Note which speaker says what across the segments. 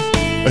Speaker 1: A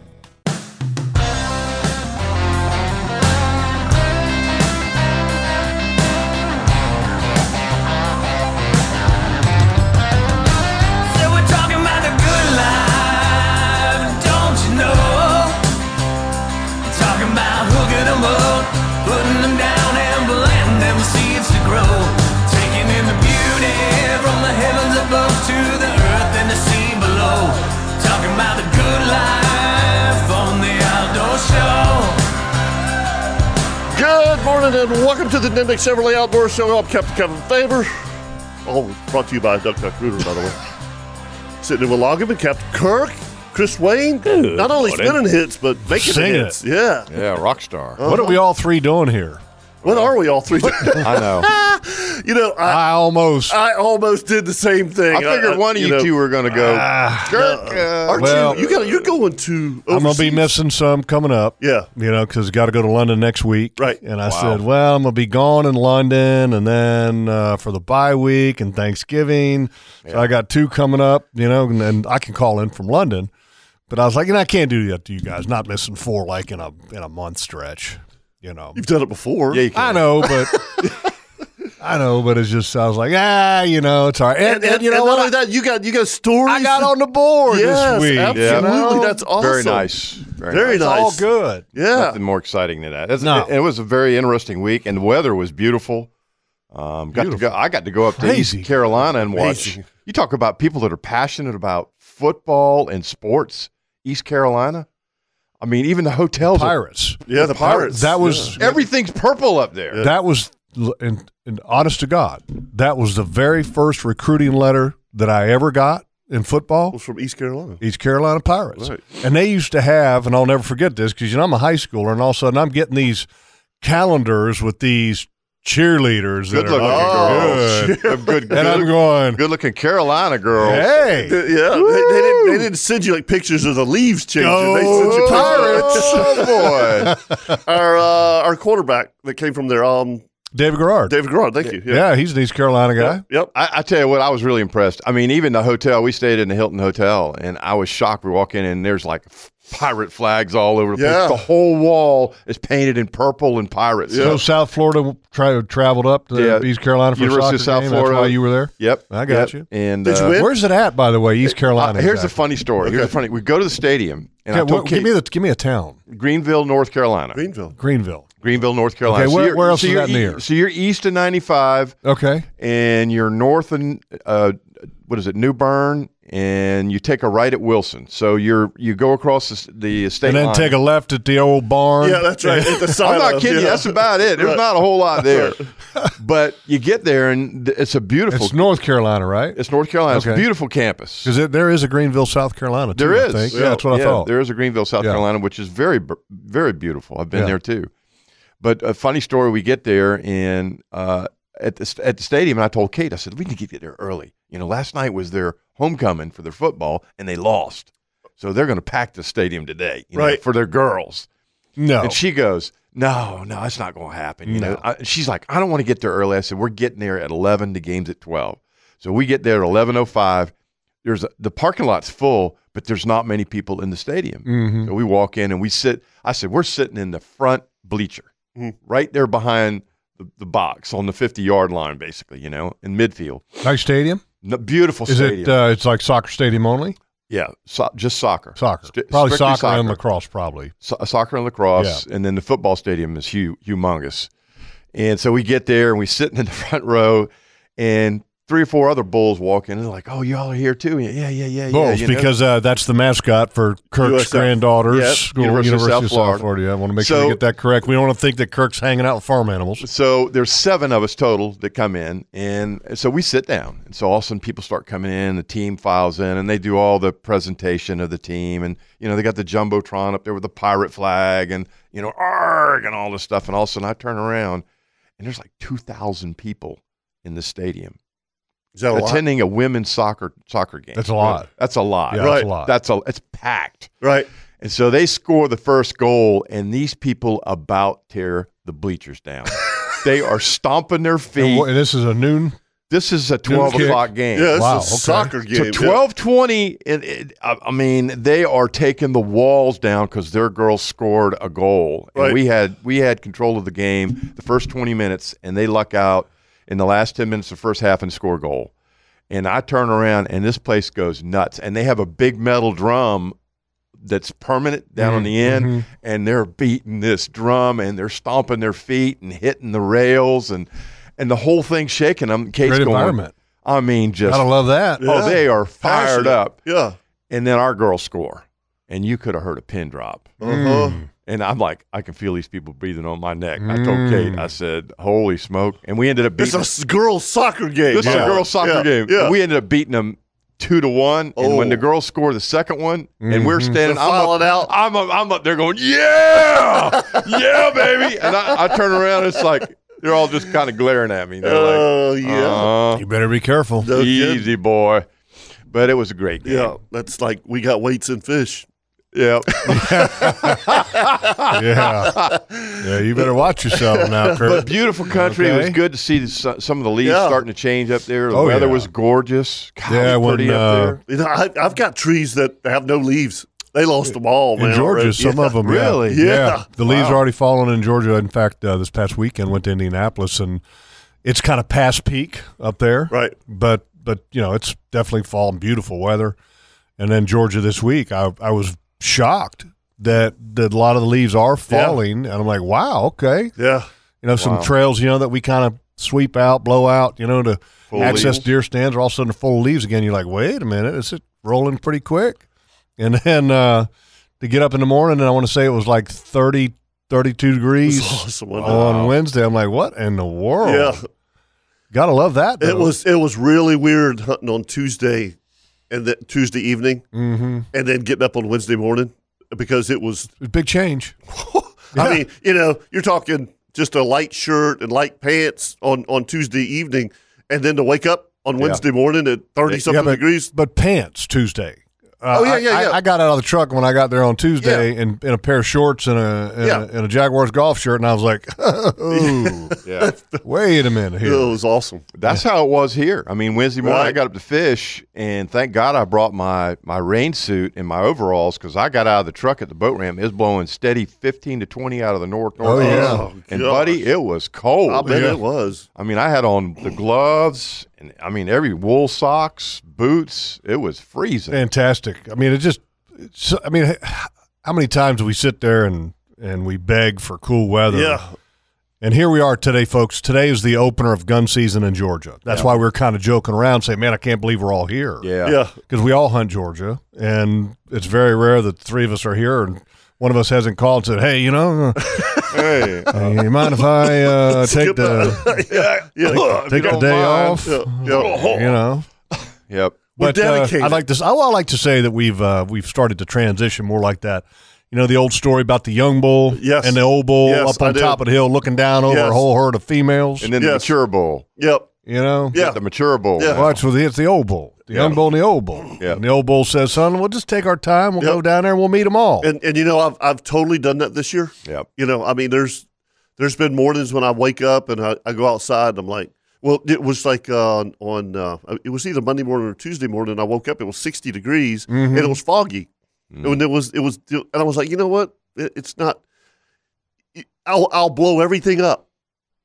Speaker 2: So we're talking about the good life, don't you know? Talking about hooking 'em up, putting them down and planting them seeds to grow. Taking in the beauty from the heavens above to the earth and the sea below. Talking about the good life on the outdoor show.
Speaker 1: Good morning and welcome to the Dendick Chevrolet Outdoor Show. I'm Captain Kevin Favor. All Oh, brought to you by Duck Duck Rooter, by the way. Sitting in with Logan and Captain Kirk, Chris Wayne. Not only
Speaker 3: morning.
Speaker 1: spinning hits, but making
Speaker 3: Singing
Speaker 1: hits. Yeah.
Speaker 4: Yeah, rock star.
Speaker 3: What are we all three doing here?
Speaker 1: What are we all three? doing?
Speaker 4: I know.
Speaker 1: you know, I,
Speaker 3: I almost.
Speaker 1: I almost did the same thing.
Speaker 4: I figured one of you,
Speaker 1: know,
Speaker 4: two were going to go.
Speaker 3: Ah.
Speaker 4: Kirk, uh,
Speaker 1: Aren't
Speaker 3: Well-
Speaker 1: you? You got. You're going to.
Speaker 3: I'm gonna be
Speaker 1: overseas.
Speaker 3: missing some coming up.
Speaker 1: Yeah.
Speaker 3: you know, because got to go to London next week.
Speaker 1: Right.
Speaker 3: And I said, well, I'm gonna be gone in London, and then uh, for the bye week and Thanksgiving, so I got two coming up. You know, and, and I can call in from London, but I was like, and I can't do that to you guys. Not missing four like in a in a month stretch. You know,
Speaker 1: You've done it before.
Speaker 4: yeah, you can.
Speaker 3: I know, but. I know, but it's just I was like, ah, you know, it's all right. And,
Speaker 1: And, and,
Speaker 3: you know
Speaker 1: and
Speaker 3: what?
Speaker 1: not
Speaker 3: I-
Speaker 1: only that, you got you got stories.
Speaker 3: I got on the board
Speaker 1: Yes,
Speaker 3: this week.
Speaker 4: Yeah.
Speaker 1: absolutely. That's awesome.
Speaker 4: Very nice. Very,
Speaker 1: Very
Speaker 3: It's
Speaker 1: nice.
Speaker 3: all good.
Speaker 1: Yeah.
Speaker 4: Nothing more exciting than that. That's,
Speaker 3: No.
Speaker 4: it, it was a very interesting week, and the weather was beautiful. Um, got To go, I got to go up to
Speaker 3: Crazy.
Speaker 4: East Carolina and watch.
Speaker 1: Amazing.
Speaker 4: You talk about people that are passionate about football and sports. East Carolina. I mean, even the hotels. are-
Speaker 3: Pirates.
Speaker 1: Yeah, the pirates.
Speaker 3: That was
Speaker 4: everything's purple up there.
Speaker 3: that was and, and honest to God, that was the very first recruiting letter that I ever got in football.
Speaker 1: was from East Carolina.
Speaker 3: East Carolina Pirates.
Speaker 1: Right.
Speaker 3: And they used to have, and I'll never forget this because, you know, I'm a high schooler, and all of a sudden I'm getting these calendars with these cheerleaders that
Speaker 4: Good
Speaker 3: are
Speaker 4: looking
Speaker 3: looking
Speaker 4: girls.
Speaker 3: good.
Speaker 4: Good, good,
Speaker 3: Oh, And I'm going,
Speaker 4: good looking Carolina girls.
Speaker 3: hey,
Speaker 1: Yeah, they, they didn't. They didn't send you like pictures of the leaves changing. they sent you pictures.
Speaker 4: Oh, boy.
Speaker 1: our uh, our quarterback that came from there, um,
Speaker 3: David Garrard.
Speaker 1: David Garrard. Thank you.
Speaker 3: yeah, he's an East Carolina guy.
Speaker 1: Yep.
Speaker 4: I, I tell you what, I was really impressed. I mean, even the hotel, we stayed in the Hilton Hotel, and I was shocked. We walk in, and there's like f- pirate flags all over the
Speaker 1: Yeah.
Speaker 4: place. The whole wall is painted in purple and pirates.
Speaker 3: So South Florida tra- traveled up to
Speaker 4: Yeah.
Speaker 3: East Carolina for
Speaker 4: University
Speaker 3: a soccer
Speaker 4: of South
Speaker 3: game. That's
Speaker 4: Florida.
Speaker 3: why you were there.
Speaker 4: Yep.
Speaker 3: I got you.
Speaker 4: And
Speaker 1: Did you
Speaker 4: uh,
Speaker 1: win?
Speaker 3: Where's it at, by the way? East Carolina.
Speaker 4: uh, here's the
Speaker 3: exactly.
Speaker 4: funny story. Here's
Speaker 1: Okay.
Speaker 4: the funny. We go to the stadium, and I
Speaker 3: Okay,
Speaker 4: told
Speaker 3: what- give
Speaker 4: Kate-
Speaker 3: me the give me a town.
Speaker 4: Greenville, North Carolina.
Speaker 1: Greenville.
Speaker 3: Greenville.
Speaker 4: Greenville, North Carolina.
Speaker 3: where-
Speaker 4: you're-
Speaker 3: where else is
Speaker 4: you're
Speaker 3: that
Speaker 4: e-
Speaker 3: near?
Speaker 4: So you're east of 95,
Speaker 3: Okay.
Speaker 4: and you're north and uh, what is it, New Bern, and you take a right at Wilson. So you're you go across the, s- the state
Speaker 3: and then
Speaker 4: line.
Speaker 3: take a left at the old barn.
Speaker 1: Yeah, that's right. At the
Speaker 4: I'm
Speaker 1: silo,
Speaker 4: not kidding. you.
Speaker 1: yeah.
Speaker 4: That's about it. There's
Speaker 1: Right.
Speaker 4: not a whole lot there, but you get there and th- it's a beautiful.
Speaker 3: It's
Speaker 4: It's,
Speaker 3: North Carolina, right?
Speaker 4: North Carolina. It's
Speaker 3: Okay.
Speaker 4: a beautiful campus.
Speaker 3: Because there is a Greenville, South Carolina. Too,
Speaker 4: There
Speaker 3: I
Speaker 4: is.
Speaker 3: think. Yeah, that's what I thought.
Speaker 4: There is a Greenville, South
Speaker 3: Yeah.
Speaker 4: Carolina, which is very, b- very beautiful. I've been
Speaker 3: Yeah.
Speaker 4: there too. But a funny story. We get there and uh, at the st- at the stadium, and I told Kate, I said we need to get there early. You know, last night was their homecoming for their football, and they lost. So they're going to pack the stadium today, you know,
Speaker 1: Right.
Speaker 4: for their girls.
Speaker 3: No.
Speaker 4: And she goes, "No, no, it's not going to happen." You
Speaker 3: No.
Speaker 4: know, I, she's like, "I don't want to get there early." I said, "We're getting there at eleven. The game's at twelve, so we get there at eleven o five. There's a, the parking lot's full, but there's not many people in the stadium.
Speaker 3: Mhm.
Speaker 4: So we walk in and we sit. I said, "We're sitting in the front bleacher,
Speaker 1: Mhm.
Speaker 4: right there behind the, the box on the fifty yard line, basically. You know, in midfield.
Speaker 3: Nice stadium.
Speaker 4: No, beautiful
Speaker 3: Is
Speaker 4: stadium.
Speaker 3: it? Uh, it's like soccer stadium only.
Speaker 4: Yeah, so, just soccer.
Speaker 3: Soccer.
Speaker 4: St-
Speaker 3: probably
Speaker 4: strictly
Speaker 3: soccer, and lacrosse, probably.
Speaker 4: so- uh, soccer and lacrosse, and then the football stadium is hu- humongous. And so we get there and we sit in the front row, and three or four other bulls walk in and they're like, "Oh, y'all are here too? Yeah, yeah, yeah, yeah."
Speaker 3: Bulls,
Speaker 4: yeah, you know?
Speaker 3: because uh, that's the mascot for Kirk's
Speaker 4: USF.
Speaker 3: granddaughter's
Speaker 4: Yep,
Speaker 3: school,
Speaker 4: University
Speaker 3: University,
Speaker 4: of South
Speaker 3: of South Florida.
Speaker 4: Florida.
Speaker 3: Yeah, I want to make sure
Speaker 4: So-
Speaker 3: we get that correct. We don't want to think that Kirk's hanging out with farm animals.
Speaker 4: So there's seven of us total that come in, and so we sit down. And so all of a sudden people start coming in, the team files in, and they do all the presentation of the team, and you know they got the jumbotron up there with the pirate flag, and you know arg and all this stuff. And all of a sudden I turn around, and there's like two thousand people in the stadium
Speaker 1: Is that a lot?
Speaker 4: attending a women's soccer soccer game.
Speaker 3: That's a lot.
Speaker 4: That's a lot.
Speaker 3: Yeah,
Speaker 4: right?
Speaker 3: that's a lot.
Speaker 4: That's a it's packed.
Speaker 1: Right.
Speaker 4: And so they score the first goal, and these people about tear the bleachers down. they are stomping their
Speaker 3: And, wh-
Speaker 4: feet.
Speaker 3: and this is a noon.
Speaker 4: This is a 12
Speaker 3: kick.
Speaker 4: o'clock game.
Speaker 1: Yeah, it's
Speaker 3: Wow,
Speaker 1: a
Speaker 3: okay.
Speaker 1: soccer
Speaker 4: So
Speaker 1: game. yeah.
Speaker 4: 1220, and it, I I mean, they are taking the walls down because their girls scored a goal. And
Speaker 1: Right.
Speaker 4: we had we had control of the game the first 20 minutes, and they luck out in the last 10 minutes of the first half and score a goal. And I turn around, and this place goes nuts. And they have a big metal drum that's permanent down
Speaker 3: Mm-hmm.
Speaker 4: on the end, and they're beating this drum, and they're stomping their feet and hitting the rails, and and the whole thing's shaking. I'm Kate's
Speaker 3: Great
Speaker 4: going,
Speaker 3: environment.
Speaker 4: I mean, just
Speaker 3: Gotta love that.
Speaker 4: Oh, they are fired
Speaker 1: Passionate.
Speaker 4: up.
Speaker 1: Yeah.
Speaker 4: And then our girls score. And you could have heard a pin drop.
Speaker 1: Uh-huh.
Speaker 3: Mm.
Speaker 4: And I'm like, I can feel these people breathing on my neck. I told Kate, I said, holy smoke. And we ended up
Speaker 1: It's
Speaker 4: beating
Speaker 1: a s- girls' soccer game.
Speaker 4: This is
Speaker 1: Yeah.
Speaker 4: a girls' soccer
Speaker 1: Yeah.
Speaker 4: game.
Speaker 1: Yeah.
Speaker 4: And we ended up beating them two to one. And when
Speaker 1: Oh.
Speaker 4: the girls score the second one, and we're
Speaker 3: Mm-hmm.
Speaker 4: standing,
Speaker 1: They're
Speaker 4: I'm up,
Speaker 1: filing out.
Speaker 4: I'm up, I'm up there going, yeah, yeah, baby. And I, I turn around, it's like, they're all just kind of glaring at me. They're like,
Speaker 1: Oh, yeah.
Speaker 4: uh,
Speaker 3: You better be careful.
Speaker 1: No kidding.
Speaker 4: easy, boy. But it was a great game.
Speaker 1: Yeah, that's like we got weights and fish.
Speaker 4: Yeah.
Speaker 3: yeah. Yeah, you better watch yourself now, Kirk.
Speaker 4: But beautiful country. It was
Speaker 3: Okay.
Speaker 4: good to see the, so- some of the leaves
Speaker 1: Yeah.
Speaker 4: starting to change up there. The
Speaker 3: Oh,
Speaker 4: weather
Speaker 3: yeah.
Speaker 4: was gorgeous. God,
Speaker 3: Yeah,
Speaker 4: it was
Speaker 3: when,
Speaker 4: pretty
Speaker 3: uh,
Speaker 4: up there.
Speaker 1: You know, I, I've got trees that have no leaves. They lost them all, man.
Speaker 3: In Georgia,
Speaker 1: already.
Speaker 3: some
Speaker 1: Yeah.
Speaker 3: of them.
Speaker 4: Really?
Speaker 3: Yeah.
Speaker 1: Yeah.
Speaker 3: The leaves
Speaker 4: Wow.
Speaker 3: are already falling in Georgia. In fact, uh, this past weekend went to Indianapolis and it's kind of past peak up there.
Speaker 1: Right.
Speaker 3: But, but you know, it's definitely fall and beautiful weather. And then Georgia this week, I, I was shocked that, that a lot of the leaves are falling. And I'm like, wow, okay.
Speaker 1: Yeah.
Speaker 3: You know, some
Speaker 4: Wow.
Speaker 3: trails, you know, that we kind of sweep out, blow out, you know, to
Speaker 4: Full
Speaker 3: access
Speaker 4: leaves.
Speaker 3: deer stands are all of a sudden full of leaves again. You're like, wait a minute, is it rolling pretty quick? And then uh, to get up in the morning, and I want to say it was like 30, 32
Speaker 1: It
Speaker 3: degrees
Speaker 1: was awesome. wasn't it?
Speaker 3: on Wednesday. I'm like, what in the world?
Speaker 1: Yeah.
Speaker 3: Gotta love that.
Speaker 1: It was it was really weird hunting on Tuesday and the, Tuesday evening
Speaker 3: hmm
Speaker 1: and then getting up on Wednesday morning because it was
Speaker 3: big change.
Speaker 1: I mean, you know, you're talking just a light shirt and light pants on on Tuesday evening and then to wake up on Wednesday morning at 30 something
Speaker 3: but,
Speaker 1: degrees.
Speaker 3: But pants Tuesday. Uh,
Speaker 1: Oh, yeah,
Speaker 3: I-
Speaker 1: yeah,
Speaker 3: I,
Speaker 1: yeah.
Speaker 3: I, got out of the truck when I got there on Tuesday in, in a pair of shorts and a and,
Speaker 1: Yeah.
Speaker 3: a and a Jaguars golf shirt, and I was like, oh,
Speaker 4: Yeah.
Speaker 3: wait a minute here.
Speaker 1: It was awesome.
Speaker 4: That's how it was here. I mean, Wednesday morning I
Speaker 1: Right.
Speaker 4: got up to fish, and thank God I brought my my rain suit and my overalls because I got out of the truck at the boat ramp. It was blowing steady fifteen to twenty out of the north north.
Speaker 3: yeah.
Speaker 4: and
Speaker 1: Oh, gosh.
Speaker 4: buddy, it was cold.
Speaker 1: I bet it was.
Speaker 4: I mean, I had on the gloves, and I mean every wool socks, boots. It was freezing.
Speaker 3: Fantastic. I mean, it just. It's, I mean, how many times do we sit there and and we beg for cool weather?
Speaker 1: Yeah.
Speaker 3: And here we are today, folks. Today is the opener of gun season in Georgia. That's why we are kind of joking around, saying, "Man, I can't believe we're all here."
Speaker 4: yeah.
Speaker 1: Yeah.
Speaker 3: because we all hunt Georgia, and it's very rare that the three of us are here and one of us hasn't called and said, "Hey, you know, uh,
Speaker 4: Hey.
Speaker 3: you mind if I uh, take
Speaker 1: Skip
Speaker 3: the
Speaker 1: that. yeah. yeah.
Speaker 3: take the
Speaker 4: don't
Speaker 3: day
Speaker 4: mind.
Speaker 3: off?"
Speaker 1: Yeah.
Speaker 3: You know,
Speaker 4: Yep.
Speaker 1: Uh-huh. We're
Speaker 3: uh,
Speaker 1: dedicated.
Speaker 3: I like this. I, I like to say that we've uh, we've started to transition more like that. You know, the old story about the young bull
Speaker 1: Yes.
Speaker 3: and the old bull
Speaker 1: Yes,
Speaker 3: up on
Speaker 1: I do.
Speaker 3: top of the hill, looking down over
Speaker 1: Yes.
Speaker 3: a whole herd of females.
Speaker 4: And then the
Speaker 1: Yes.
Speaker 4: mature bowl.
Speaker 1: Yep.
Speaker 3: you know,
Speaker 1: Yeah.
Speaker 4: The mature bowl.
Speaker 1: Yeah.
Speaker 3: Well, that's what the, it's the old bull, the young bull, and the old bull.
Speaker 4: Yeah.
Speaker 3: And the old bull says, "Son, we'll just take our time. We'll
Speaker 1: Yep.
Speaker 3: go down there. and We'll meet them all."
Speaker 1: And and you know, I've I've totally done that this year.
Speaker 4: Yep.
Speaker 1: You know, I mean, there's there's been mornings when I wake up and I, I go outside and I'm like, well, it was like uh, on- on uh, it was either Monday morning or Tuesday morning. I woke up, it was 60 degrees and it was foggy, and it was it was and I was like, you know what, it, it's not. I'll I'll blow everything up.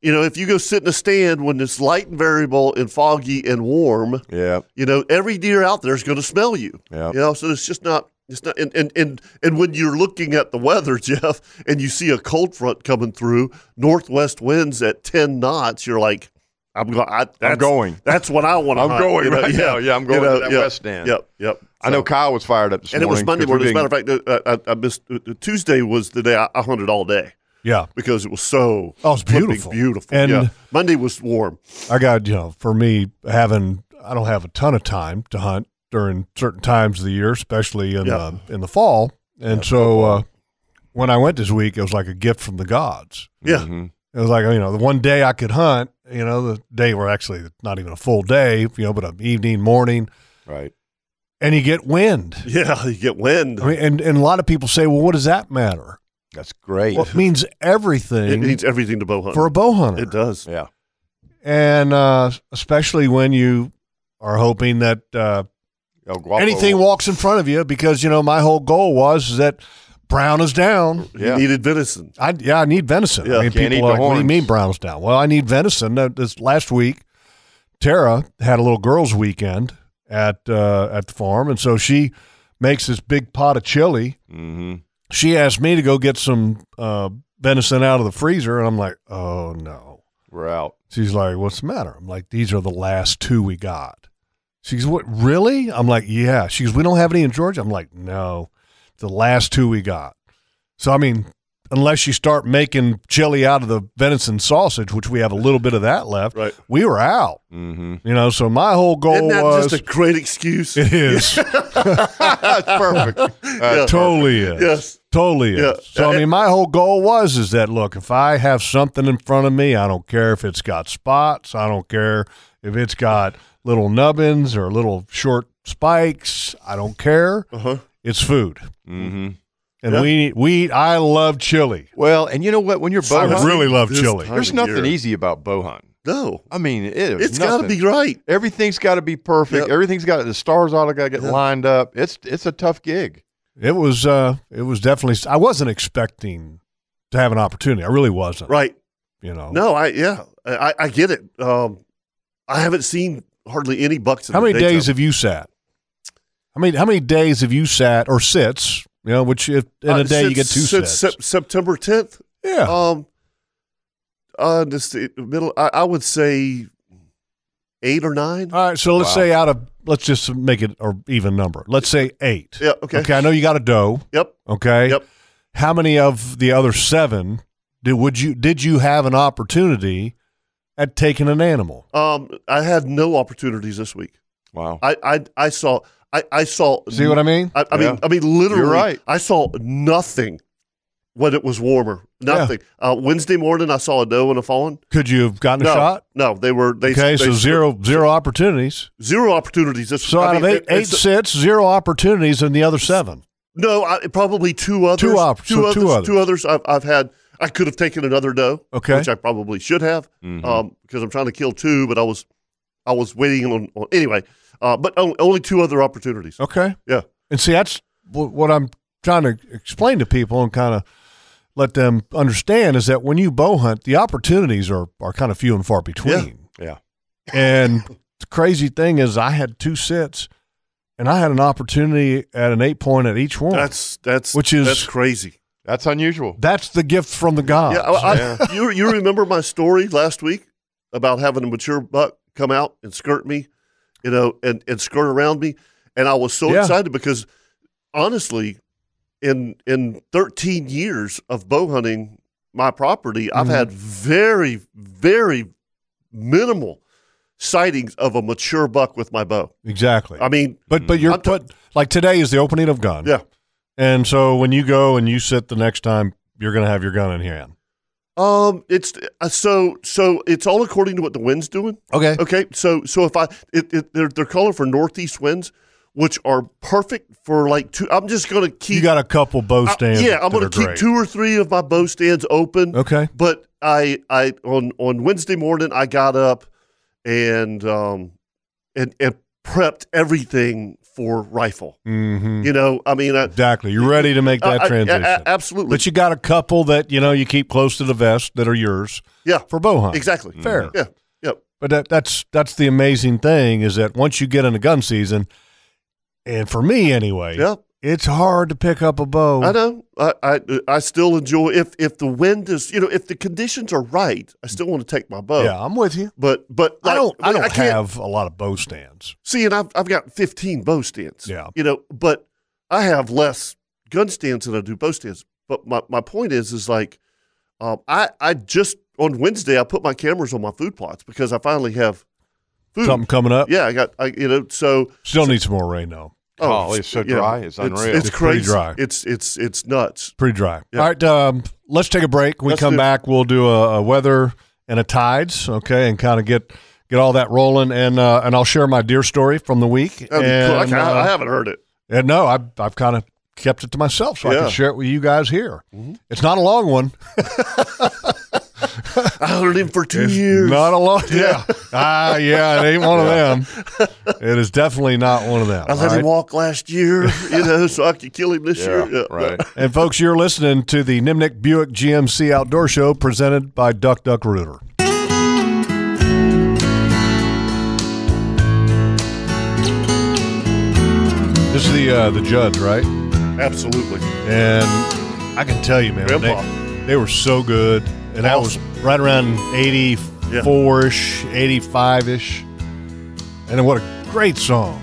Speaker 1: You know, if you go sit in a stand when it's light and variable and foggy and warm,
Speaker 4: yeah,
Speaker 1: you know, every deer out there is going to smell you.
Speaker 4: yeah.
Speaker 1: You know, so it's just not. It's not, and, and, and, and when you're looking at the weather, Jeff, and you see a cold front coming through, northwest winds at ten knots, you're like, I'm going.
Speaker 4: I'm going.
Speaker 1: That's what I want.
Speaker 4: I'm going right now. Yeah, I'm going to that
Speaker 1: yep,
Speaker 4: west stand.
Speaker 1: Yep, yep.
Speaker 4: I know Kyle was fired up this
Speaker 1: and it was
Speaker 4: morning.
Speaker 1: Monday
Speaker 4: 'cause we're
Speaker 1: morning. As a
Speaker 4: being-
Speaker 1: matter of fact, uh, I, I missed uh, Tuesday was the day I, I hunted all day
Speaker 3: Yeah.
Speaker 1: because it was so
Speaker 3: Oh, it's
Speaker 1: flipping
Speaker 3: beautiful.
Speaker 1: beautiful.
Speaker 3: And-
Speaker 1: yeah. Monday was warm.
Speaker 3: I got, you know, for me, having, I don't have a ton of time to hunt during certain times of the year, especially in,
Speaker 1: Yeah.
Speaker 3: the, in the fall. And so uh, when I went this week, it was like a gift from the gods.
Speaker 1: Yeah,
Speaker 4: Mhm.
Speaker 3: It was like, you know, the one day I could hunt, you know, the day where actually not even a full day, you know, but an evening, morning,
Speaker 4: Right.
Speaker 3: and you get wind.
Speaker 1: yeah. You get wind.
Speaker 3: I mean, and, and a lot of people say, well, what does that matter?
Speaker 4: That's great.
Speaker 3: Well, it means everything
Speaker 1: it needs everything to bow hunt.
Speaker 3: for a bow hunter.
Speaker 1: it does.
Speaker 4: yeah.
Speaker 3: And uh, especially when you are hoping that uh,
Speaker 4: El Guapo.
Speaker 3: anything walks in front of you because you know my whole goal was that brown is down.
Speaker 1: You
Speaker 4: Yeah.
Speaker 1: needed venison.
Speaker 3: I yeah, I need venison.
Speaker 1: Yeah,
Speaker 3: I mean,
Speaker 4: can't eat
Speaker 3: people are
Speaker 4: the
Speaker 3: like, what do you
Speaker 4: horns."
Speaker 3: mean brown is down? Well, I need venison. Uh, This last week, Tara had a little girls' weekend at uh, at the farm, and so she makes this big pot of chili.
Speaker 4: Mhm.
Speaker 3: Mm-hmm. She asked me to go get some uh, venison out of the freezer, and I'm like, oh no.
Speaker 4: We're out.
Speaker 3: She's like, "What's the matter?" I'm like, "These are the last two we got." She goes, "What? Really?" I'm like, "Yeah." She goes, "We don't have any in Georgia." I'm like, "No, the last two we got." So I mean, unless you start making chili out of the venison sausage, which we have a little bit of that left,
Speaker 1: Right.
Speaker 3: we were out.
Speaker 4: Mm-hmm.
Speaker 3: You know, so my whole goal
Speaker 1: Isn't that
Speaker 3: was
Speaker 1: just a great excuse?
Speaker 3: it is Uh,
Speaker 4: That's perfect. That's
Speaker 3: totally is
Speaker 1: Yes.
Speaker 3: totally is.
Speaker 1: Yeah.
Speaker 3: So I mean, my whole goal was is that look, if I have something in front of me, I don't care if it's got spots, I don't care if it's got little nubbins or little short spikes, I don't care.
Speaker 1: Uh-huh.
Speaker 3: It's food,
Speaker 4: Mm-hmm.
Speaker 3: and
Speaker 1: Yeah.
Speaker 3: we eat, we eat. I love chili.
Speaker 4: Well, and you know what? When you're bow
Speaker 3: I
Speaker 4: hunting,
Speaker 3: really love
Speaker 1: This
Speaker 3: chili.
Speaker 1: time-
Speaker 4: there's
Speaker 1: of
Speaker 4: nothing
Speaker 1: year.
Speaker 4: easy about bow hunting.
Speaker 1: No.
Speaker 4: I mean, it, is
Speaker 1: It's got to
Speaker 4: nothing.
Speaker 1: be right.
Speaker 4: Everything's got to be perfect.
Speaker 1: Yep.
Speaker 4: Everything's got the stars all got to get
Speaker 1: Yep.
Speaker 4: lined up. It's it's a tough gig.
Speaker 3: It was uh, it was definitely. I wasn't expecting to have an opportunity. I really wasn't. Oh.
Speaker 1: Right.
Speaker 3: You know.
Speaker 1: No, I, yeah. I, I- I get it. Um, I haven't seen hardly any bucks in
Speaker 3: How
Speaker 1: the
Speaker 3: many
Speaker 1: daytime.
Speaker 3: days have you sat? How many how many days have you sat or sits? You know, which if, in
Speaker 1: Uh,
Speaker 3: a day you get
Speaker 1: since-
Speaker 3: two
Speaker 1: since
Speaker 3: sits.
Speaker 1: Sep- September 10th.
Speaker 3: yeah,
Speaker 1: Um, uh, this the middle. I, I would say eight or nine.
Speaker 3: All right, so let's
Speaker 4: Wow.
Speaker 3: say out of let's just make it an even number. Let's say eight.
Speaker 1: Yeah. Okay.
Speaker 3: I know you got a doe.
Speaker 1: Yep.
Speaker 3: Okay.
Speaker 1: Yep.
Speaker 3: How many of the other seven did would you did you have an opportunity at taking an animal?
Speaker 1: Um, I had no opportunities this week.
Speaker 4: Wow.
Speaker 1: I I, I saw I, I saw.
Speaker 3: See what I mean?
Speaker 1: I, I
Speaker 4: Yeah.
Speaker 1: mean, I mean, literally,
Speaker 4: You're right.
Speaker 1: I saw nothing when it was warmer. Nothing. Uh, Wednesday morning, I saw a doe and a fawn.
Speaker 3: Could you have gotten
Speaker 1: No,
Speaker 3: a shot?
Speaker 1: no, they were they. they-
Speaker 3: Okay, so zero zero opportunities.
Speaker 1: zero opportunities. This,
Speaker 3: So
Speaker 1: I
Speaker 3: out
Speaker 1: mean,
Speaker 3: of
Speaker 1: it-
Speaker 3: eight eight
Speaker 1: it's-
Speaker 3: sits, zero opportunities in the other seven.
Speaker 1: no, I, probably two others.
Speaker 3: op- so two
Speaker 1: others. Two others. I've, I've had. I could have taken another doe,
Speaker 3: Okay.
Speaker 1: which I probably should have,
Speaker 4: Mhm.
Speaker 1: um, because I'm trying to kill two. But I was, I was waiting on, on anyway. Uh, but on- only two other opportunities.
Speaker 3: Okay.
Speaker 1: Yeah.
Speaker 3: And see, that's wh- what I'm trying to explain to people and kind of let them understand is that when you bow hunt, the opportunities are, are kind of few and far between.
Speaker 4: Yeah.
Speaker 3: And the crazy thing is, I had two sits and I had an opportunity at an eight point at each one.
Speaker 1: That's that's
Speaker 3: Which is-
Speaker 1: that's crazy.
Speaker 4: That's unusual.
Speaker 3: That's the gift from the gods.
Speaker 1: Yeah, I,
Speaker 4: Yeah.
Speaker 1: I, you you remember my story last week about having a mature buck come out and skirt me, you know, and and skirt around me, and I was so
Speaker 3: Yeah.
Speaker 1: excited because honestly, in in 13 years of bow hunting my property, I've
Speaker 3: Mhm.
Speaker 1: had very very minimal sightings of a mature buck with my bow.
Speaker 3: exactly.
Speaker 1: I mean,
Speaker 3: But but you're
Speaker 1: I'm t-
Speaker 3: but like today is the opening of gun.
Speaker 1: Yeah.
Speaker 3: And so when you go and you sit the next time, you're gonna have your gun in hand.
Speaker 1: um, it's uh, so so it's all according to what the wind's doing.
Speaker 3: Okay.
Speaker 1: Okay, so so if I it, it, they're they're calling for northeast winds, which are perfect for like two. I'm just gonna keep.
Speaker 3: You got a couple bow
Speaker 1: I-
Speaker 3: stands.
Speaker 1: yeah, I'm
Speaker 3: that
Speaker 1: gonna
Speaker 3: are
Speaker 1: keep
Speaker 3: great.
Speaker 1: two or three of my bow stands open.
Speaker 3: Okay.
Speaker 1: But I I on on Wednesday morning I got up and um and and prepped everything for rifle.
Speaker 3: Mm-hmm.
Speaker 1: You know, I mean, I,
Speaker 3: Exactly. You're ready to make that
Speaker 1: I- I-
Speaker 3: transition.
Speaker 1: I- absolutely.
Speaker 3: But you got a couple that, you know, you keep close to the vest that are yours.
Speaker 1: Yeah.
Speaker 3: For bow hunting.
Speaker 1: exactly
Speaker 3: Fair.
Speaker 1: Yeah, yeah.
Speaker 3: But that, that's that's the amazing thing is that once you get into gun season, and for me anyway,
Speaker 1: Yeah.
Speaker 3: it's hard to pick up a bow.
Speaker 1: I know. I, I I still enjoy if if the wind is you know if the conditions are right. I still want to take my bow.
Speaker 3: Yeah, I'm with you.
Speaker 1: But but
Speaker 3: I
Speaker 1: like,
Speaker 3: don't I don't
Speaker 1: can't-
Speaker 3: have a lot of bow stands.
Speaker 1: see, and I've I've got fifteen bow stands.
Speaker 3: Yeah.
Speaker 1: you know, but I have less gun stands than I do bow stands. But my, my point is is like, um, I I just on Wednesday I put my cameras on my food plots because I finally have food.
Speaker 3: Something coming up.
Speaker 1: Yeah, I got I you know so
Speaker 3: Still need some more rain though.
Speaker 4: Oh, it's so dry. It's unreal.
Speaker 1: It's,
Speaker 3: It's pretty
Speaker 1: crazy.
Speaker 3: dry.
Speaker 1: It's it's it's nuts.
Speaker 3: Pretty dry.
Speaker 1: Yeah.
Speaker 3: All right, um, let's take a break. When we
Speaker 1: Let's
Speaker 3: come
Speaker 1: do it.
Speaker 3: back, we'll do a, a weather and a tides, okay, and kind of get get all that rolling. And uh, and I'll share my deer story from the week.
Speaker 1: That'd be
Speaker 3: and,
Speaker 1: cool. Like, I, I
Speaker 3: uh,
Speaker 1: haven't heard it.
Speaker 3: and no, I've I've kind of kept it to myself, so I
Speaker 1: Yeah. Mm-hmm.
Speaker 3: can share it with you guys here. It's not a long one.
Speaker 1: I heard him for two
Speaker 3: It's
Speaker 1: years.
Speaker 3: Not a long. Yeah. Ah, yeah. It ain't one of them. It is definitely not one of them.
Speaker 1: I let
Speaker 3: all right?
Speaker 1: him walk last year, you know, so I could kill him this
Speaker 4: Yeah,
Speaker 1: year. Yeah,
Speaker 4: right.
Speaker 3: And folks, you're listening to the Nimnik Buick GMC Outdoor Show presented by Duck Duck Rooter. This is the uh, the Judd, right?
Speaker 1: Absolutely.
Speaker 3: And I can tell you, man,
Speaker 1: Grandpa.
Speaker 3: they, they were so good, and that was right around eighty four ish, eighty five ish, and what a great song.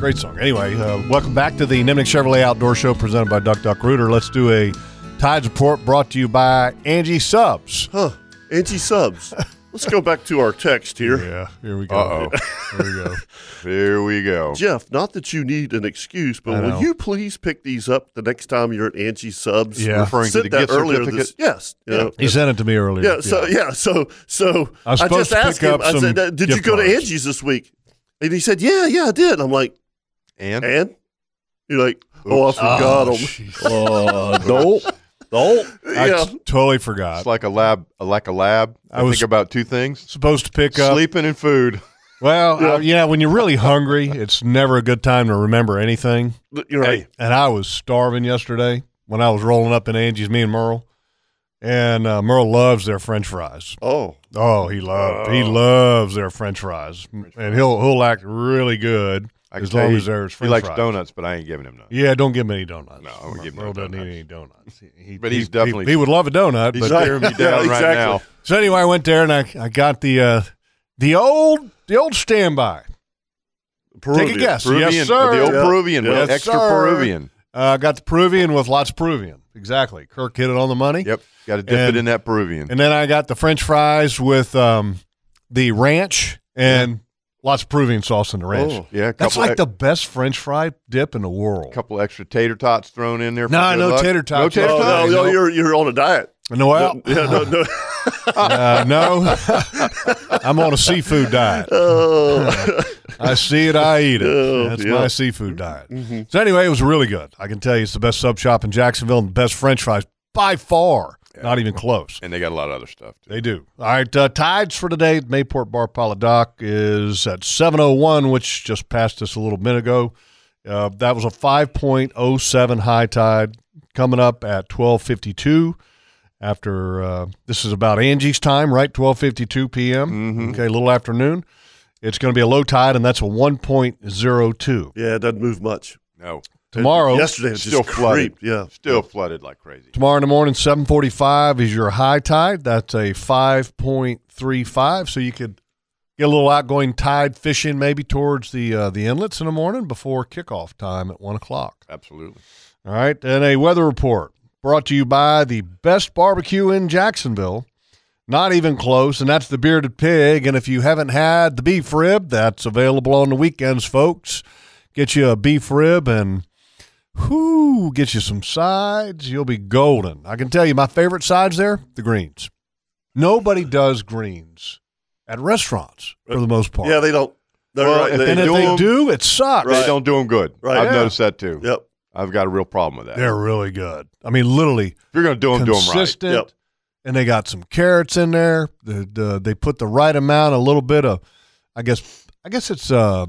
Speaker 3: Great song. Anyway, uh, welcome back to the Nimnik Chevrolet Outdoor Show presented by Duck Duck Rooter. Let's do a Tides report brought to you by Angie Subs.
Speaker 1: Huh. Angie subs. Let's go back to our text here.
Speaker 3: Yeah, here we go.
Speaker 4: Uh oh.
Speaker 3: Here we go.
Speaker 4: Here we go.
Speaker 1: Jeff, not that you need an excuse,
Speaker 3: I
Speaker 1: but will
Speaker 3: know.
Speaker 1: you please pick these up the next time you're at Angie subs?
Speaker 3: Yeah.
Speaker 4: Referring to
Speaker 1: Sent
Speaker 4: the
Speaker 1: that
Speaker 4: gift
Speaker 1: earlier
Speaker 4: certificate?
Speaker 1: This, yes. you know.
Speaker 3: He sent it to me earlier.
Speaker 1: Yeah, so yeah, so so
Speaker 3: I was
Speaker 1: I,
Speaker 3: supposed
Speaker 1: just
Speaker 3: to pick
Speaker 1: asked him.
Speaker 3: up
Speaker 1: I
Speaker 3: some
Speaker 1: said, uh, "Did you
Speaker 3: gift
Speaker 1: go to
Speaker 3: cards.
Speaker 1: Angie's this week?" And he said, "Yeah, yeah, I did." I'm like,
Speaker 4: And
Speaker 1: "And?" You're like, "Oh, I forgot them."
Speaker 3: Oh, jeez.
Speaker 5: Uh, no, no.
Speaker 3: I
Speaker 1: yeah.
Speaker 3: t- totally forgot.
Speaker 4: it's like a lab, like a lab.
Speaker 3: I
Speaker 4: I,
Speaker 3: was-
Speaker 4: think about two things:
Speaker 3: Supposed to pick up
Speaker 4: sleeping and food.
Speaker 3: Well, yeah. yeah, when you're really hungry, it's never a good time to remember anything.
Speaker 1: You're right.
Speaker 3: And I was starving yesterday when I was rolling up in Angie's, me and Merle. And uh, Merle loves their French fries.
Speaker 1: Oh,
Speaker 3: Oh, he loves he loves their French fries, and he'll he'll act really good
Speaker 4: I can
Speaker 3: as
Speaker 4: tell
Speaker 3: long
Speaker 4: he-
Speaker 3: as there's
Speaker 4: he
Speaker 3: French
Speaker 4: likes
Speaker 3: fries.
Speaker 4: donuts, but I ain't giving him none.
Speaker 3: Yeah, don't give him any donuts.
Speaker 4: No, I won't give him no
Speaker 3: Merle doesn't
Speaker 4: donuts.
Speaker 3: eat any donuts. He- he-
Speaker 4: But he's
Speaker 3: he-
Speaker 4: definitely-
Speaker 3: he, would love a donut.
Speaker 4: He's
Speaker 3: But
Speaker 4: tearing me down
Speaker 1: Yeah, exactly.
Speaker 4: right now.
Speaker 3: so anyway, I went there and I, I got the uh, the old the old standby.
Speaker 1: Peruvian.
Speaker 3: Take a guess.
Speaker 4: Peruvian,
Speaker 3: yes, sir.
Speaker 4: The old
Speaker 1: Yeah.
Speaker 4: Peruvian, with
Speaker 1: Yes,
Speaker 4: extra
Speaker 3: sir.
Speaker 4: Peruvian.
Speaker 3: Uh, got the Peruvian with lots of Peruvian. Exactly. Kirk hit it on the money.
Speaker 4: Yep, got to dip
Speaker 3: And-
Speaker 4: it in that Peruvian.
Speaker 3: And then I got the French fries with um, the ranch and lots of Peruvian sauce in the ranch.
Speaker 1: Oh.
Speaker 4: yeah, a
Speaker 3: That's
Speaker 4: couple
Speaker 3: like
Speaker 4: ex-
Speaker 3: the best French fry dip in the world.
Speaker 4: couple extra tater tots thrown in there. For
Speaker 3: Nah,
Speaker 4: good
Speaker 3: no
Speaker 4: luck.
Speaker 3: tater
Speaker 4: No
Speaker 3: tots.
Speaker 4: tater
Speaker 1: Oh,
Speaker 4: tots.
Speaker 1: no,
Speaker 3: Sorry,
Speaker 1: no,
Speaker 3: no.
Speaker 1: you're you're on a diet.
Speaker 3: No, well,
Speaker 1: Yeah, no, no.
Speaker 3: uh, no. I'm on a seafood diet.
Speaker 1: Oh.
Speaker 3: I see it, I eat it.
Speaker 1: Oh,
Speaker 3: That's
Speaker 1: yeah. Mm-hmm.
Speaker 3: my seafood diet. So anyway, it was really good. I can tell you, it's the best sub shop in Jacksonville and the best French fries by far. Not even close.
Speaker 4: And they got a lot of other stuff. Too.
Speaker 3: They do. All right. Uh, tides for today. Mayport Bar Pilot Dock is at 701, which just passed us a little minute ago. Uh, that was a 5.07 high tide coming up at 1252 after uh, this is about Angie's time, right? 1252 p.m.
Speaker 1: Mm-hmm.
Speaker 3: Okay, little afternoon. It's going to be a low tide, and that's a 1.02.
Speaker 1: yeah, it doesn't move much.
Speaker 4: No,
Speaker 3: Tomorrow,
Speaker 1: Yesterday it just
Speaker 4: Still flooded.
Speaker 1: creeped. Yeah.
Speaker 4: still flooded like crazy.
Speaker 3: Tomorrow in the morning, seven forty-five is your high tide. That's a five point three five. So you could get a little outgoing tide fishing, maybe towards the uh, the inlets in the morning before kickoff time at one o'clock.
Speaker 4: Absolutely.
Speaker 3: All right, and a weather report brought to you by the best barbecue in Jacksonville. Not even close, and that's the bearded pig. And if you haven't had the beef rib, that's available on the weekends, folks. Get you a beef rib and whoo, get you some sides. You'll be golden. I can tell you my favorite sides there, the greens. Nobody does greens at restaurants for the most part.
Speaker 1: Uh, Yeah, they don't. They're
Speaker 4: Well,
Speaker 1: right,
Speaker 4: if
Speaker 1: they,
Speaker 3: and if
Speaker 4: do
Speaker 3: they
Speaker 4: them-
Speaker 3: do, it sucks.
Speaker 1: Right.
Speaker 4: They don't do them good.
Speaker 1: Right.
Speaker 4: I've
Speaker 1: Yeah.
Speaker 4: noticed that too.
Speaker 1: Yep.
Speaker 4: I've got a real problem with that.
Speaker 3: They're really good. I mean, literally,
Speaker 4: If you're going to do them, do them right.
Speaker 3: consistent.
Speaker 1: Yep.
Speaker 3: And they got some carrots in there. The, the, they put the right amount, a little bit of, I guess, I guess it's uh,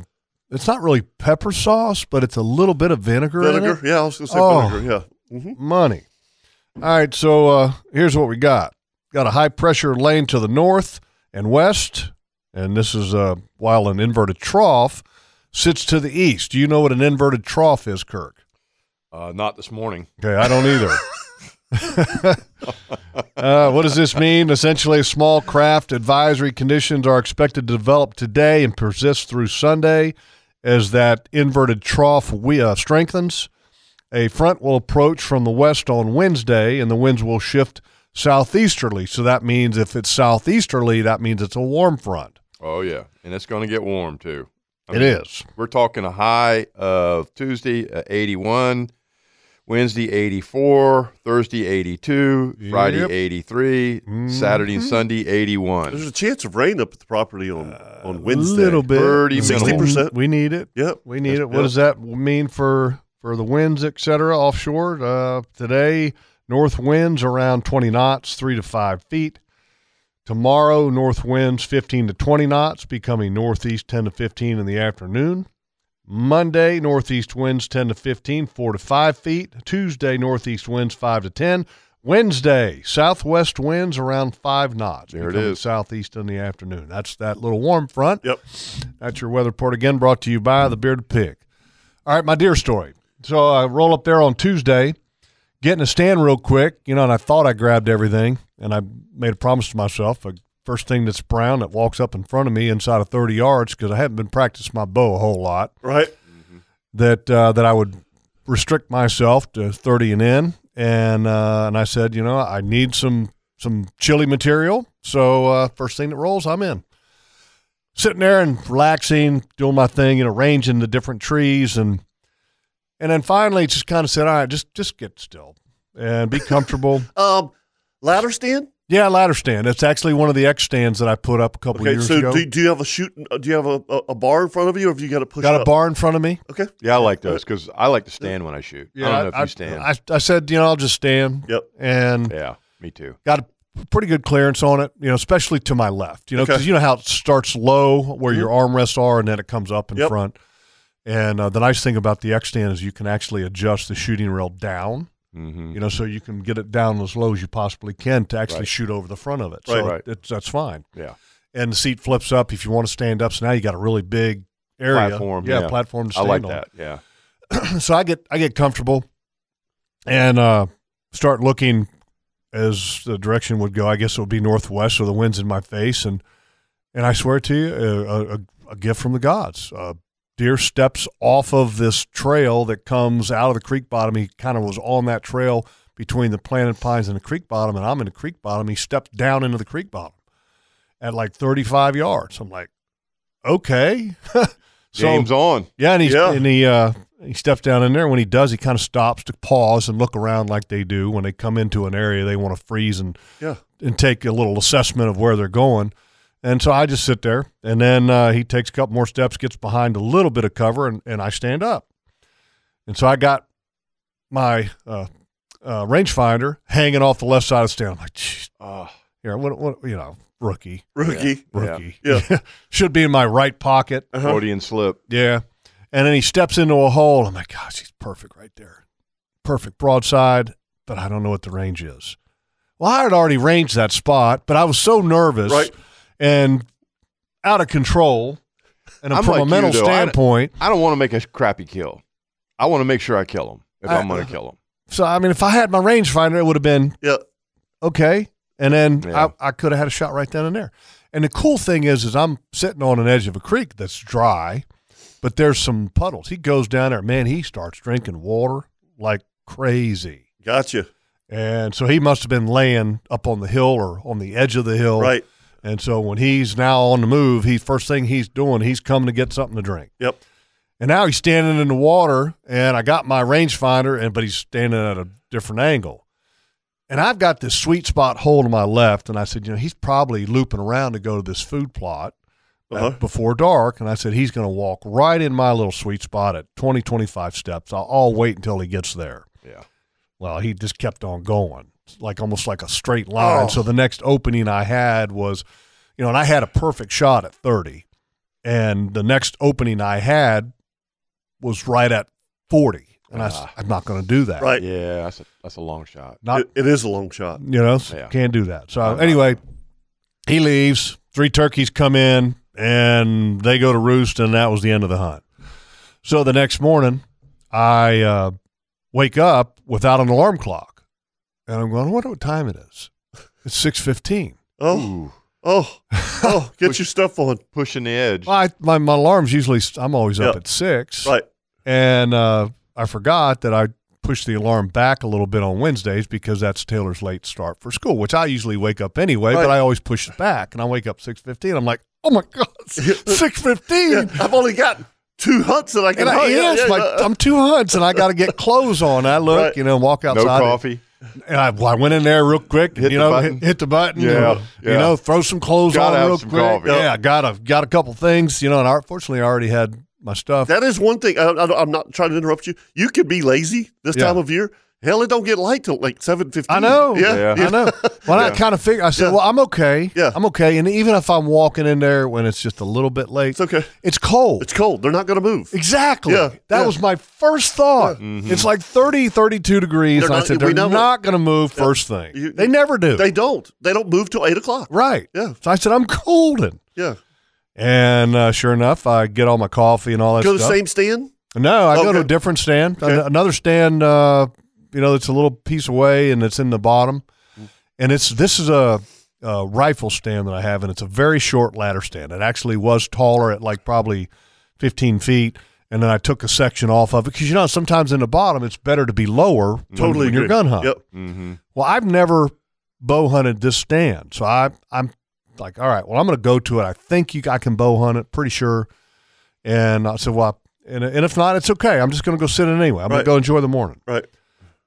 Speaker 3: It's not really pepper sauce, but it's a little bit of vinegar. in
Speaker 1: Vinegar?
Speaker 3: it. Oh,
Speaker 1: Yeah, I was gonna say vinegar, yeah. Mm-hmm.
Speaker 3: money. All right, so uh, here's what we got. Got a high pressure lane to the north and west, and this is uh, while an inverted trough sits to the east. Do you know what an inverted trough is, Kirk?
Speaker 4: Uh, not this morning.
Speaker 3: Okay, I don't either. uh, what does this mean? Essentially, small craft advisory conditions are expected to develop today and persist through Sunday as that inverted trough we, uh, strengthens. A front will approach from the west on Wednesday, and the winds will shift southeasterly. So that means if it's southeasterly, that means it's a warm front.
Speaker 4: Oh yeah, and it's going to get warm too.
Speaker 3: It is.
Speaker 4: We're talking a high of Tuesday uh, 81, Wednesday 84, Thursday 82, Friday
Speaker 1: Yep.
Speaker 4: 83, Saturday and
Speaker 3: Mm-hmm.
Speaker 1: Mhm.
Speaker 4: Sunday 81.
Speaker 1: There's a chance of rain up at the property on, on Wednesday.
Speaker 3: Uh, little bit.
Speaker 4: Pretty
Speaker 1: Sixty percent.
Speaker 3: We need it.
Speaker 1: Yep.
Speaker 3: We need
Speaker 1: Yes,
Speaker 3: it. What
Speaker 1: yep.
Speaker 3: does that mean for for the winds, et cetera, offshore? Uh, today, north winds around 20 knots, three to five feet. Tomorrow, north winds 15 to 20 knots, becoming northeast 10 to 15 in the afternoon. Monday, northeast winds 10 to 15, 4 to 5 feet. Tuesday, northeast winds 5 to 10. Wednesday, southwest winds around 5 knots.
Speaker 4: There it
Speaker 3: becoming
Speaker 4: is.
Speaker 3: Southeast in the afternoon. That's that little warm front. Yep. That's your weather report again, brought to you by the Bearded Pig. All right, my deer story. So I roll up there on Tuesday, get in a stand real quick, you know, and I thought I grabbed everything, and I made a promise to myself. The first thing that's brown that walks up in front of me inside of 30 yards, because I haven't been practicing my bow a whole lot.
Speaker 1: Right.
Speaker 3: That uh, that I would restrict myself to 30 and in, and uh, and I said, you know, I need some some chili material. So uh, first thing that rolls, I'm in sitting there and relaxing, doing my thing, and arranging the different trees, and and then finally just kind of said, all right, just just get still and be comfortable.
Speaker 1: Um, ladder stand.
Speaker 3: yeah, ladder stand. It's actually one of the X stands that I put up a couple
Speaker 1: Okay.
Speaker 3: years
Speaker 1: So
Speaker 3: ago.
Speaker 1: do, do you have a shoot? uh, Do you have a, a, a bar in front of you, or have you got to push?
Speaker 3: Got a
Speaker 1: up?
Speaker 3: bar in front of me.
Speaker 1: Okay.
Speaker 4: Yeah, I like those because I like to stand when I shoot. I don't know if you stand.
Speaker 3: I, I said, you know, I'll just stand.
Speaker 1: Yep.
Speaker 3: And
Speaker 4: yeah, me too.
Speaker 3: Got a pretty good clearance on it, you know, especially to my left. You know,
Speaker 4: Okay.
Speaker 3: because you know how it starts low where your armrests are, and then it comes up in
Speaker 1: Yep.
Speaker 3: front. And uh, the nice thing about the X stand is you can actually adjust the shooting rail down. You know, so you can get it down as low as you possibly can to actually
Speaker 4: Mm-hmm. Right.
Speaker 3: shoot over the front of it.
Speaker 4: Right.
Speaker 3: So
Speaker 4: Right.
Speaker 3: It's, that's fine.
Speaker 4: Yeah.
Speaker 3: And the seat flips up if you want to stand up. So now you got a really big area
Speaker 4: Platform,
Speaker 3: Yeah,
Speaker 4: yeah.
Speaker 3: platform to
Speaker 4: I
Speaker 3: stand
Speaker 4: like
Speaker 3: on
Speaker 4: that, yeah.
Speaker 3: so I get I get comfortable and uh, start looking as the direction would go. I guess it would be northwest, so the wind's in my face, and and I swear to you, a, a, a gift from the gods. Uh, deer steps off of this trail that comes out of the creek bottom. He kind of was on that trail between the planted pines and the creek bottom, and I'm in the creek bottom. He stepped down into the creek bottom at like 35 yards. I'm like, okay.
Speaker 4: Game's on.
Speaker 3: Yeah, and he
Speaker 4: Yeah.
Speaker 3: and he uh, he steps down in there. When he does, he kind of stops to pause and look around like they do when they come into an area. They want to freeze and
Speaker 1: Yeah.
Speaker 3: and take a little assessment of where they're going. And so I just sit there, and then uh, he takes a couple more steps, gets behind a little bit of cover, and, and I stand up. And so I got my uh, uh, rangefinder hanging off the left side of the stand. I'm like, Jeez, here, what, what, Uh, you know, rookie,
Speaker 1: Rookie.
Speaker 3: Yeah.
Speaker 1: Yeah.
Speaker 3: rookie,
Speaker 1: Yeah.
Speaker 3: should be in my right pocket,
Speaker 4: Uh-huh. Freudian slip.
Speaker 3: yeah. And then he steps into a hole. I'm like, gosh, he's perfect right there, perfect broadside. But I don't know what the range is. Well, I had already ranged that spot, but I was so nervous
Speaker 4: Right.
Speaker 3: and out of control. And
Speaker 4: I'm
Speaker 3: from
Speaker 4: like
Speaker 3: a
Speaker 4: you,
Speaker 3: mental
Speaker 4: though. I-
Speaker 3: standpoint,
Speaker 4: I don't want to make a crappy kill. I want to make sure I kill him if I, am going to kill him.
Speaker 3: So I mean, if I had my rangefinder, it would have been
Speaker 1: yeah
Speaker 3: okay, and then
Speaker 4: Yeah.
Speaker 3: I, I could have had a shot right then and there. And the cool thing is, is I'm sitting on an edge of a creek that's dry, but there's some puddles. He goes down there, man. He starts drinking water like crazy,
Speaker 1: Gotcha.
Speaker 3: and so he must have been laying up on the hill or on the edge of the hill,
Speaker 1: Right.
Speaker 3: And so when he's now on the move, he first thing he's doing, he's coming to get something to drink.
Speaker 1: Yep.
Speaker 3: And now he's standing in the water, and I got my rangefinder, and but he's standing at a different angle. And I've got this sweet spot hole to my left, and I said, you know, he's probably looping around to go to this food plot uh,
Speaker 1: Uh-huh.
Speaker 3: before dark. And I said, he's going to walk right in my little sweet spot at 20, 25 steps. I'll, I'll wait until he gets there.
Speaker 4: Yeah.
Speaker 3: Well, he just kept on going, like almost like a straight line.
Speaker 1: Oh.
Speaker 3: So the next opening I had was, you know, and I had a perfect shot at 30 and the next opening I had was right at forty, and I
Speaker 4: Ah.
Speaker 3: s- I'm not going to do that.
Speaker 1: Right.
Speaker 4: Yeah, that's a, that's a long shot.
Speaker 3: Not
Speaker 1: It- it is a long shot.
Speaker 3: you know s-
Speaker 4: Yeah.
Speaker 3: can't do that. So
Speaker 4: I'm not-
Speaker 3: anyway, he leaves. Three turkeys come in and they go to roost, and that was the end of the hunt. So the next morning, I uh, wake up without an alarm clock, and I'm going, "I wonder what time it is." It's six fifteen.
Speaker 1: Oh,
Speaker 4: Ooh,
Speaker 1: oh, oh! Get your stuff on.
Speaker 4: pushing the edge.
Speaker 3: My, my my alarm's usually I'm always up
Speaker 1: Yeah.
Speaker 3: at six,
Speaker 1: Right.
Speaker 3: and uh, I forgot that I pushed the alarm back a little bit on Wednesdays because that's Taylor's late start for school, which I usually wake up anyway, but
Speaker 1: Right.
Speaker 3: I always push it back, and I wake up six fifteen. I'm like, oh my god, six fifteen.
Speaker 1: I've only got two hunts that I can.
Speaker 3: And I,
Speaker 1: hunt. Yeah,
Speaker 3: yes,
Speaker 1: yeah,
Speaker 3: like,
Speaker 4: uh,
Speaker 1: yeah.
Speaker 3: I'm two hunts, and I got to get clothes on. I look,
Speaker 1: Right.
Speaker 3: you know, walk
Speaker 4: no
Speaker 3: outside, and-
Speaker 4: coffee.
Speaker 3: and I, well, I went in there real quick.
Speaker 4: Hit
Speaker 3: you
Speaker 4: the
Speaker 3: know,
Speaker 4: button.
Speaker 3: hit, hit the button.
Speaker 4: Yeah,
Speaker 3: and,
Speaker 4: yeah.
Speaker 3: You know, throw some clothes
Speaker 4: Gotta
Speaker 3: on
Speaker 4: have
Speaker 3: real
Speaker 4: some
Speaker 3: quick.
Speaker 4: coffee.
Speaker 3: Yeah, I got a got a couple things. You know, and I, fortunately, I already had my stuff.
Speaker 1: That is one thing. I, I, I'm not trying to interrupt you. You could be lazy this
Speaker 3: Yeah.
Speaker 1: time of year. Hell, it don't get light till like seven fifteen.
Speaker 3: I know.
Speaker 1: Yeah.
Speaker 4: Yeah.
Speaker 3: I know. Well, I kind of figure. I said,
Speaker 1: Yeah.
Speaker 3: "Well, I'm okay.
Speaker 1: Yeah.
Speaker 3: I'm okay." And even if I'm walking in there when it's just a little bit late,
Speaker 1: It's okay.
Speaker 3: It's cold.
Speaker 1: It's cold. They're not going to move.
Speaker 3: exactly.
Speaker 1: Yeah,
Speaker 3: That
Speaker 1: yeah.
Speaker 3: was my first thought.
Speaker 4: Mm-hmm.
Speaker 3: It's like 30, 32 degrees.
Speaker 1: They're
Speaker 3: and I
Speaker 1: not-
Speaker 3: said,
Speaker 1: we know-
Speaker 3: "They're not going to move first thing.
Speaker 1: You-
Speaker 3: they never do.
Speaker 1: They don't. They don't move till eight o'clock.
Speaker 3: right.
Speaker 1: Yeah.
Speaker 3: So I said, "I'm colding."
Speaker 1: Yeah.
Speaker 3: And uh, sure enough, I get all my coffee and all that
Speaker 1: Go to the
Speaker 3: stuff.
Speaker 1: same stand.
Speaker 3: No, I go to a
Speaker 1: Okay.
Speaker 3: different stand. An-
Speaker 1: Okay.
Speaker 3: Another stand, uh, you know, it's a little piece away and it's in the bottom. And it's this is a, a rifle stand that I have, and it's a very short ladder stand. It actually was taller at like probably 15 feet. And then I took a section off of it because, you know, sometimes in the bottom, it's better to be lower when-
Speaker 1: Totally.
Speaker 3: when you're
Speaker 1: agree.
Speaker 3: gun hunting.
Speaker 1: Yep.
Speaker 4: Mm-hmm.
Speaker 3: Well, I've never bow hunted this stand, so I I'm like, all right, well, I'm going to go to it. I think you I can bow hunt it, pretty sure. And I said, well, I- and, and if not, it's okay. I'm just going to go sit in anyway. I'm going
Speaker 1: Right.
Speaker 3: to go enjoy the morning.
Speaker 1: Right.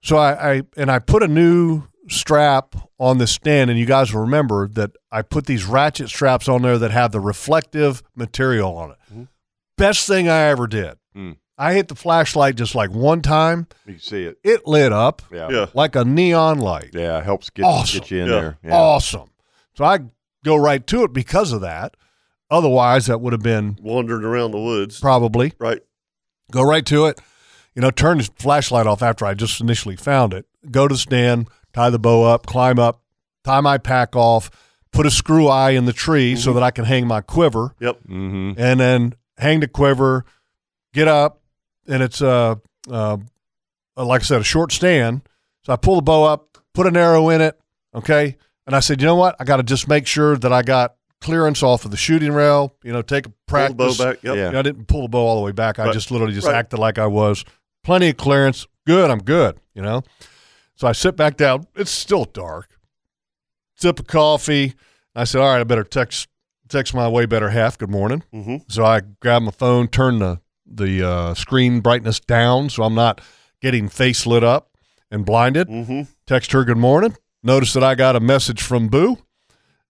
Speaker 3: So I, I and I put a new strap on this stand, and you guys will remember that I put these ratchet straps on there that have the reflective material on it.
Speaker 1: Mm-hmm.
Speaker 3: Best thing I ever did.
Speaker 4: Mm.
Speaker 3: I hit the flashlight just like one time.
Speaker 4: You can see it.
Speaker 3: It lit up
Speaker 4: Yeah.
Speaker 1: Yeah.
Speaker 3: like a neon light
Speaker 4: Yeah, helps get,
Speaker 3: Awesome.
Speaker 4: get you in
Speaker 1: Yeah.
Speaker 4: there. Yeah.
Speaker 3: awesome. So I go right to it because of that. Otherwise, that would have been
Speaker 1: Wandering around the woods.
Speaker 3: probably
Speaker 1: Right.
Speaker 3: go right to it. You know, turn the flashlight off after I just initially found it. Go to the stand, tie the bow up, climb up, tie my pack off, put a screw eye in the tree so that I can hang my quiver,
Speaker 1: Mm-hmm. Yep.
Speaker 4: Mm-hmm.
Speaker 3: and then hang the quiver, get up, and it's uh, uh, like I said, a short stand. So I pull the bow up, put an arrow in it, okay? And I said, you know what? I got to just make sure that I got clearance off of the shooting rail, you know, take a
Speaker 1: Pull the
Speaker 3: practice.
Speaker 1: bow back. Yep.
Speaker 4: Yeah.
Speaker 3: You know, I didn't pull the bow all the way back. I
Speaker 1: Right.
Speaker 3: just literally just
Speaker 1: Right.
Speaker 3: acted like I was. Plenty of clearance. Good, I'm good, you know? So I sit back down. It's still dark. Sip of coffee. I said, all right, I better text text my way better half. Good morning.
Speaker 1: Mm-hmm.
Speaker 3: So I grab my phone, turn the the uh, screen brightness down so I'm not getting face lit up and blinded.
Speaker 1: Mm-hmm.
Speaker 3: Text her good morning. Notice that I got a message from Boo,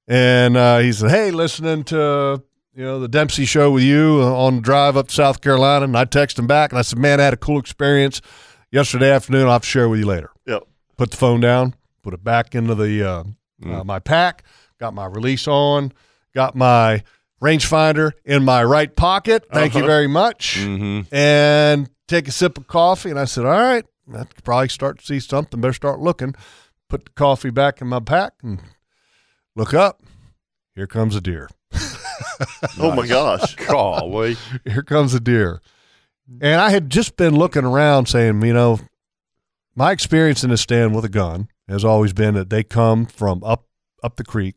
Speaker 3: and uh, he said, "Hey, listening to you know the Dempsey show with you on the drive up to South Carolina." And I text him back and I said, "Man, I had a cool experience yesterday afternoon. I'll have to share with you later."
Speaker 1: Yep.
Speaker 3: Put the phone down. Put it back into the uh, uh,
Speaker 4: Mm.
Speaker 3: my pack. Got my release on. Got my rangefinder in my right pocket. Thank you
Speaker 1: Uh-huh.
Speaker 3: very much.
Speaker 4: Mm-hmm.
Speaker 3: And take a sip of coffee. And I said, all right, I could probably start to see something. Better start looking. Put the coffee back in my pack and Hmm. look up. Here comes a deer.
Speaker 1: Oh my gosh.
Speaker 4: Golly.
Speaker 3: Here comes a deer. And I had just been looking around saying, you know, my experience in the stand with a gun has always been that they come from up up the creek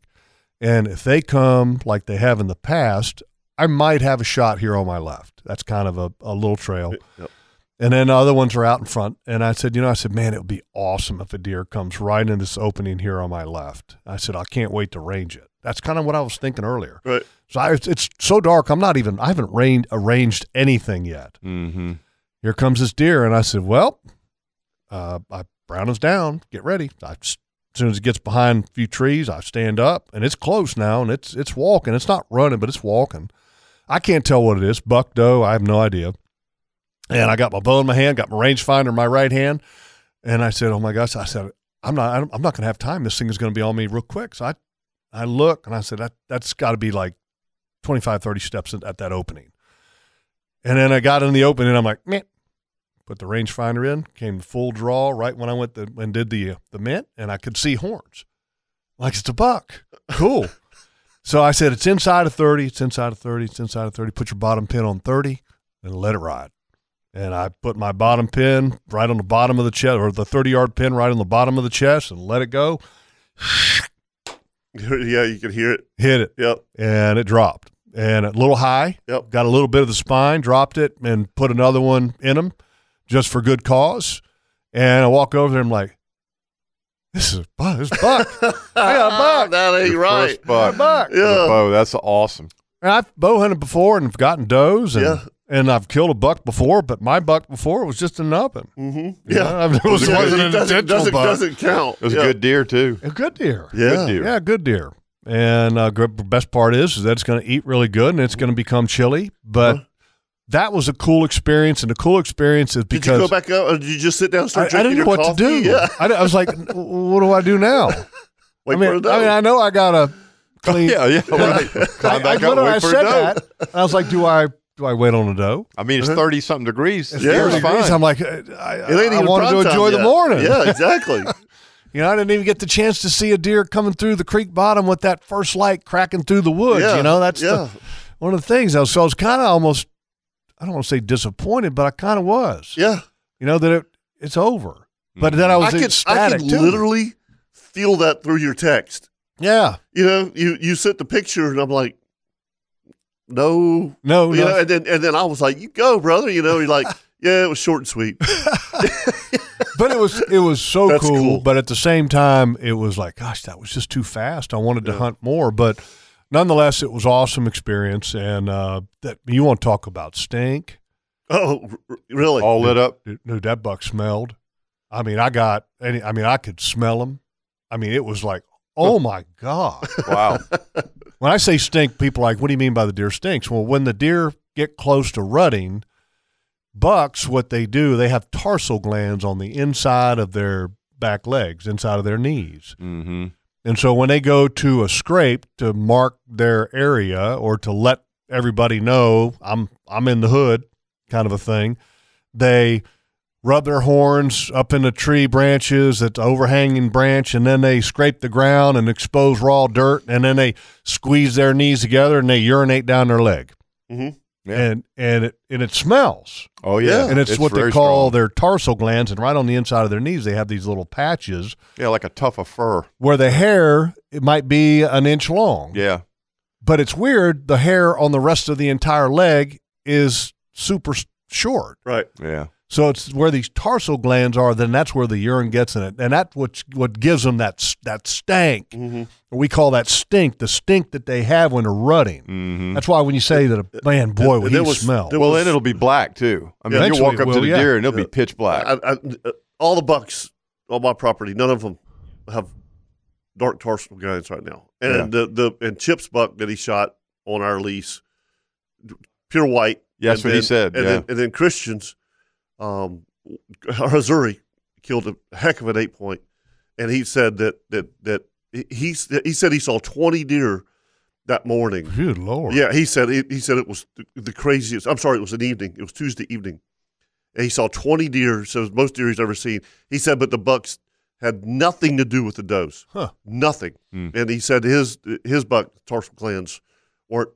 Speaker 3: and if they come like they have in the past, I might have a shot here on my left. That's kind of a, a little trail.
Speaker 1: Yep.
Speaker 3: And then the other ones are out in front. And I said, you know, I said, man, it would be awesome if a deer comes right in this opening here on my left. I said, I can't wait to range it. That's kind of what I was thinking earlier.
Speaker 1: Right.
Speaker 3: So I, it's, it's so dark. I'm not even, I haven't ranged, arranged anything yet.
Speaker 4: Mm-hmm.
Speaker 3: Here comes this deer. And I said, well, uh, I brown is down. Get ready. I, as soon as it gets behind a few trees, I stand up and it's close now and it's, it's walking. It's not running, but it's walking. I can't tell what it is. Buck doe. I have no idea. And I got my bow in my hand, got my rangefinder in my right hand. And I said, oh my gosh, I said, I'm not, I'm I'm not going to have time. This thing is going to be on me real quick. So I, I look and I said, that, that's got to be like 25, 30 steps at, at that opening. And then I got in the open and I'm like, man, put the rangefinder in, came to full draw right when I went the, and did the, the mint, and I could see horns. Like, it's a buck. Cool. so I said, it's inside of 30, it's inside of 30, it's inside of 30. Put your bottom pin on 30 and let it ride. And I put my bottom pin right on the bottom of the chest, or the 30 yard pin right on the bottom of the chest, and let it go.
Speaker 1: yeah, you can hear it.
Speaker 3: Hit it.
Speaker 1: Yep.
Speaker 3: And it dropped. And a little high.
Speaker 1: Yep.
Speaker 3: Got a little bit of the spine, dropped it, and put another one in him just for good cause. And I walk over there and I'm like, this is a buck. This is a buck. I got a buck.
Speaker 1: That ain't
Speaker 4: Your
Speaker 1: right.
Speaker 4: First buck.
Speaker 3: A buck.
Speaker 4: with a
Speaker 1: Yeah.
Speaker 4: bow. That's awesome.
Speaker 3: And I've bow hunted before and gotten does and,
Speaker 1: Yeah.
Speaker 3: and I've killed a buck before, but my buck before was just an oven.
Speaker 1: Mm-hmm.
Speaker 3: You know,
Speaker 1: Yeah.
Speaker 3: I mean, it was,
Speaker 1: Yeah,
Speaker 3: not an
Speaker 1: it doesn't,
Speaker 3: intentional
Speaker 1: doesn't,
Speaker 3: buck.
Speaker 1: doesn't count.
Speaker 4: It was
Speaker 1: Yeah.
Speaker 4: a good deer too.
Speaker 3: A good deer.
Speaker 1: Yeah.
Speaker 4: Good deer.
Speaker 3: Yeah, good deer. And uh, gr- best part is, is that it's going to eat really good and it's going to become chilly. But
Speaker 1: Uh-huh.
Speaker 3: that was a cool experience, and the cool experience is
Speaker 1: Did you
Speaker 3: because
Speaker 1: go back up? Or did you just sit down and
Speaker 3: I,
Speaker 1: start
Speaker 3: I
Speaker 1: drinking
Speaker 3: didn't know
Speaker 1: your
Speaker 3: what
Speaker 1: coffee?
Speaker 3: to do.
Speaker 1: Yeah.
Speaker 3: I, d- I was like, "N- what do I do now?
Speaker 1: Wait
Speaker 3: I
Speaker 1: for
Speaker 3: mean,
Speaker 1: it to
Speaker 3: I mean,
Speaker 1: go.
Speaker 3: I know I got to clean.
Speaker 4: Oh, Yeah, yeah. Right.
Speaker 3: I,
Speaker 4: Climb
Speaker 3: I,
Speaker 4: back up,
Speaker 3: literally
Speaker 4: wait
Speaker 3: I
Speaker 4: for a
Speaker 3: said
Speaker 4: doe.
Speaker 3: that. and I was like, do I do I wait on a dough?
Speaker 4: I mean, it's thirty something degrees.
Speaker 1: Yeah.
Speaker 4: Deer's
Speaker 3: 30 degrees.
Speaker 4: fine.
Speaker 3: I'm like, I, I,
Speaker 1: Uh-huh. It ain't
Speaker 3: I
Speaker 1: even
Speaker 3: wanted
Speaker 1: prime
Speaker 3: to
Speaker 1: time
Speaker 3: enjoy the
Speaker 1: yet.
Speaker 3: morning.
Speaker 1: Yeah, exactly.
Speaker 3: You know, I didn't even get the chance to see a deer coming through the creek bottom with that first light cracking through the woods.
Speaker 1: Yeah,
Speaker 3: You know, that's
Speaker 1: yeah.
Speaker 3: the, one of the things. I was, so I was kind of almost, I don't want to say disappointed, but I kind of was.
Speaker 1: yeah. Mm-hmm.
Speaker 3: You know, that it, it's over. But then I
Speaker 1: I
Speaker 3: was
Speaker 1: could, I
Speaker 3: ecstatic.
Speaker 1: could
Speaker 3: too.
Speaker 1: literally feel that through your text.
Speaker 3: Yeah.
Speaker 1: You know, you, you sent the picture and I'm like, no.
Speaker 3: No,
Speaker 1: you
Speaker 3: no.
Speaker 1: know, and then and then I was like, you go, brother. You know, you're like, yeah, it was short and sweet.
Speaker 3: but it was it was so
Speaker 1: That's
Speaker 3: cool,
Speaker 1: cool.
Speaker 3: But at the same time, it was like, gosh, that was just too fast. I wanted to hunt more, but nonetheless, it was awesome experience. And uh, that you want to talk about stink?
Speaker 1: Oh, r- really?
Speaker 4: all lit up.
Speaker 3: Dude, dude, that buck smelled. I mean, I got any. I mean, I could smell him. I mean, it was like, oh my god.
Speaker 4: Wow.
Speaker 3: When I say stink, people are like, what do you mean by the deer stinks? Well, when the deer get close to rutting, bucks, what they do, they have tarsal glands on the inside of their back legs, inside of their knees.
Speaker 4: mm-hmm.
Speaker 3: And so when they go to a scrape to mark their area or to let everybody know I'm I'm in the hood kind of a thing, they rub their horns up in the tree branches that's an overhanging branch and then they scrape the ground and expose raw dirt and then they squeeze their knees together and they urinate down their leg.
Speaker 1: Mhm.
Speaker 4: Yeah.
Speaker 3: And and it and it smells.
Speaker 4: Oh yeah.
Speaker 3: And it's, what they call
Speaker 4: strong.
Speaker 3: their tarsal glands and right on the inside of their knees they have these little patches
Speaker 4: yeah, like a tuft of fur.
Speaker 3: where the hair it might be an inch long.
Speaker 4: Yeah.
Speaker 3: But it's weird. The hair on the rest of the entire leg is super s- short.
Speaker 1: Right.
Speaker 4: Yeah.
Speaker 3: So it's where these tarsal glands are. Then that's where the urine gets in it, and that's what what gives them that s- that stank.
Speaker 1: Mhm.
Speaker 3: We call that stink. The stink that they have when they're rutting.
Speaker 4: Mm-hmm.
Speaker 3: That's why when you say that, a, man, boy, would
Speaker 1: there
Speaker 3: he
Speaker 1: was-
Speaker 3: smell.
Speaker 1: there
Speaker 4: Well,
Speaker 1: was-
Speaker 4: then it'll be black too. I mean, you
Speaker 3: Eventually
Speaker 4: walk
Speaker 3: it
Speaker 4: up to
Speaker 3: will,
Speaker 4: the
Speaker 3: yeah.
Speaker 4: deer and it'll be pitch black.
Speaker 1: I, I, all the bucks on my property, none of them have dark tarsal glands right now. And the, the and Chip's buck that he shot on our lease, pure white.
Speaker 4: Yeah, that's
Speaker 1: And
Speaker 4: what he
Speaker 1: then-
Speaker 4: said,
Speaker 1: And,
Speaker 4: yeah.
Speaker 1: then, and then Christians, um, Missouri killed a heck of an eight point, and he said that that that he he he said he saw twenty deer that morning.
Speaker 3: Good lord.
Speaker 1: Yeah, he said he, he said it was th- the craziest. I'm sorry, it was an evening. It was Tuesday evening. And he saw 20 deer, so it was most deer he's ever seen. He said, but the bucks had nothing to do with the does,
Speaker 3: Huh.
Speaker 1: nothing.
Speaker 4: Hmm.
Speaker 1: And he said his his buck tarsal glands weren't.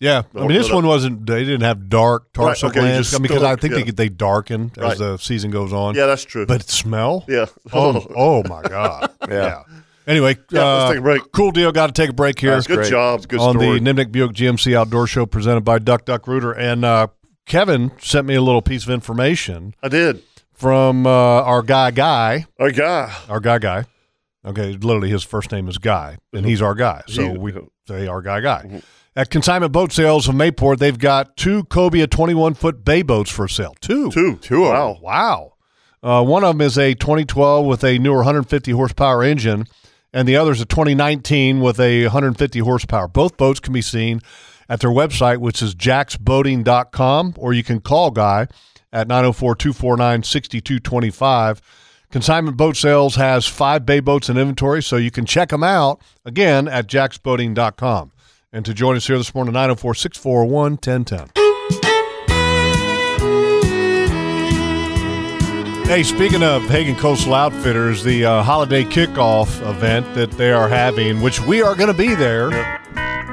Speaker 3: Yeah. I
Speaker 1: Well,
Speaker 3: mean, this
Speaker 1: but, uh,
Speaker 3: one wasn't. They didn't have dark tarsal
Speaker 1: okay, you
Speaker 3: glands.
Speaker 1: just
Speaker 3: I mean, because
Speaker 1: don't-
Speaker 3: I think
Speaker 1: yeah.
Speaker 3: they get they darken as
Speaker 1: Right.
Speaker 3: the season goes on.
Speaker 1: Yeah, that's true.
Speaker 3: But smell.
Speaker 1: yeah,
Speaker 3: Oh, oh my God.
Speaker 4: Yeah.
Speaker 3: yeah. Anyway,
Speaker 1: Yeah, let's
Speaker 3: uh,
Speaker 1: take a break.
Speaker 3: cool deal. Got to take a break here
Speaker 4: That's
Speaker 1: good
Speaker 4: great.
Speaker 1: job.
Speaker 4: It's a good
Speaker 3: on
Speaker 4: story.
Speaker 3: the Nimnik Buick GMC Outdoor Show presented by Duck Duck Rooter. And uh, Kevin sent me a little piece of information
Speaker 1: I did.
Speaker 3: from uh, our guy, Guy,
Speaker 1: Our guy.
Speaker 3: our guy, Guy. Okay, literally his first name is Guy, and he's our guy. So
Speaker 1: Uh-huh. He-
Speaker 3: we say our guy, Guy.
Speaker 1: Mm-hmm.
Speaker 3: At Consignment Boat Sales of Mayport, they've got two Cobia 21 foot bay boats for sale. Two.
Speaker 1: Two.
Speaker 4: Two of 'em.
Speaker 1: Wow.
Speaker 3: Wow. Uh, one of them is a 2012 with a newer 150 horsepower engine, and the other is a 2019 with a 150 horsepower. Both boats can be seen at their website, which is jacksboating.com, or you can call Guy at 904 249 6225. Consignment Boat Sales has five bay boats in inventory, so you can check them out again at jacksboating.com. and to join us here this morning, 904 641 1010. Hey, speaking of Hagen Coastal Outfitters, the uh, holiday kickoff event that they are having, which we are going to be there,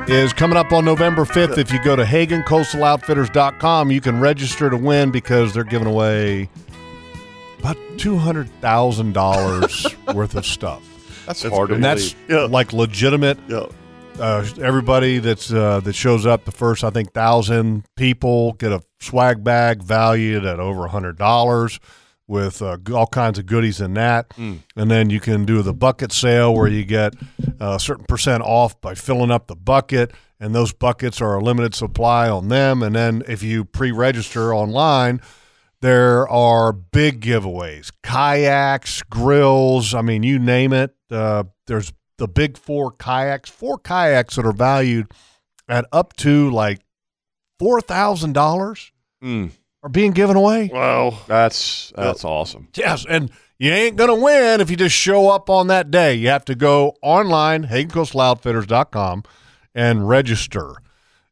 Speaker 3: is coming up on November 5th. If you go to HagenCoastalOutfitters.com, you can register to win because they're giving away about $200,000 worth of stuff.
Speaker 4: That's,
Speaker 1: That's
Speaker 4: hard to
Speaker 1: good.
Speaker 3: And that's
Speaker 4: believe.
Speaker 1: Yeah.
Speaker 3: like legitimate
Speaker 1: Yeah.
Speaker 3: uh, everybody that's uh, that shows up the first I think thousand people get a swag bag valued at over a hundred dollars with uh, g- all kinds of goodies in that,
Speaker 4: Mm.
Speaker 3: and then you can do the bucket sale where you get uh, a certain percent off by filling up the bucket, and those buckets are a limited supply on them, and then if you pre-register online. There are big giveaways kayaks, grills, I mean, you name it. Uh, there's the big four kayaks, four kayaks that are valued at up to like $4,000
Speaker 4: Mm,
Speaker 3: are being given away.
Speaker 1: Wow.
Speaker 4: that's that's
Speaker 3: uh,
Speaker 4: awesome.
Speaker 3: Yes. And you ain't going to win if you just show up on that day. You have to go online, HagenCoastalOutfitters.com, and register.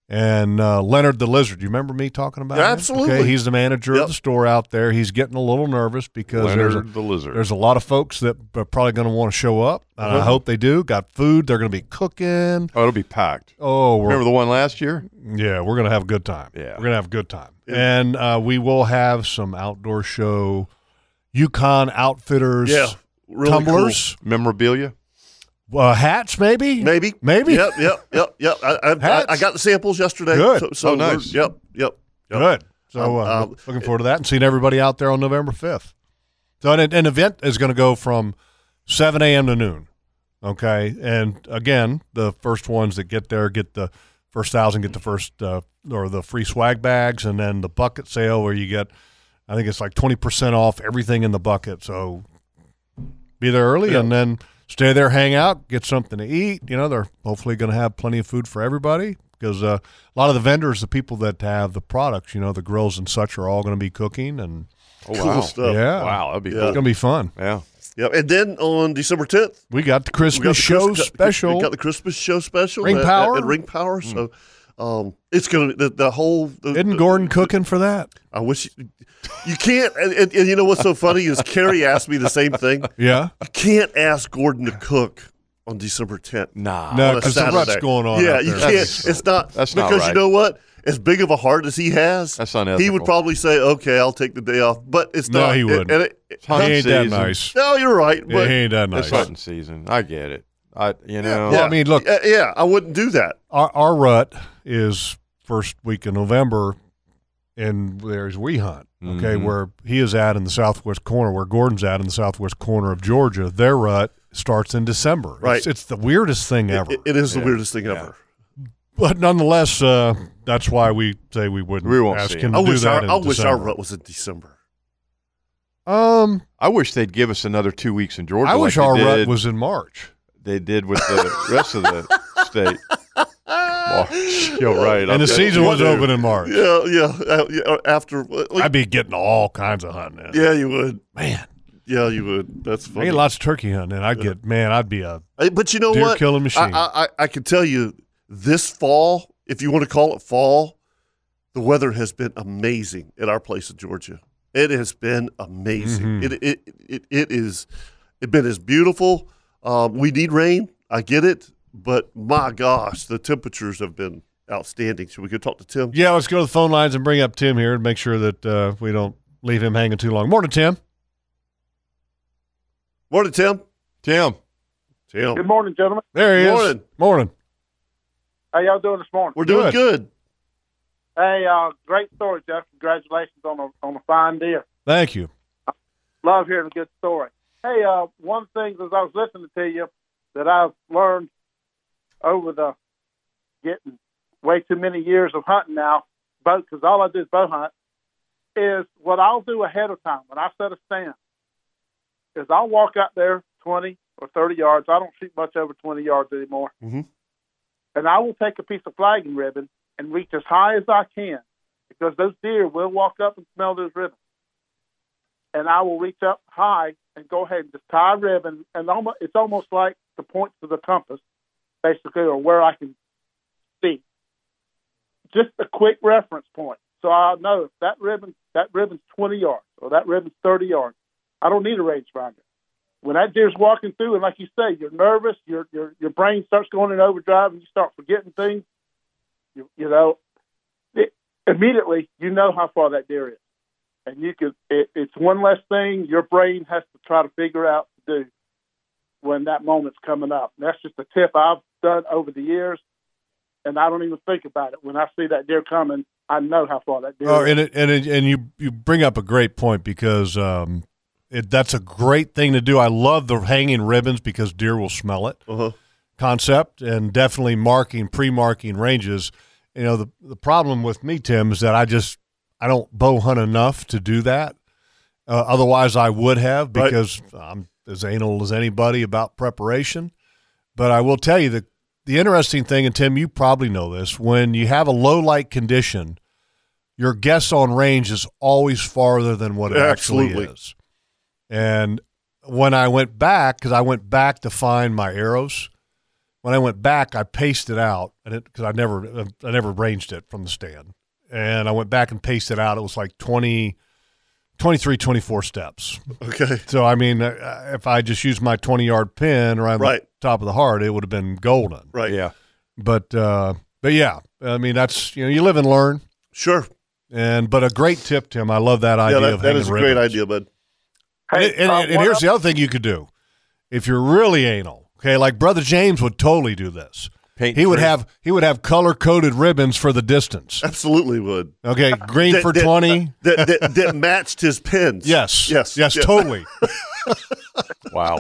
Speaker 3: And uh, Leonard the Lizard, you remember me talking about
Speaker 1: Yeah,
Speaker 3: him?
Speaker 1: absolutely.
Speaker 3: Okay, he's the manager
Speaker 1: Yep.
Speaker 3: of the store out there. He's getting a little nervous because there's a,
Speaker 5: Leonard the lizard.
Speaker 3: There's a lot of folks that are probably going to want to show up, and I hope they do. Got food. They're going to be cooking.
Speaker 4: Uh-huh. Oh, it'll be packed.
Speaker 3: Oh, we're,
Speaker 4: Remember the one last year?
Speaker 3: yeah, we're going to have a good time.
Speaker 4: Yeah.
Speaker 3: We're going to have a good time. And uh, we will have some outdoor show, Yukon Outfitters
Speaker 1: Yeah. Really cool.
Speaker 3: tumblers,
Speaker 4: Memorabilia.
Speaker 3: uh, hats, maybe?
Speaker 1: Maybe.
Speaker 3: Maybe.
Speaker 1: Yep. Yep. Yep. Yep. I, I, I,
Speaker 3: Hats.
Speaker 1: I got the samples yesterday.
Speaker 3: Good.
Speaker 1: So, so
Speaker 4: Oh, nice.
Speaker 1: we're- Yep. Yep. yep.
Speaker 3: Good. So
Speaker 1: Um,
Speaker 3: uh,
Speaker 1: um,
Speaker 3: looking forward to that and seeing everybody out there on November 5th. So an, an event is going to go from 7 a.m. to noon. Okay. And again, the first ones that get there get the first thousand, get the first uh, or the free swag bags, and then the bucket sale where you get, I think it's like 20% off everything in the bucket. So be there early and then stay there, hang out, get something to eat. You know, they're hopefully going to have plenty of food for everybody because uh, a lot of the vendors, the people that have the products, you know, the grills and such are all going to be cooking and
Speaker 4: Oh,
Speaker 1: Cool
Speaker 4: wow.
Speaker 1: stuff.
Speaker 3: yeah,
Speaker 4: Wow, that'd be
Speaker 1: Yeah.
Speaker 3: it's
Speaker 4: cool.
Speaker 3: going to be fun.
Speaker 4: Yeah.
Speaker 1: Yep. And then on December 10th,
Speaker 3: We got the Christmas show
Speaker 1: Christ-
Speaker 3: special.
Speaker 1: We got the Christmas show special.
Speaker 3: Ring
Speaker 1: at- at-
Speaker 3: Power? Mm.
Speaker 1: at Ring Power. So um, it's going to the, the whole. The,
Speaker 3: Isn't
Speaker 1: the-
Speaker 3: Gordon cooking for that?
Speaker 1: I wish you, you can't. And, and, and you know what's so funny is Carrie asked me the same thing.
Speaker 3: Yeah.
Speaker 1: You can't ask Gordon to cook on December 10th.
Speaker 4: Nah.
Speaker 3: No,
Speaker 1: on a
Speaker 3: because the
Speaker 1: Saturday.
Speaker 3: rut's going on.
Speaker 1: Yeah,
Speaker 3: out
Speaker 1: you
Speaker 3: there.
Speaker 1: can't.
Speaker 4: That's-
Speaker 1: it's not.
Speaker 4: that's not
Speaker 1: because you
Speaker 4: right.
Speaker 1: know what? As big of a heart as he has,
Speaker 4: That's
Speaker 1: he
Speaker 4: unethical.
Speaker 1: would probably say, "Okay, I'll take the day off." But it's
Speaker 3: No,
Speaker 1: not.
Speaker 3: he
Speaker 1: It-
Speaker 3: wouldn't.
Speaker 1: and it- it-
Speaker 4: Hunt
Speaker 3: He ain't that
Speaker 4: season.
Speaker 3: nice.
Speaker 1: no, you're right.
Speaker 3: Yeah,
Speaker 1: But
Speaker 3: he ain't that
Speaker 4: It's
Speaker 3: nice.
Speaker 4: hunting season. I get it. I you know
Speaker 3: Well, I mean, look,
Speaker 1: yeah, yeah, I wouldn't do that.
Speaker 3: our, our rut is first week in November, and there's we hunt. Okay,
Speaker 1: Mm-hmm.
Speaker 4: Mhm.
Speaker 3: where he is at in the southwest corner, where Gordon's at in the southwest corner of Georgia. Their rut starts in December.
Speaker 1: Right.
Speaker 3: it's, it's the weirdest thing
Speaker 1: It-
Speaker 3: ever.
Speaker 1: it- it is the weirdest thing ever.
Speaker 3: but nonetheless, uh, that's why we say we wouldn't
Speaker 4: We won't
Speaker 3: ask
Speaker 4: see
Speaker 3: him
Speaker 4: him.
Speaker 3: to
Speaker 1: I
Speaker 3: do
Speaker 1: wish
Speaker 3: that.
Speaker 1: our
Speaker 3: in
Speaker 1: I wish our
Speaker 3: December.
Speaker 1: rut was in December.
Speaker 3: Um,
Speaker 4: I wish they'd give us another two weeks in Georgia.
Speaker 3: I
Speaker 4: like
Speaker 3: wish
Speaker 4: they
Speaker 3: our rut
Speaker 4: did-
Speaker 3: was in March.
Speaker 4: they did with the rest of the state. March. You're right.
Speaker 3: and the season was open in March.
Speaker 1: Yeah, yeah. uh, yeah, After, like,
Speaker 3: I'd be getting all kinds of hunting. in.
Speaker 1: yeah, you would.
Speaker 3: Man,
Speaker 1: Yeah, you would. That's
Speaker 3: I
Speaker 1: funny.
Speaker 3: get lots of turkey hunting. and I'd get man, I'd be a
Speaker 1: Uh, But you know
Speaker 3: Deer
Speaker 1: what?
Speaker 3: killing
Speaker 1: I,
Speaker 3: machine.
Speaker 1: I, I, I can tell you this fall, if you want to call it fall, the weather has been amazing at our place in Georgia. It has been amazing.
Speaker 3: Mm-hmm.
Speaker 1: It, it, it, it is it been as beautiful. Um, we need rain. I get it. But my gosh, the temperatures have been outstanding. Should we go talk to Tim?
Speaker 3: Yeah, let's go to the phone lines and bring up Tim here and make sure that uh, we don't leave him hanging too long. Morning, Tim.
Speaker 1: Morning, Tim.
Speaker 4: Tim.
Speaker 1: Tim.
Speaker 6: Good morning, gentlemen.
Speaker 3: There he
Speaker 1: Morning.
Speaker 3: is. Morning.
Speaker 6: How y'all doing this morning?
Speaker 1: We're doing
Speaker 3: Good.
Speaker 1: good.
Speaker 6: Hey, uh, great story, Jeff. Congratulations on a on a fine deal.
Speaker 3: Thank you.
Speaker 6: Love hearing a good story. Hey, uh, one thing as I was listening to you that I've learned over the getting way too many years of hunting now, boat because all I do is bow hunt, is what I'll do ahead of time when I set a stand is I'll walk out there twenty or thirty yards. I don't shoot much over twenty yards anymore,
Speaker 1: Mhm.
Speaker 6: and I will take a piece of flagging ribbon and reach as high as I can because those deer will walk up and smell those ribbons. And I will reach up high and go ahead and just tie a ribbon. And almost, it's almost like the points of the compass, basically, or where I can just a quick reference point. So I'll know if that ribbon that ribbon's twenty yards or that ribbon's thirty yards. I don't need a rangefinder. When that deer's walking through, and like you say, you're nervous, your your your brain starts going in overdrive, and you start forgetting things. You you know, it, immediately you know how far that deer is, and you could. It, it's one less thing your brain has to try to figure out to do when that moment's coming up. And that's just a tip I've done over the years, and I don't even think about it. When I see that deer coming, I know how far that deer.
Speaker 3: Oh,
Speaker 6: is.
Speaker 3: and it, and it, and you you bring up a great point because um, it, that's a great thing to do. I love the hanging ribbons because deer will smell it.
Speaker 1: Uh-huh.
Speaker 3: Concept and definitely marking pre-marking ranges. You know the the problem with me, Tim, is that I just I don't bow hunt enough to do that. Uh, otherwise, I would have
Speaker 1: Right.
Speaker 3: because I'm as anal as anybody about preparation. But I will tell you that the interesting thing, and Tim, you probably know this, when you have a low light condition, your guess on range is always farther than what it
Speaker 1: Absolutely.
Speaker 3: actually is. And when I went back, because I went back to find my arrows, when I went back, I pasted out, and it because I never I never ranged it from the stand, and I went back and pasted out. It was like 20, 23, 24 steps.
Speaker 1: Okay.
Speaker 3: So I mean, uh, if I just used my twenty yard pin around
Speaker 1: Right.
Speaker 3: the top of the heart, it would have been golden.
Speaker 1: Right.
Speaker 4: Yeah.
Speaker 3: But uh, but yeah, I mean that's you know you live and learn.
Speaker 1: Sure.
Speaker 3: And but a great tip, Tim. I love that idea
Speaker 1: yeah, that,
Speaker 3: of
Speaker 1: that
Speaker 3: hanging
Speaker 1: is a great
Speaker 3: ribbons.
Speaker 1: idea, bud.
Speaker 3: And,
Speaker 6: Hey,
Speaker 3: it- and-
Speaker 6: uh,
Speaker 3: and
Speaker 6: one
Speaker 3: here's
Speaker 6: other-
Speaker 3: the other thing you could do, if you're really anal, okay, like Brother James would totally do this.
Speaker 4: Paint
Speaker 3: he would
Speaker 4: trees.
Speaker 3: have he would have color coded ribbons for the distance.
Speaker 1: Absolutely would.
Speaker 3: Okay, green
Speaker 1: That-
Speaker 3: for
Speaker 1: that- uh,
Speaker 3: twenty.
Speaker 1: That, that, that matched his pins.
Speaker 3: Yes.
Speaker 1: Yes.
Speaker 3: Yes.
Speaker 1: yeah.
Speaker 3: Totally.
Speaker 4: Wow.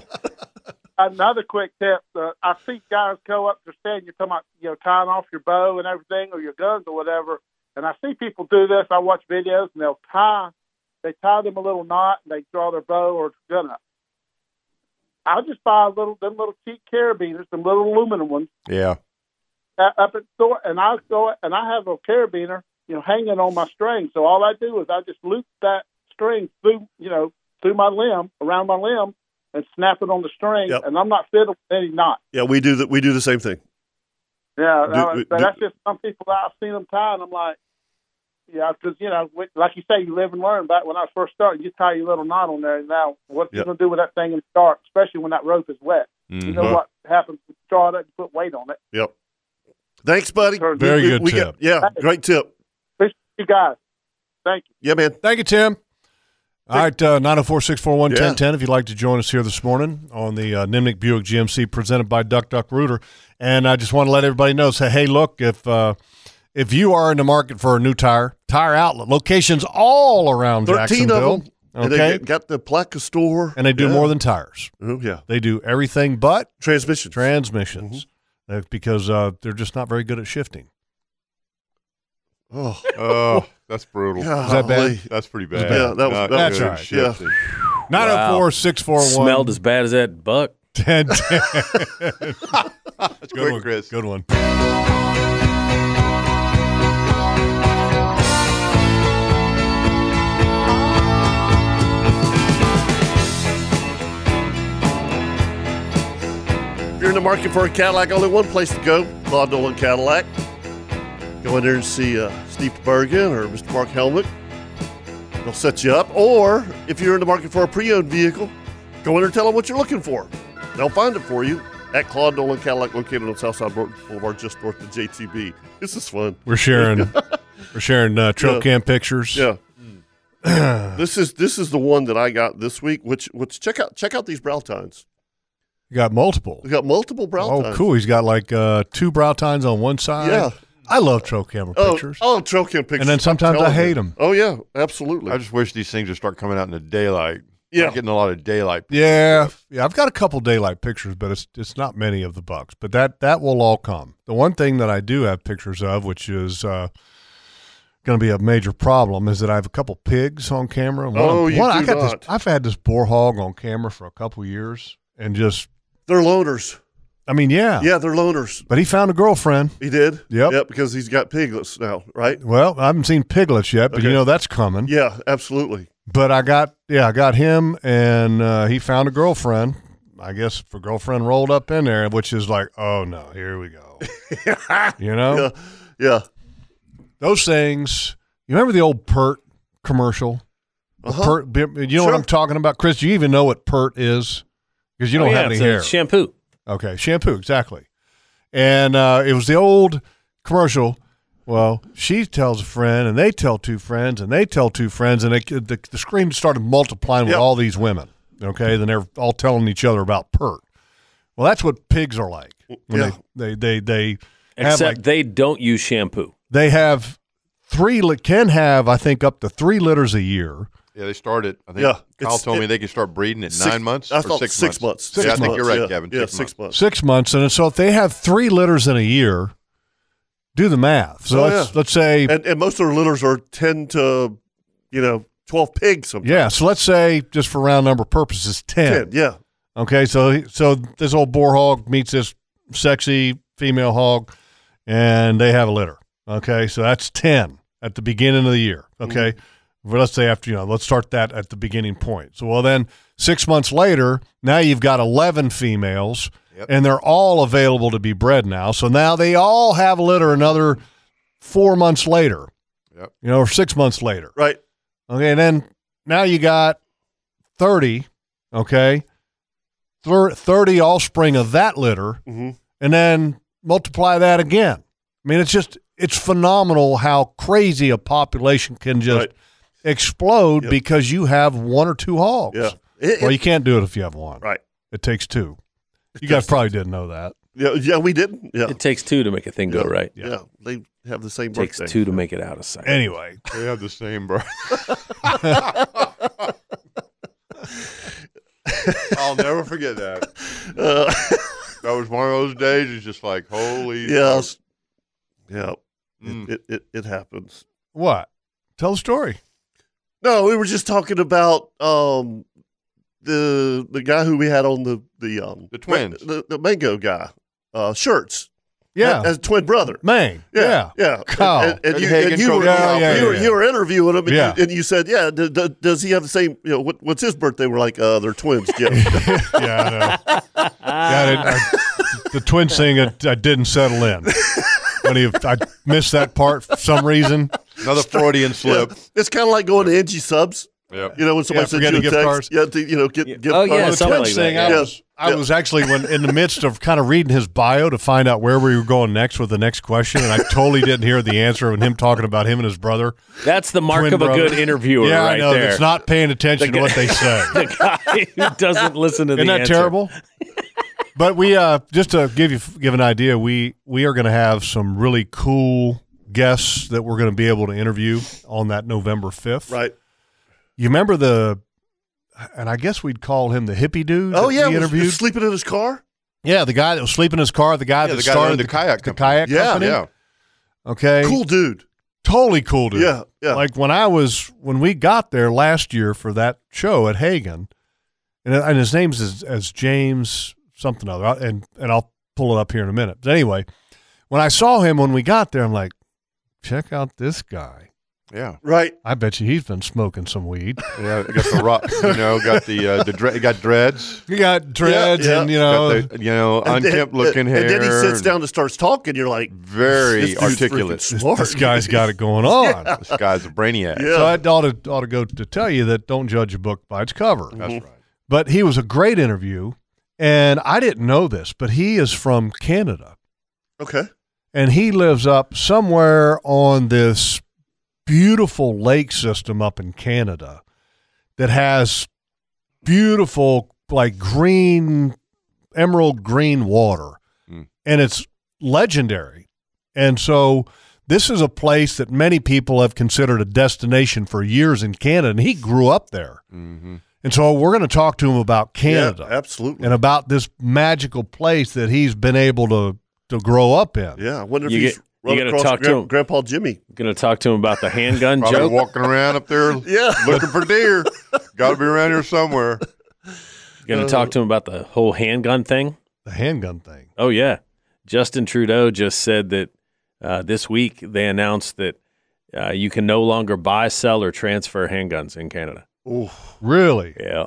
Speaker 6: another quick tip. Uh, I see guys go up to stand. You're talking about you know tying off your bow and everything, or your guns or whatever. And I see people do this. I watch videos, and they'll tie, they tie them a little knot, and they draw their bow or gun up. I'll just buy a little them little cheap carabiners, them little aluminum ones
Speaker 4: Yeah.
Speaker 6: uh, up at store, and I go and I have a carabiner, you know, hanging on my string. So all I do is I just loop that string through, you know, through my limb, around my limb, and snap it on the string,
Speaker 1: Yep.
Speaker 6: and I'm not fiddling with any knot.
Speaker 1: Yeah, we do that. We do the same thing.
Speaker 6: Yeah,
Speaker 1: Do-
Speaker 6: that was-
Speaker 1: do-
Speaker 6: but that's just some people that I've seen them tie, and I'm like, yeah, because you know, with- like you say, you live and learn. Back when I first started, you tie your little knot on there. And now, what you
Speaker 1: Yep.
Speaker 6: gonna do with that thing in the dark, especially when that rope is wet?
Speaker 3: Mm-hmm.
Speaker 6: You know
Speaker 1: Mhm.
Speaker 6: what happens? when You draw it up, you put weight on it.
Speaker 1: Yep. Thanks, buddy.
Speaker 6: Turns-
Speaker 3: Very
Speaker 1: We-
Speaker 3: good
Speaker 1: we
Speaker 3: tip.
Speaker 1: got- yeah, great tip.
Speaker 6: Appreciate you guys. Thank you.
Speaker 1: Yeah, man.
Speaker 3: Thank you, Tim. All right, uh, 904-641-1010 if you'd like to join us here this morning on the uh, Nimnik Buick GMC presented by Duck Duck Rooter. And I just want to let everybody know, say, hey, look, if uh, if you are in the market for a new tire, tire outlet, locations all around
Speaker 1: 13
Speaker 3: Jacksonville.
Speaker 1: of them. And they
Speaker 3: Okay.
Speaker 1: get- got the placa store.
Speaker 3: And they do
Speaker 1: Yeah.
Speaker 3: more than tires.
Speaker 1: Oh, yeah.
Speaker 3: They do everything but
Speaker 1: Transmission.
Speaker 3: transmissions
Speaker 1: Mm-hmm.
Speaker 3: uh, because uh, they're just not very good at shifting.
Speaker 1: oh,
Speaker 4: Oh, that's brutal.
Speaker 1: golly.
Speaker 3: bad?
Speaker 4: That's pretty
Speaker 1: Yeah,
Speaker 4: bad.
Speaker 1: that
Speaker 4: Not
Speaker 1: was- that was-
Speaker 4: good.
Speaker 3: That's
Speaker 1: all right.
Speaker 4: Shit.
Speaker 3: 904-641-1010.
Speaker 5: Smelled as bad as that buck.
Speaker 4: That's
Speaker 3: Good
Speaker 4: quick,
Speaker 3: one,
Speaker 4: Chris.
Speaker 3: Good one.
Speaker 1: If you're in the market for a Cadillac, only one place to go Claude Dolan Cadillac. Go in there and see uh, Steve Bergen or Mr. Mark Helmick. They'll set you up. Or if you're in the market for a pre owned vehicle, go in there and tell them what you're looking for. They'll find it for you at Claude Dolan Cadillac, located on Southside Bou- Boulevard, just north of JTB. This is fun.
Speaker 3: We're sharing we're sharing uh, trail
Speaker 1: Yeah.
Speaker 3: cam pictures.
Speaker 1: Yeah. Yeah. this is this is the one that I got this week. Which which check out check out these brow tines.
Speaker 3: You got multiple.
Speaker 1: We got multiple brow
Speaker 3: Oh,
Speaker 1: tines.
Speaker 3: cool. He's got like uh, two brow tines on one side.
Speaker 1: Yeah.
Speaker 3: I love trail camera
Speaker 1: Oh,
Speaker 3: pictures.
Speaker 1: oh, trail cam pictures.
Speaker 3: And then sometimes I
Speaker 1: Telling you.
Speaker 3: hate them.
Speaker 1: Oh yeah, absolutely.
Speaker 4: I just wish these things would start coming out in the daylight.
Speaker 1: Yeah.
Speaker 4: Not getting a lot of daylight.
Speaker 3: Yeah. Yeah. I've got a couple daylight pictures, but it's it's not many of the bucks. But that that will all come. The one thing that I do have pictures of, which is uh Going to be a major problem is that I have a couple pigs on camera. One-
Speaker 1: Oh, you
Speaker 3: one- I
Speaker 1: do
Speaker 3: got
Speaker 1: not.
Speaker 3: this. I've had this boar hog on camera for a couple years, and just
Speaker 1: They're loners.
Speaker 3: I mean, yeah,
Speaker 1: Yeah, they're loners.
Speaker 3: But he found a girlfriend.
Speaker 1: He did.
Speaker 3: Yep.
Speaker 1: Yep. Because he's got piglets now, right?
Speaker 3: Well, I haven't seen piglets yet, but you
Speaker 1: Okay.
Speaker 3: know that's coming.
Speaker 1: Yeah, absolutely.
Speaker 3: But I got yeah, I got him, and uh, he found a girlfriend. I guess for girlfriend rolled up in there, which is like, oh no, here we go. you know,
Speaker 1: Yeah.
Speaker 3: Those things. You remember the old Pert commercial? The Pert, you know what I'm talking about, Chris? Do you even know what Pert is? Because you
Speaker 5: Oh,
Speaker 3: don't
Speaker 5: yeah,
Speaker 3: have any
Speaker 5: it's a
Speaker 3: hair.
Speaker 5: shampoo.
Speaker 3: Okay, shampoo exactly. And uh, it was the old commercial. Well, she tells a friend, and they tell two friends, and they tell two friends, and it, the, the screen started multiplying with
Speaker 1: Yep.
Speaker 3: all these women. Okay, then they're all telling each other about Pert. Well, that's what pigs are like. When
Speaker 1: Yeah.
Speaker 3: they they they, they have
Speaker 5: Except
Speaker 3: like
Speaker 5: they don't use shampoo.
Speaker 3: they have three li- can have I think up to three litters a year.
Speaker 4: Yeah, they started. I think
Speaker 1: Yeah,
Speaker 4: Kyle
Speaker 1: it's-
Speaker 4: told me
Speaker 1: it-
Speaker 4: they can start breeding at
Speaker 1: Six-
Speaker 4: nine months
Speaker 1: I
Speaker 4: or
Speaker 1: thought
Speaker 4: six,
Speaker 1: six months.
Speaker 4: yeah, I
Speaker 1: Six
Speaker 4: think you're
Speaker 1: months,
Speaker 4: right,
Speaker 1: yeah.
Speaker 4: Gavin.
Speaker 1: Yeah,
Speaker 4: six months.
Speaker 3: six months, and so if they have three litters in a year, do the math. So
Speaker 1: Oh,
Speaker 3: let's
Speaker 1: yeah.
Speaker 3: let's say
Speaker 1: And, and most of their litters are 10 to, you know, 12 pigs sometimes.
Speaker 3: Yeah, so let's say just for round number purposes, 10.
Speaker 1: 10, yeah.
Speaker 3: Okay, so so this old boar hog meets this sexy female hog, and they have a litter. Okay, so that's 10 at the beginning of the year. Okay, Well, let's say after you know, let's start that at the beginning point. So well, then six months later, now you've got 11 females,
Speaker 4: Yep.
Speaker 3: and they're all available to be bred now. So now they all have a litter another four months later.
Speaker 4: Yep.
Speaker 3: You know, or six months later.
Speaker 1: Right.
Speaker 3: Okay, and then now you got 30, okay? Thir- 30 offspring of that litter,
Speaker 1: Mhm.
Speaker 3: and then multiply that again. I mean, it's just, it's phenomenal how crazy a population can just
Speaker 1: Right.
Speaker 3: explode
Speaker 1: Yep.
Speaker 3: because you have one or two hogs.
Speaker 1: Yeah. It-
Speaker 3: Well,
Speaker 1: it-
Speaker 3: you can't do it if you have one.
Speaker 1: Right.
Speaker 3: It takes two. You
Speaker 1: takes
Speaker 3: guys probably didn't know that.
Speaker 1: yeah, yeah, we didn't. Yeah.
Speaker 5: It takes two to make a thing go right.
Speaker 1: yeah. They have the same
Speaker 5: It takes
Speaker 1: birthday.
Speaker 5: two to make it out of sight.
Speaker 3: Anyway,
Speaker 4: They have the same birth. I'll never forget that.
Speaker 1: Uh,
Speaker 4: That was one of those days. It's just like holy.
Speaker 1: yeah. it's- Yeah.
Speaker 4: Mm.
Speaker 1: It, it, it happens.
Speaker 3: what? Tell the story.
Speaker 1: No, we were just talking about um the the guy who we had on the the um
Speaker 4: The twins.
Speaker 1: the, the mango guy uh shirts
Speaker 3: Yeah.
Speaker 1: as a twin brother
Speaker 3: Man.
Speaker 1: yeah yeah,
Speaker 3: Kyle.
Speaker 1: And, and, and you,
Speaker 4: Copenhagen
Speaker 1: and you were
Speaker 4: Coconut
Speaker 3: Yeah, yeah,
Speaker 4: Outfit.
Speaker 1: you, were,
Speaker 3: yeah.
Speaker 1: you were interviewing him and,
Speaker 3: Yeah.
Speaker 1: you, and you said yeah d- d- does he have the same you know what, what's his birthday we're like uh they're twins yeah
Speaker 3: yeah, I know. Got it. I- the twin thing, I, I didn't settle in. When he, I missed that part for some reason.
Speaker 4: Another Freudian slip.
Speaker 1: it's kind of like going to NG Subs
Speaker 4: Yep.
Speaker 1: you know when somebody
Speaker 3: Yeah,
Speaker 1: sends
Speaker 3: forget
Speaker 1: you a
Speaker 3: the gift
Speaker 1: text
Speaker 3: cards.
Speaker 1: yeah to, you know get gift
Speaker 5: Oh, yeah,
Speaker 1: cards.
Speaker 5: something
Speaker 3: twin
Speaker 5: like that,
Speaker 3: thing, I,
Speaker 5: yeah.
Speaker 3: was, I was actually when in the midst of kind of reading his bio to find out where we were going next with the next question, and I totally didn't hear the answer and him talking about him and his brother.
Speaker 5: That's the mark
Speaker 3: Twin
Speaker 5: of a
Speaker 3: brother.
Speaker 5: good interviewer
Speaker 3: yeah,
Speaker 5: right
Speaker 3: I know.
Speaker 5: there.
Speaker 3: It's not paying attention to what they say.
Speaker 5: the guy who doesn't listen to the
Speaker 3: Isn't that
Speaker 5: answer.
Speaker 3: terrible? but we uh, just to give you give an idea, we we are going to have some really cool guests that we're going to be able to interview on that November fifth.
Speaker 1: right
Speaker 3: You remember the, and I guess we'd call him the hippie dude.
Speaker 1: oh
Speaker 3: that
Speaker 1: yeah
Speaker 3: we
Speaker 1: was- was
Speaker 3: interviewed.
Speaker 1: sleeping in his car
Speaker 3: yeah, the guy that was sleeping in his car, the guy
Speaker 4: Yeah,
Speaker 3: that
Speaker 4: the guy that
Speaker 3: started
Speaker 4: owned the kayak
Speaker 3: the
Speaker 4: company.
Speaker 3: kayak
Speaker 1: Yeah,
Speaker 3: company.
Speaker 4: Yeah.
Speaker 3: Okay,
Speaker 1: cool dude
Speaker 3: totally cool dude.
Speaker 1: yeah yeah
Speaker 3: Like when I was when we got there last year for that show at Hagen, and, and his name's is as James something other, I- and and I'll pull it up here in a minute. But anyway, when I saw him when we got there, I'm like, check out this guy.
Speaker 4: Yeah.
Speaker 1: right
Speaker 3: I bet you he's been smoking some weed.
Speaker 4: Yeah. Got the rock. You know. Got the uh, the dre- got dreads.
Speaker 3: He got dreads
Speaker 1: yeah.
Speaker 3: and you
Speaker 4: Got
Speaker 3: know
Speaker 4: the, you know
Speaker 1: And then- uh,
Speaker 4: unkempt looking
Speaker 1: and
Speaker 4: hair.
Speaker 1: then he sits down and starts talking. You're like, this
Speaker 4: Very
Speaker 1: dude's
Speaker 4: articulate.
Speaker 1: freaking Smart.
Speaker 3: this guy's got it going on.
Speaker 4: This guy's a brainiac.
Speaker 1: Yeah.
Speaker 3: So I ought to ought to go to tell you that don't judge a book by its cover.
Speaker 4: That's right.
Speaker 3: but he was a great interview and i didn't know this but he is from canada
Speaker 1: Okay.
Speaker 3: and he lives up somewhere on this beautiful lake system up in canada that has beautiful like green emerald green water
Speaker 4: Mm.
Speaker 3: and it's legendary and so this is a place that many people have considered a destination for years in canada and he grew up there
Speaker 4: Mm-hmm.
Speaker 3: and so we're going to talk to him about Canada
Speaker 1: Yeah, absolutely.
Speaker 3: and about this magical place that he's been able to to grow up in.
Speaker 1: yeah. I wonder if
Speaker 5: You
Speaker 1: he's
Speaker 5: get-
Speaker 1: run
Speaker 5: you gotta
Speaker 1: across
Speaker 5: talk to
Speaker 1: Gran-
Speaker 5: him.
Speaker 1: Grandpa Jimmy.
Speaker 5: Going to talk to him about the handgun
Speaker 4: Probably
Speaker 5: joke.
Speaker 4: walking around up there
Speaker 1: Yeah.
Speaker 4: looking for deer. Got to be around here somewhere.
Speaker 5: Going to talk to him about the whole handgun thing.
Speaker 3: The handgun thing.
Speaker 5: Oh yeah, Justin Trudeau just said that uh, this week they announced that uh, you can no longer buy, sell, or transfer handguns in Canada.
Speaker 1: Oh,
Speaker 3: Really?
Speaker 5: Yeah,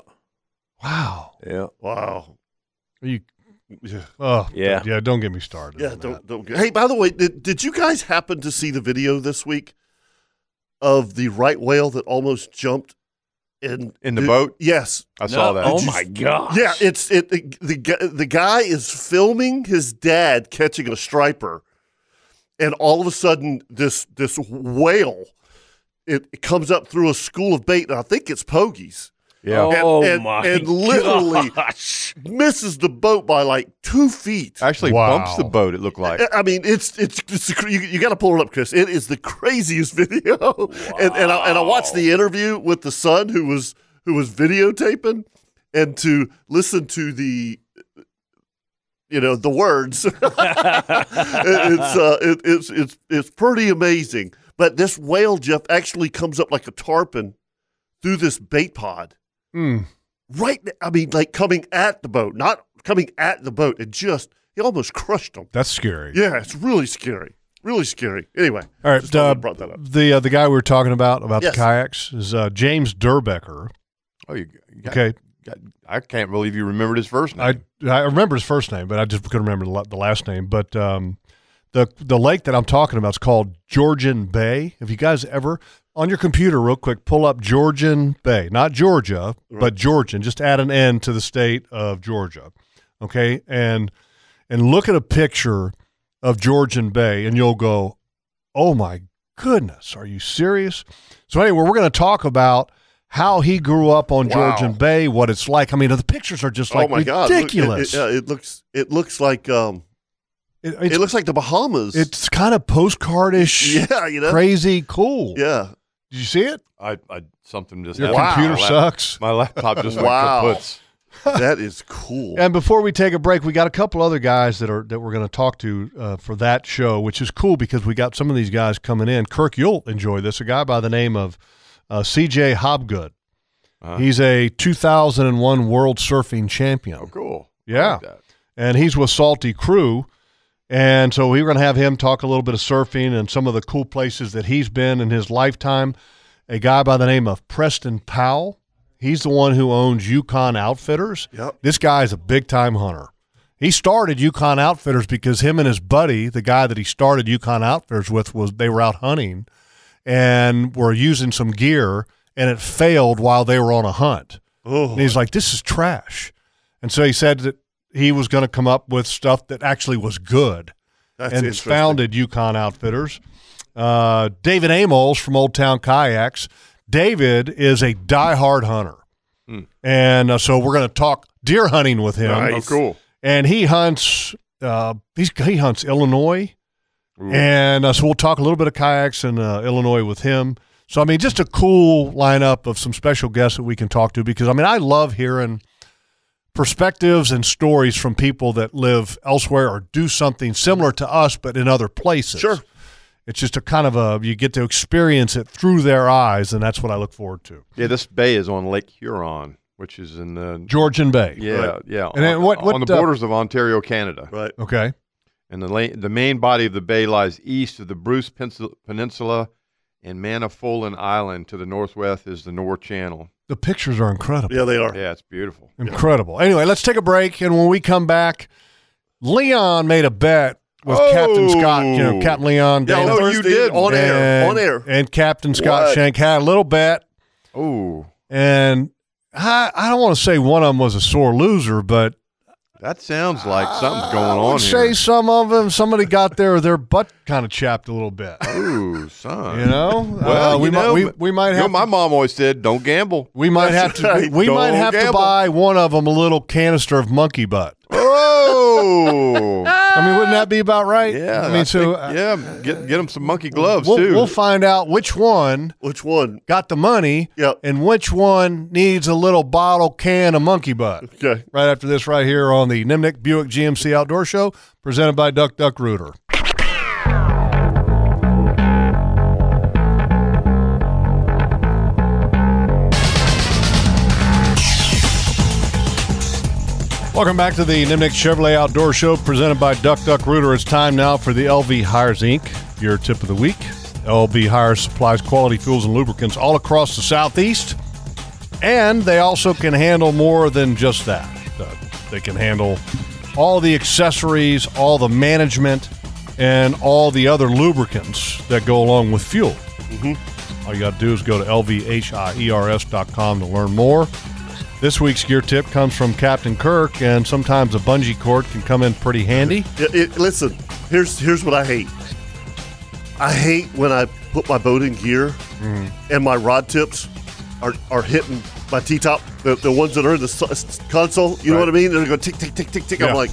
Speaker 3: Wow.
Speaker 5: yeah.
Speaker 1: wow.
Speaker 3: Are you Oh,
Speaker 5: Yeah.
Speaker 3: yeah. Yeah, don't get me started.
Speaker 1: Yeah,
Speaker 3: on that.
Speaker 1: don't don't. Get, hey, by the way, did, did you guys happen to see the video this week of the right whale that almost jumped in
Speaker 4: In the boat?
Speaker 1: Yes.
Speaker 4: I saw that.
Speaker 5: Oh my gosh.
Speaker 1: Yeah, it's it, it the gu- the guy is filming his dad catching a striper, and all of a sudden this this whale, it, it comes up through a school of bait, and I think it's pogies.
Speaker 4: Yeah.
Speaker 5: Oh.
Speaker 1: and, and-
Speaker 5: my
Speaker 1: and literally
Speaker 5: gosh.
Speaker 1: misses the boat by like two feet.
Speaker 4: Actually,
Speaker 3: Wow.
Speaker 4: bumps the boat. It looked like.
Speaker 1: I- I mean, it's it's, it's the cra- you, you got to pull it up, Chris. It is the craziest video, and and I, and I watched the interview with the son who was who was videotaping, and to listen to the, you know, the words. It- it's uh, it, it's it's it's pretty amazing. But this whale, Jeff, actually comes up like a tarpon through this bait pod
Speaker 3: Mm.
Speaker 1: right th- i mean like coming at the boat not coming at the boat it just it almost crushed them
Speaker 3: That's scary.
Speaker 1: yeah it's really scary really scary anyway
Speaker 3: All right,
Speaker 1: just thought I
Speaker 3: uh,
Speaker 1: brought that up
Speaker 3: The uh, the guy we were talking about about
Speaker 1: Yes.
Speaker 3: the kayaks is uh, James Durbecker.
Speaker 4: Oh, you, you got,
Speaker 3: Okay,
Speaker 4: got- I can't believe you remembered his first name.
Speaker 3: I I remember his first name, but I just couldn't remember the la- the last name. But um, the the lake that I'm talking about is called Georgian Bay. If you guys ever on your computer, real quick, pull up Georgian Bay, not Georgia, but Georgian. Just add an N to the state of Georgia, okay? And and look at a picture of Georgian Bay, and you'll go, "Oh my goodness, are you serious?" So anyway, we're going to talk about. How he grew up on
Speaker 4: Wow.
Speaker 3: Georgian Bay, what it's like. I mean, the pictures are just like
Speaker 1: oh my god look, it-
Speaker 3: ridiculous.
Speaker 1: it, uh, it looks it looks like um
Speaker 3: It-
Speaker 1: it,
Speaker 3: it's,
Speaker 1: looks like the bahamas
Speaker 3: it's kind of postcardish,
Speaker 1: yeah you know
Speaker 3: crazy, cool.
Speaker 1: yeah
Speaker 3: Did you see it?
Speaker 4: I, I something just
Speaker 3: Your
Speaker 4: happened.
Speaker 3: computer
Speaker 4: My lap-
Speaker 3: sucks.
Speaker 4: My laptop just
Speaker 1: Wow.
Speaker 4: went kaputs.
Speaker 1: that is cool
Speaker 3: And before we take a break, we got a couple other guys that are that we're going to talk to uh, for that show, which is cool because we got some of these guys coming in. Kirk, you'll enjoy this. A guy by the name of uh, C.J. Hobgood.
Speaker 4: Uh-huh.
Speaker 3: He's a 2001 World Surfing Champion.
Speaker 4: Oh, cool. I
Speaker 3: Yeah.
Speaker 4: like that.
Speaker 3: and he's with Salty Crew. And so we are going to have him talk a little bit of surfing and some of the cool places that he's been in his lifetime. A guy by the name of Preston Powell, he's the one who owns Yukon Outfitters.
Speaker 1: Yep.
Speaker 3: This guy is a big time hunter. He started Yukon Outfitters because him and his buddy, the guy that he started Yukon Outfitters with, was they were out hunting and were using some gear and it failed while they were on a hunt. And he's like, this is trash. And so he said that he was going to come up with stuff that actually was good
Speaker 1: That's
Speaker 3: and
Speaker 1: interesting.
Speaker 3: founded Yukon Outfitters. Uh, David Amos from Old Town Kayaks. David is a diehard hunter.
Speaker 1: Hmm.
Speaker 3: And uh, so we're going to talk deer hunting with him.
Speaker 1: Nice.
Speaker 4: Oh, cool.
Speaker 3: And he hunts, uh, he's, he hunts Illinois.
Speaker 4: Ooh.
Speaker 3: And uh, so we'll talk a little bit of kayaks in uh, Illinois with him. So, I mean, just a cool lineup of some special guests that we can talk to because, I mean, I love hearing perspectives and stories from people that live elsewhere or do something similar to us, but in other places.
Speaker 1: Sure.
Speaker 3: It's just a kind of a, you get to experience it through their eyes, and that's what I look forward to.
Speaker 4: Yeah, this bay is on Lake Huron, which is in the
Speaker 3: Georgian Bay.
Speaker 4: yeah
Speaker 1: Right.
Speaker 4: yeah
Speaker 3: And
Speaker 4: on,
Speaker 3: then what- what,
Speaker 4: on the
Speaker 3: uh,
Speaker 4: borders of Ontario, Canada.
Speaker 1: right
Speaker 3: Okay.
Speaker 4: And the la- the main body of the bay lies east of the Bruce Pensil- Peninsula, and Manifolin Island to the northwest is the North Channel.
Speaker 3: The pictures are incredible.
Speaker 1: yeah they are
Speaker 4: Yeah, it's beautiful.
Speaker 3: Incredible. Anyway, let's take a break, and when we come back, Leon made a bet with
Speaker 4: Oh.
Speaker 3: Captain Scott. You know, Captain Leon.
Speaker 1: Yeah,
Speaker 3: Dana,
Speaker 1: on
Speaker 4: no, Oh. you
Speaker 1: Thursday,
Speaker 4: did.
Speaker 1: on air on
Speaker 3: and-
Speaker 1: air
Speaker 3: And Captain Scott
Speaker 1: What?
Speaker 3: Shank had a little bet,
Speaker 4: Oh,
Speaker 3: and I, I don't want to say one of them was a sore loser, but
Speaker 4: that sounds like something's going
Speaker 3: I
Speaker 4: on
Speaker 3: would Ah, say
Speaker 4: here.
Speaker 3: some of them, somebody got their their butt kind of chapped a little bit.
Speaker 4: Ooh, son.
Speaker 3: You know,
Speaker 4: Well,
Speaker 3: Uh, we
Speaker 4: you
Speaker 3: might
Speaker 4: know,
Speaker 3: we, we might
Speaker 4: You know,
Speaker 3: have
Speaker 4: my mom always said, "Don't gamble."
Speaker 3: we might have to
Speaker 1: right.
Speaker 3: we, we might
Speaker 4: Don't
Speaker 3: have to
Speaker 4: gamble.
Speaker 3: buy one of them a little canister of monkey butt.
Speaker 4: Oh,
Speaker 3: I mean, wouldn't that be about right?
Speaker 4: yeah.
Speaker 3: I mean, so uh,
Speaker 4: think- yeah, get get him some monkey gloves
Speaker 3: we'll,
Speaker 4: too.
Speaker 3: we'll find out which one
Speaker 1: which one
Speaker 3: got the money
Speaker 1: Yep.
Speaker 3: and which one needs a little bottle can of monkey butt.
Speaker 1: okay
Speaker 3: Right after this, right here on the Nimnik Buick GMC Outdoor Show, presented by Duck Duck Rooter. Welcome back to the Nimnik Chevrolet Outdoor Show presented by Duck Duck Rooter. It's time now for the LV Hires Inc., your tip of the week. LV Hires supplies quality fuels and lubricants all across the Southeast, and they also can handle more than just that. Uh, they can handle all the accessories, all the management, and all the other lubricants that go along with fuel. All you got to do is go to E lvhier's.com to learn more. This week's gear tip comes from Captain Kirk, and sometimes a bungee cord can come in pretty handy.
Speaker 1: It, it, listen, here's here's what I hate. I hate when I put my boat in gear and my rod tips are, are hitting my T top, the, the ones that are in the s- s- console. You know what I mean? They're going tick tick tick tick tick.
Speaker 3: Yeah.
Speaker 1: I'm like,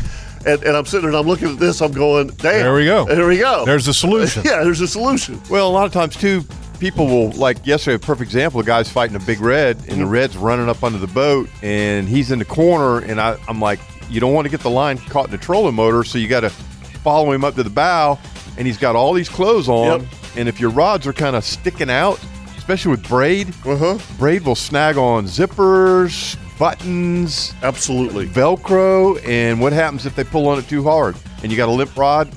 Speaker 1: and, and I'm sitting there and I'm looking at this. I'm going, damn.
Speaker 3: There we go.
Speaker 1: There we go.
Speaker 3: There's the solution.
Speaker 1: yeah. There's a solution.
Speaker 4: Well, a lot of times too, people will like yesterday. A perfect example: a guy's fighting a big red, and
Speaker 1: Mm-hmm.
Speaker 4: the red's running up under the boat, and he's in the corner, and I, I'm like, you don't want to get the line caught in the trolling motor, so you got to follow him up to the bow, and he's got all these clothes on,
Speaker 1: Yep.
Speaker 4: and if your rods are kind of sticking out, especially with braid,
Speaker 1: Uh huh.
Speaker 4: braid will snag on zippers, buttons,
Speaker 1: Absolutely.
Speaker 4: Velcro, and what happens if they pull on it too hard, and you got a limp rod?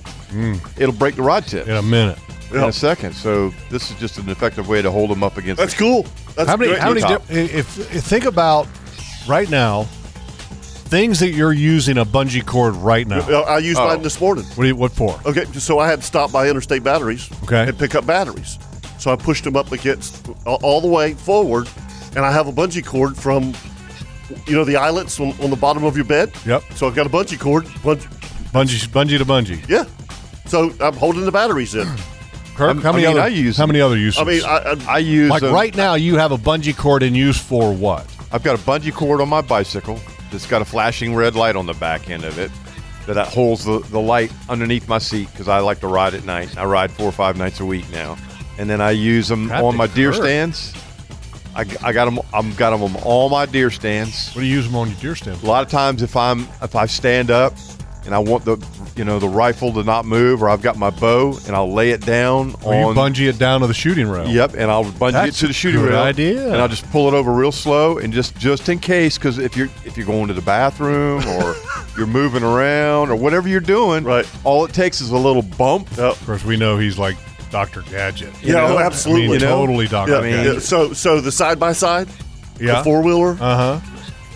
Speaker 4: It'll break the rod tip
Speaker 3: Hmm. In a minute.
Speaker 4: in
Speaker 1: Yeah.
Speaker 4: a second. So this is just an effective way to hold them up against.
Speaker 1: That's cool. That's
Speaker 3: how many?
Speaker 1: great.
Speaker 3: How many?
Speaker 4: Top.
Speaker 3: Di- if, if think about right now, things that you're using a bungee cord right now.
Speaker 1: Uh, I used
Speaker 4: Oh.
Speaker 1: mine this morning.
Speaker 3: What do you, what for?
Speaker 1: Okay, so I had to stop by Interstate Batteries
Speaker 3: Okay.
Speaker 1: and pick up batteries. So I pushed them up against all- all the way forward, and I have a bungee cord from, you know, the eyelets on, on the bottom of your bed.
Speaker 3: Yep.
Speaker 1: So I've got a bungee cord. Bungee,
Speaker 3: Bungee, bungee to bungee.
Speaker 1: yeah. So I'm holding the batteries in.
Speaker 3: Kirk,
Speaker 4: I-
Speaker 3: how many
Speaker 4: I mean,
Speaker 3: other?
Speaker 4: I use-
Speaker 3: how many other uses?
Speaker 1: I mean, I, I,
Speaker 4: I use
Speaker 3: like
Speaker 4: a-
Speaker 3: right now, you have a bungee cord in use for what?
Speaker 4: I've got a bungee cord on my bicycle that's got a flashing red light on the back end of it that, that holds the, the light underneath my seat because I like to ride at night. I ride four or five nights a week now, and then I use them
Speaker 3: Captain
Speaker 4: on my deer
Speaker 3: Kirk.
Speaker 4: stands. I, I got them. I've got 'em on all my deer stands.
Speaker 3: What do you use them on your deer stand?
Speaker 4: A lot of times, if I'm if I stand up and I want the you know the rifle to not move, or I've got my bow and I'll lay it down
Speaker 3: Or you
Speaker 4: on
Speaker 3: bungee it down to the shooting rail?
Speaker 4: Yep, and I'll bungee
Speaker 3: That's
Speaker 4: it to the
Speaker 3: a
Speaker 4: shooting
Speaker 3: good
Speaker 4: rail.
Speaker 3: idea.
Speaker 4: And I'll just pull it over real slow, and just just in case, because if you're if you're going to the bathroom or you're moving around or whatever you're doing,
Speaker 1: Right.
Speaker 4: All it takes is a little bump.
Speaker 1: Yep.
Speaker 3: Of course, we know he's like Doctor Gadget.
Speaker 1: Yeah, oh, absolutely.
Speaker 3: I mean,
Speaker 1: You
Speaker 4: know?
Speaker 3: totally Doctor
Speaker 1: yeah,
Speaker 4: mean-
Speaker 1: yeah.
Speaker 3: Gadget.
Speaker 1: So, so the side by side,
Speaker 3: Yeah.
Speaker 1: the four wheeler,
Speaker 3: Uh huh.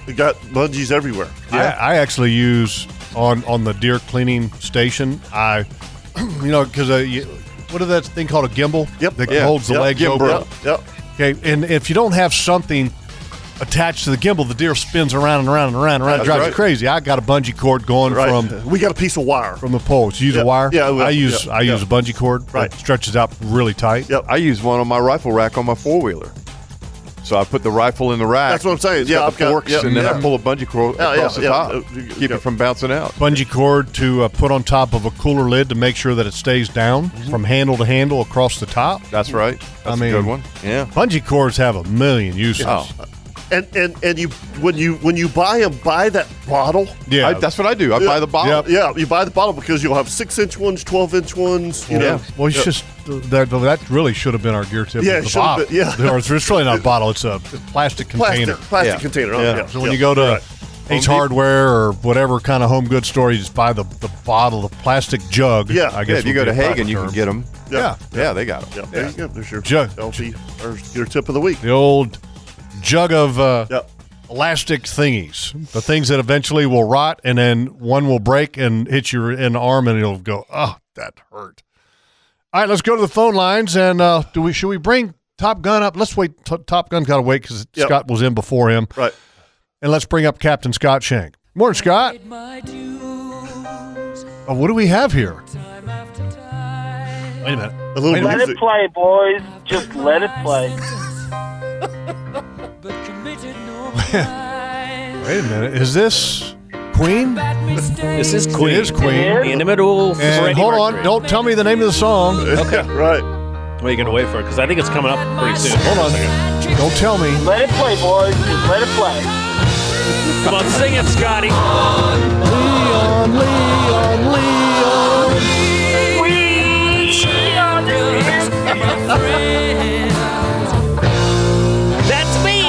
Speaker 1: it got bungees everywhere.
Speaker 3: I, I actually use on on the deer cleaning station. I, you know, because uh, you- what is that thing called a gimbal?
Speaker 1: Yep.
Speaker 3: That
Speaker 1: Yeah.
Speaker 3: holds the
Speaker 1: Yep.
Speaker 3: legs
Speaker 1: Gimbal.
Speaker 3: over.
Speaker 1: Yep. Yep.
Speaker 3: Okay, and if you don't have something attached to the gimbal, the deer spins around and around and around and around. It
Speaker 1: That's
Speaker 3: drives
Speaker 1: right.
Speaker 3: you crazy. I got a bungee cord going
Speaker 1: Right.
Speaker 3: from
Speaker 1: we got a piece of wire.
Speaker 3: from the pole. It's use
Speaker 1: Yeah,
Speaker 3: a wire.
Speaker 1: yeah, well,
Speaker 3: I use
Speaker 1: yeah,
Speaker 3: I use
Speaker 1: yeah.
Speaker 3: a bungee cord.
Speaker 1: Right.
Speaker 3: It stretches out really tight.
Speaker 1: Yep.
Speaker 4: I use one on my rifle rack on my four wheeler. So I put the rifle in the rack.
Speaker 1: That's what I'm saying.
Speaker 4: It's
Speaker 1: Yeah,
Speaker 4: got
Speaker 1: I've
Speaker 4: the
Speaker 1: got-
Speaker 4: forks,
Speaker 1: yeah.
Speaker 4: and then I
Speaker 1: Yeah.
Speaker 4: pull a bungee cord
Speaker 1: Yeah, yeah,
Speaker 4: across the
Speaker 1: yeah.
Speaker 4: top,
Speaker 1: Uh, you-
Speaker 4: keep
Speaker 1: yeah.
Speaker 4: it from bouncing out.
Speaker 3: Bungee cord to uh, put on top of a cooler lid to make sure that it stays down from handle to handle across the top.
Speaker 4: Mm-hmm. That's right. That's
Speaker 3: mean-
Speaker 4: a good one. Yeah.
Speaker 3: Bungee cords have a million uses.
Speaker 4: Oh,
Speaker 1: and and and you when you when you buy them, buy that bottle.
Speaker 3: Yeah.
Speaker 4: I, that's what I do. I buy the bottle.
Speaker 3: Yep.
Speaker 1: Yeah, you buy the bottle because you'll have six inch ones, twelve inch ones. You know,
Speaker 3: Well, it's just that, that really should have been our gear tip.
Speaker 1: Yeah,
Speaker 3: was
Speaker 1: it
Speaker 3: the
Speaker 1: should have
Speaker 3: bottle.
Speaker 1: been- yeah.
Speaker 3: Or it's, it's really not a bottle. It's a plastic
Speaker 1: plastic
Speaker 3: container.
Speaker 1: plastic
Speaker 4: Yeah.
Speaker 1: container. Oh,
Speaker 4: Yeah.
Speaker 1: yeah.
Speaker 3: So when
Speaker 1: yeah.
Speaker 3: you go to
Speaker 4: Home
Speaker 3: H
Speaker 4: Depot.
Speaker 3: Hardware or whatever kind of home goods store, you just buy the, the bottle, the plastic jug.
Speaker 1: Yeah.
Speaker 3: I
Speaker 4: Yeah,
Speaker 3: guess
Speaker 4: if you go
Speaker 3: would
Speaker 4: to
Speaker 3: be a proper
Speaker 4: Hagen, you can
Speaker 3: term.
Speaker 4: get them.
Speaker 1: Yeah.
Speaker 4: Yeah, they got them.
Speaker 1: yeah, there you go. There's your
Speaker 3: Jug.
Speaker 1: LT or your tip of the week.
Speaker 3: the old jug of uh,
Speaker 1: Yeah.
Speaker 3: elastic thingies, the things that eventually will rot, and then one will break and hit you in the arm, and it'll go,
Speaker 4: Ah,
Speaker 3: oh, that hurt. All right, let's go to the phone lines, and uh, do we should we bring Top Gun up? Let's wait. T- Top Gun's got to wait because
Speaker 1: Yep.
Speaker 3: Scott was in before him,
Speaker 1: Right.
Speaker 3: and let's bring up Captain Scott Shank. Morning, Scott. Uh, what do we have here? Wait a minute.
Speaker 1: A little
Speaker 3: Wait a
Speaker 7: Let
Speaker 1: music.
Speaker 7: it play, boys. Just let it play.
Speaker 3: Wait a minute. Is this Queen?
Speaker 5: This is Queen.
Speaker 3: It is Queen.
Speaker 5: Inimitable
Speaker 3: And
Speaker 5: Freddie
Speaker 3: hold on,
Speaker 5: Mercury.
Speaker 3: don't tell me the name of the song.
Speaker 1: right.
Speaker 5: What are you going to wait for? Because I think it's coming up pretty soon. Hold on.
Speaker 3: Don't tell me.
Speaker 7: Let it play, boys. Just let it play.
Speaker 5: Come on, sing it, Scotty.
Speaker 3: Leon, Leon, Leon.
Speaker 5: That's me.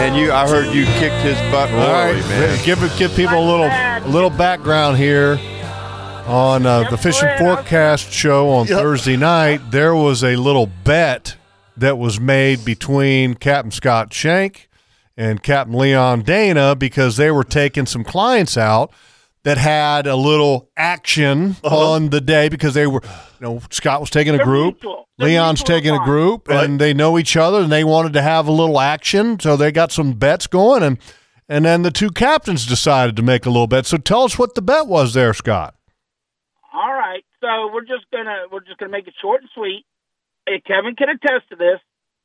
Speaker 4: And you, I heard you kicked his butt royally,
Speaker 3: All right,
Speaker 4: man.
Speaker 3: give give people a little a little background here on uh, the Fishing Forecast show on
Speaker 1: Yep.
Speaker 3: Thursday night. There was a little bet that was made between Captain Scott Shank and Captain Leon Dana because they were taking some clients out that had a little action on the day because they were, you know, Scott was taking a
Speaker 6: They're
Speaker 3: group,
Speaker 6: mutual. They're
Speaker 3: Leon's
Speaker 6: mutual
Speaker 3: taking a
Speaker 6: clients.
Speaker 3: group, and they know each other and they wanted to have a little action, so they got some bets going and. And then the two captains decided to make a little bet. So tell us what the bet was there, Scott.
Speaker 7: All right, so we're just gonna we're just gonna make it short and sweet. Eh, Kevin can attest to this.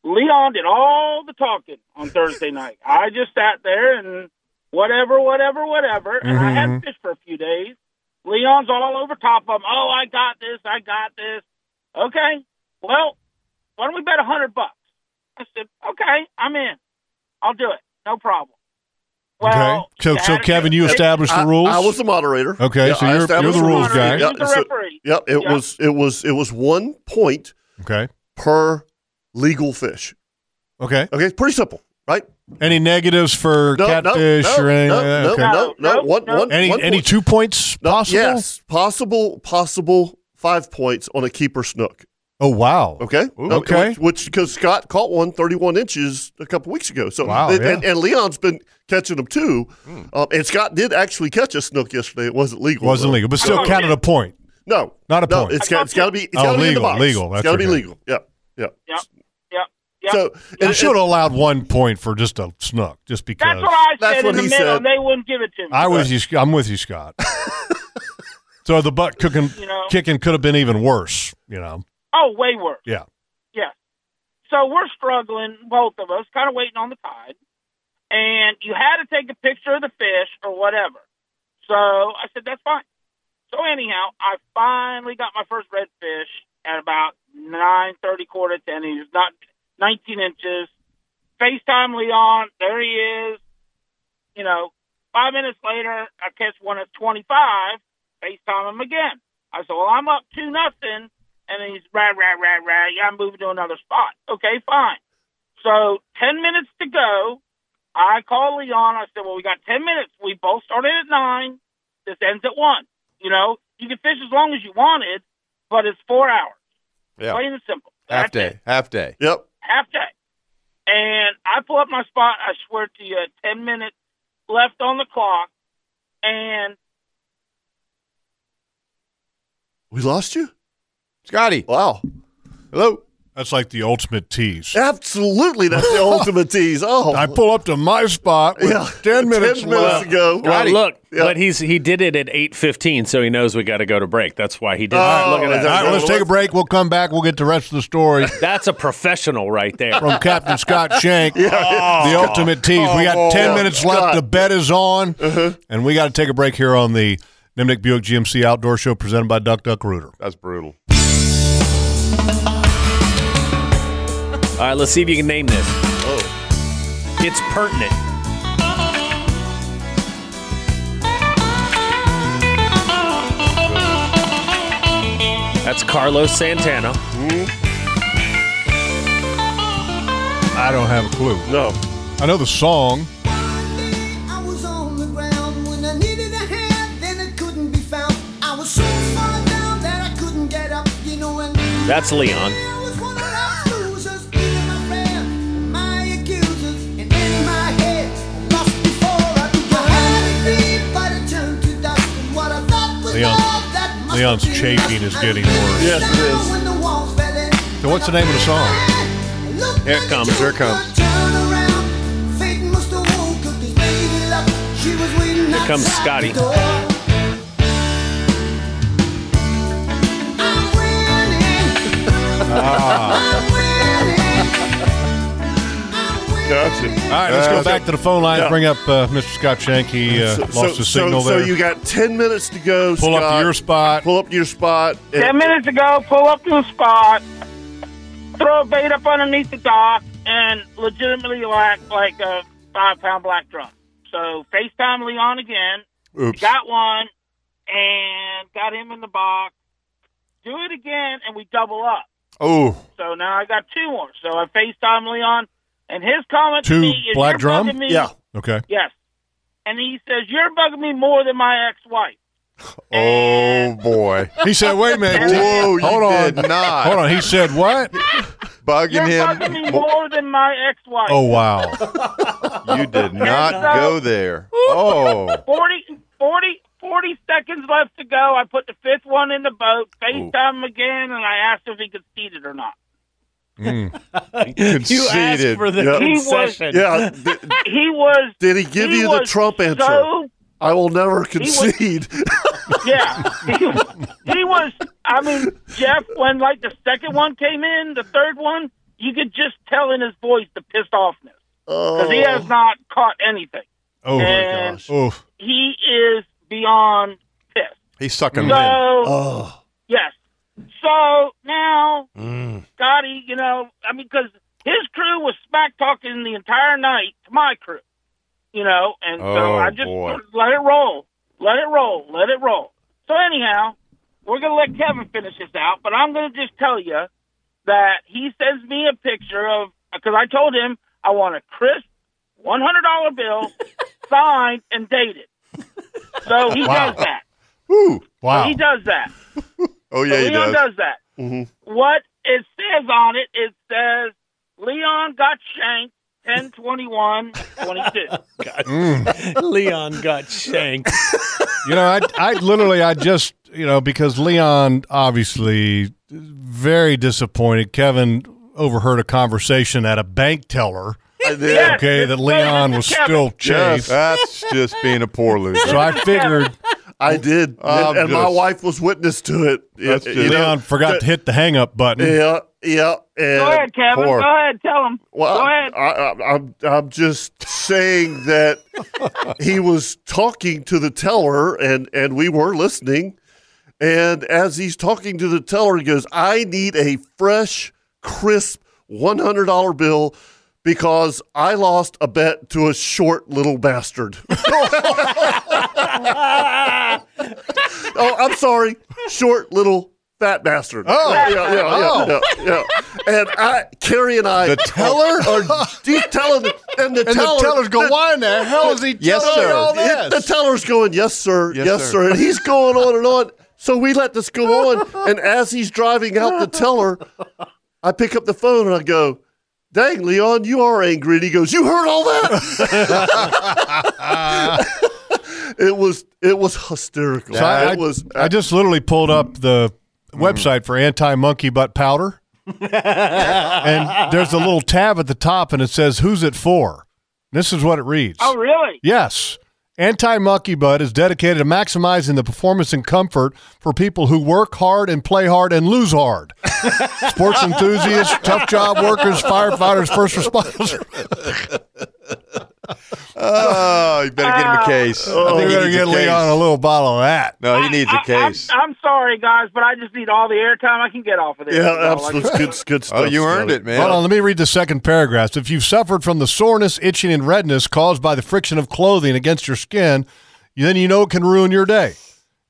Speaker 7: Leon did all the talking on Thursday night. I just sat there and whatever, whatever, whatever. And I
Speaker 1: Mm-hmm.
Speaker 7: hadn't fished for a few days. Leon's all over top of him. Oh, I got this. I got this. Okay. Well, why don't we bet a hundred bucks? I said, okay, I'm in. I'll do it. No problem. Well,
Speaker 3: okay. So, so
Speaker 7: Saturday-
Speaker 3: Kevin, you established the rules.
Speaker 1: I, I was the moderator.
Speaker 3: Okay, so
Speaker 1: I
Speaker 3: you're-
Speaker 1: established
Speaker 3: you're the rules guy.
Speaker 1: Yeah,
Speaker 7: He was the
Speaker 1: so-
Speaker 7: referee.
Speaker 1: Yep, it
Speaker 7: Yeah.
Speaker 1: was it was it was one point
Speaker 3: okay.
Speaker 1: per legal fish.
Speaker 3: Okay.
Speaker 1: Okay, it's pretty simple, right?
Speaker 3: Any negatives for
Speaker 1: No, no,
Speaker 3: catfish
Speaker 1: no,
Speaker 3: or anything?
Speaker 1: no, no,
Speaker 3: okay.
Speaker 1: no, no,
Speaker 7: Nope,
Speaker 1: one-
Speaker 7: nope.
Speaker 1: one-
Speaker 3: Any
Speaker 1: one
Speaker 3: any
Speaker 1: point.
Speaker 3: two points
Speaker 1: No,
Speaker 3: possible?
Speaker 1: Yes, possible, possible five points on a keeper snook.
Speaker 3: Oh wow.
Speaker 1: Okay,
Speaker 3: Ooh. Okay.
Speaker 1: Which because Scott caught one 31 inches a couple weeks ago. So
Speaker 3: Wow,
Speaker 1: and,
Speaker 3: yeah. Hmm.
Speaker 1: and, and Leon's been catching them too. Um, and Scott did actually catch a snook yesterday. It wasn't legal.
Speaker 3: Wasn't
Speaker 1: though.
Speaker 3: legal, but still
Speaker 7: Okay.
Speaker 3: counted a point.
Speaker 1: No,
Speaker 3: Not a
Speaker 1: no,
Speaker 3: point.
Speaker 1: It's got, it's got to be. It's
Speaker 3: Oh,
Speaker 1: gotta be in the
Speaker 3: legal,
Speaker 1: box.
Speaker 3: legal,
Speaker 1: It's
Speaker 3: that's
Speaker 1: got to be
Speaker 3: okay.
Speaker 1: legal. Yeah, yeah,
Speaker 7: Yep, yep, yep.
Speaker 1: So
Speaker 3: You
Speaker 1: and-
Speaker 3: should have allowed one point for just a snook, just because.
Speaker 7: That's what I said
Speaker 1: That's what
Speaker 7: in the
Speaker 1: he
Speaker 7: middle.
Speaker 1: said.
Speaker 7: They wouldn't give it to me.
Speaker 3: I was you. I'm with you, Scott. so the butt cooking,
Speaker 7: You know.
Speaker 3: kicking could have been even worse. You know.
Speaker 7: oh, way worse.
Speaker 3: Yeah.
Speaker 7: Yes. So we're struggling, both of us, kind of waiting on the tide. And you had to take a picture of the fish or whatever. So I said, that's fine. So anyhow, I finally got my first redfish at about 9.30, quarter to 10. He was not 19 inches. FaceTime Leon. There he is. You know, five minutes later, I catch one at 25. FaceTime him again. I said, well, I'm up 2 nothing. And then he's rah, rah, rah, rah. Yeah, I'm moving to another spot. Okay, fine. So 10 minutes to go. I call Leon. I said, well, we got 10 minutes. We both started at 9. This ends at 1. You know, you can fish as long as you wanted, but it's four hours.
Speaker 4: Yeah.
Speaker 7: Plain and simple.
Speaker 4: Half
Speaker 7: That's it
Speaker 4: day. Half day.
Speaker 1: Yep.
Speaker 7: half day. And I pull up my spot, I swear to you, 10 minutes left on the clock. And
Speaker 1: We lost you?
Speaker 4: Scotty.
Speaker 1: Wow.
Speaker 4: Hello.
Speaker 3: That's like the ultimate tease.
Speaker 1: Absolutely. That's the ultimate tease. Oh.
Speaker 3: I pull up to my spot with
Speaker 1: yeah.
Speaker 3: ten minutes left.
Speaker 1: ago.
Speaker 5: Well,
Speaker 1: Scotty.
Speaker 5: look,
Speaker 1: Yeah.
Speaker 5: but he's he did it at eight fifteen, so he knows we got to go to break. That's why he did.
Speaker 1: Oh,
Speaker 5: it. Look at
Speaker 1: yeah.
Speaker 5: his-
Speaker 3: All right, let's take a break. We'll come back. We'll get the rest of the story
Speaker 5: That's a professional right there.
Speaker 3: from Captain Scott Shank,
Speaker 5: Oh,
Speaker 4: Oh.
Speaker 3: the ultimate tease. We got 10 minutes left. The bet is on. And we got to take a break here on the Nimnik Buick GMC Outdoor Show presented by Duck Duck Rooter.
Speaker 4: That's brutal.
Speaker 5: All right, let's see if you can name this.
Speaker 4: Oh.
Speaker 5: It's pertinent. That's Carlos Santana.
Speaker 4: Mm.
Speaker 3: I don't have a clue.
Speaker 1: No.
Speaker 3: I know the song.
Speaker 8: I was on the ground when I needed a hand, then it couldn't be found. I was so far down that I couldn't get up, you know, and
Speaker 5: That's Leon.
Speaker 8: I was one of those losers, beating my friend, my accusers, and in my head, lost before I could go. I had a dream, but it turned to dust, and what I thought was
Speaker 3: Leon-
Speaker 8: love, that must
Speaker 3: Leon's
Speaker 8: have been
Speaker 3: chafing
Speaker 8: lust.
Speaker 3: is getting
Speaker 8: I
Speaker 3: worse.
Speaker 1: Yes, it
Speaker 8: down
Speaker 1: is.
Speaker 8: when the walls fell in.
Speaker 3: So what's the name of the song?
Speaker 5: Here it comes.
Speaker 4: Here it comes.
Speaker 8: Here
Speaker 5: comes Scotty.
Speaker 3: Ah.
Speaker 5: Ah.
Speaker 1: Gotcha.
Speaker 3: All right, let's
Speaker 4: Uh,
Speaker 3: go back to the phone lines.
Speaker 1: yeah.
Speaker 3: Bring up uh, Mr. Scott Shank. He uh, lost his signal
Speaker 1: so,
Speaker 3: there.
Speaker 1: so you got 10 minutes to go.
Speaker 3: Pull up to
Speaker 1: Scott.
Speaker 3: your spot.
Speaker 1: Pull up to your spot. and-
Speaker 7: 10 minutes ago, pull up to the spot, throw a bait up underneath the dock, and legitimately lack like a five pound black drum. So FaceTime Leon again.
Speaker 1: Oops.
Speaker 7: Got one and got him in the box. Do it again, and we double up.
Speaker 4: Oh,
Speaker 7: So now I got two more. So I FaceTime Leon, and his comment
Speaker 3: Two
Speaker 7: to me is
Speaker 3: black
Speaker 7: "You're
Speaker 3: drum?"
Speaker 7: bugging me-
Speaker 1: Yeah.
Speaker 3: Okay.
Speaker 7: Yes. And he says, You're bugging me more than my ex wife.
Speaker 4: oh boy.
Speaker 3: He said, wait a minute.
Speaker 4: Whoa, you
Speaker 3: Hold on.
Speaker 4: did not.
Speaker 3: Hold on. He said, what?
Speaker 7: You're
Speaker 4: bugging
Speaker 7: bugging me
Speaker 4: him.
Speaker 7: more than my ex-wife.
Speaker 3: Oh wow.
Speaker 4: You did not
Speaker 7: so-
Speaker 4: go there. Oh,
Speaker 7: 40, 40, 40 seconds left to go. I put the fifth one in the boat, FaceTime him again, and I asked if he could seat it or not.
Speaker 3: Mm.
Speaker 5: You asked
Speaker 4: conceded.
Speaker 5: for the
Speaker 1: Yeah.
Speaker 7: He was-
Speaker 5: concession.
Speaker 1: Yeah. Did,
Speaker 7: He was.
Speaker 1: did he give
Speaker 7: he
Speaker 1: you the
Speaker 7: was
Speaker 1: Trump answer?
Speaker 7: So,
Speaker 1: I will never
Speaker 7: was-
Speaker 1: concede.
Speaker 7: yeah. He, he was. I mean, Jeff, when like the second one came in, the third one, you could just tell in his voice the pissed offness because he has not caught anything.
Speaker 3: Oh my
Speaker 7: And-
Speaker 3: gosh. Oh.
Speaker 7: He is beyond pissed.
Speaker 4: He's sucking
Speaker 7: So.
Speaker 4: wind.
Speaker 1: Oh.
Speaker 7: Yes. So now,
Speaker 4: Mm.
Speaker 7: Scotty, you know, I mean, because his crew was smack talking the entire night to my crew, you know, and so
Speaker 4: Oh,
Speaker 7: I just
Speaker 4: boy.
Speaker 7: let it roll, let it roll, let it roll. So anyhow, we're gonna let Kevin finish this out, but I'm gonna just tell you that he sends me a picture of because I told him I want a crisp one hundred dollar bill signed and dated. So he
Speaker 3: Wow.
Speaker 7: does that.
Speaker 4: Ooh.
Speaker 3: Wow.
Speaker 7: He does that.
Speaker 4: Oh yeah, he
Speaker 7: Leon
Speaker 4: does.
Speaker 7: does, that.
Speaker 1: Mm-hmm.
Speaker 7: What it says on it, it says Leon got shanked 10 21 22.
Speaker 1: Mm.
Speaker 5: Leon got shanked.
Speaker 3: you know, I, I literally, I just, you know, because Leon obviously very disappointed. Kevin overheard a conversation at a bank teller.
Speaker 4: I did.
Speaker 7: Yes,
Speaker 3: Okay,
Speaker 7: it's
Speaker 3: that
Speaker 7: going
Speaker 3: Leon
Speaker 7: to
Speaker 3: was
Speaker 7: Kevin.
Speaker 3: still
Speaker 4: Yes,
Speaker 3: chased.
Speaker 4: that's just being a poor loser.
Speaker 3: So I figured
Speaker 1: I did,
Speaker 3: Oh,
Speaker 4: I'm
Speaker 1: and, and my
Speaker 4: just-
Speaker 1: wife was witness to it.
Speaker 4: That's
Speaker 1: You
Speaker 4: just-
Speaker 1: know,
Speaker 3: Leon forgot to hit the hang up button.
Speaker 1: Yeah, yeah, and
Speaker 7: Go ahead, Kevin.
Speaker 4: poor.
Speaker 7: Go ahead. Tell him.
Speaker 1: well,
Speaker 7: Go
Speaker 1: I,
Speaker 7: ahead.
Speaker 1: I, I'm I'm just saying that he was talking to the teller, and and we were listening, and as he's talking to the teller, he goes, "I need a fresh, crisp, one hundred dollar bill." Because I lost a bet to a short little bastard. Oh, I'm sorry. Short little fat bastard. Oh, yeah, yeah, yeah,
Speaker 3: Oh.
Speaker 1: yeah, yeah. And I, Carrie and I,
Speaker 4: The teller?
Speaker 1: are deep telling, and the
Speaker 3: And
Speaker 1: teller,
Speaker 3: the teller's going, why in the hell is he
Speaker 4: Yes,
Speaker 3: telling me
Speaker 4: sir.
Speaker 3: all
Speaker 1: it- the
Speaker 3: this?
Speaker 1: teller's going, yes, sir, yes,
Speaker 4: Yes,
Speaker 1: sir.
Speaker 4: sir.
Speaker 1: and he's going on and on. So we let this go on, and as he's driving out the teller, I pick up the phone and I go, "Dang, Leon, you are angry." And he goes, "You heard all that?" it was it was hysterical.
Speaker 3: So I, I-
Speaker 1: it was.
Speaker 3: I just literally pulled up the website for anti monkey butt powder. and there's a little tab at the top and it says, Who's it for? This is what it reads.
Speaker 7: Oh, really?
Speaker 3: Yes. Anti Monkey Butt is dedicated to maximizing the performance and comfort for people who work hard and play hard and lose hard. Sports enthusiasts, tough job workers, firefighters, first responders.
Speaker 4: Oh, you better get him a case. I
Speaker 3: We're
Speaker 4: think he
Speaker 3: going to
Speaker 4: needs a
Speaker 3: get Leon a
Speaker 4: case.
Speaker 3: little bottle of that.
Speaker 4: No, he needs
Speaker 7: I,
Speaker 4: a case.
Speaker 7: I, am sorry, guys, but I just need all the airtime I can get off of this.
Speaker 1: Yeah,
Speaker 7: That's all I can-
Speaker 1: absolutely. Good, good stuff.
Speaker 4: Oh, you earned
Speaker 1: Scotty.
Speaker 4: it, man.
Speaker 3: Hold on, let me read the second paragraph. If you've suffered from the soreness, itching, and redness caused by the friction of clothing against your skin, then you know it can ruin your day.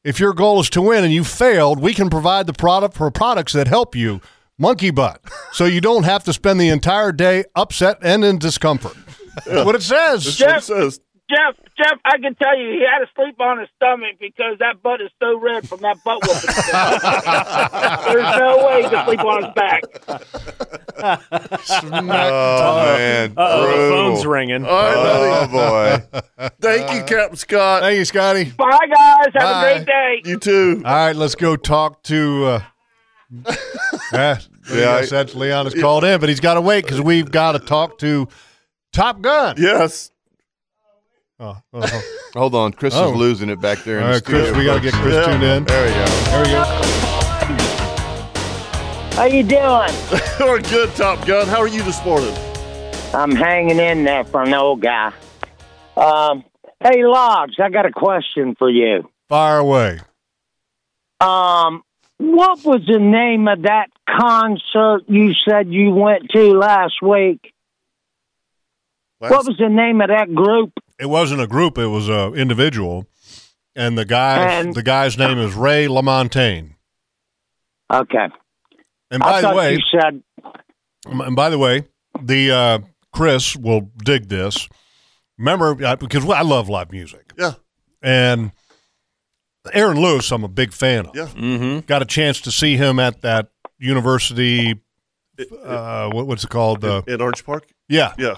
Speaker 3: If your goal is to win and you failed, we can provide the product for products that help you, monkey butt, so you don't have to spend the entire day upset and in discomfort. That's what it says.
Speaker 1: That's what it says.
Speaker 7: Jeff, Jeff, I can tell you, he had to sleep on his stomach because that butt is so red from that butt whooping. There's no way he could sleep on his back.
Speaker 4: Oh, man.
Speaker 5: Uh-oh, the phone's
Speaker 4: Brutal.
Speaker 5: ringing.
Speaker 1: All right, buddy.
Speaker 4: Oh, boy.
Speaker 1: Thank you, Captain Scott.
Speaker 3: Uh, Thank you, Scotty.
Speaker 7: Bye, guys. Have
Speaker 3: Bye.
Speaker 7: a great day.
Speaker 1: you too.
Speaker 3: All right, let's go talk to. Uh, yeah,
Speaker 4: Yeah,
Speaker 3: yes, that's Leon has called in, but he's got to wait because we've got to talk to Top Gun.
Speaker 1: Yes.
Speaker 3: Oh, oh, oh.
Speaker 4: Hold on. Chris
Speaker 3: Oh.
Speaker 4: is losing it back there in
Speaker 3: All
Speaker 4: the
Speaker 3: right, Chris,
Speaker 4: studio,
Speaker 3: we got to
Speaker 4: folks.
Speaker 3: get Chris
Speaker 1: Yeah.
Speaker 3: tuned in.
Speaker 4: There we go.
Speaker 3: There we go.
Speaker 9: How you doing?
Speaker 1: We're good, Top Gun. How are you this morning?
Speaker 9: I'm hanging in there for an old guy. Um, hey, Logs, I got a question for you.
Speaker 3: Fire away.
Speaker 9: Um, what was the name of that concert you said you went to last week? What was the name of that group?
Speaker 3: It wasn't a group; it was a individual, and the guy,
Speaker 9: And-
Speaker 3: the guy's name is Ray Lamontagne.
Speaker 9: Okay.
Speaker 3: And
Speaker 9: I
Speaker 3: by the
Speaker 9: thought
Speaker 3: way,
Speaker 9: you said,
Speaker 3: and by the way, the uh, Chris will dig this. Remember, I- because I love live music.
Speaker 1: Yeah.
Speaker 3: and Aaron Lewis, I'm a big fan of.
Speaker 1: Yeah.
Speaker 5: Mm-hmm.
Speaker 3: Got a chance to see him at that university uh, what, what's it called? Uh,
Speaker 1: in Orange Park.
Speaker 3: Yeah,
Speaker 1: yeah.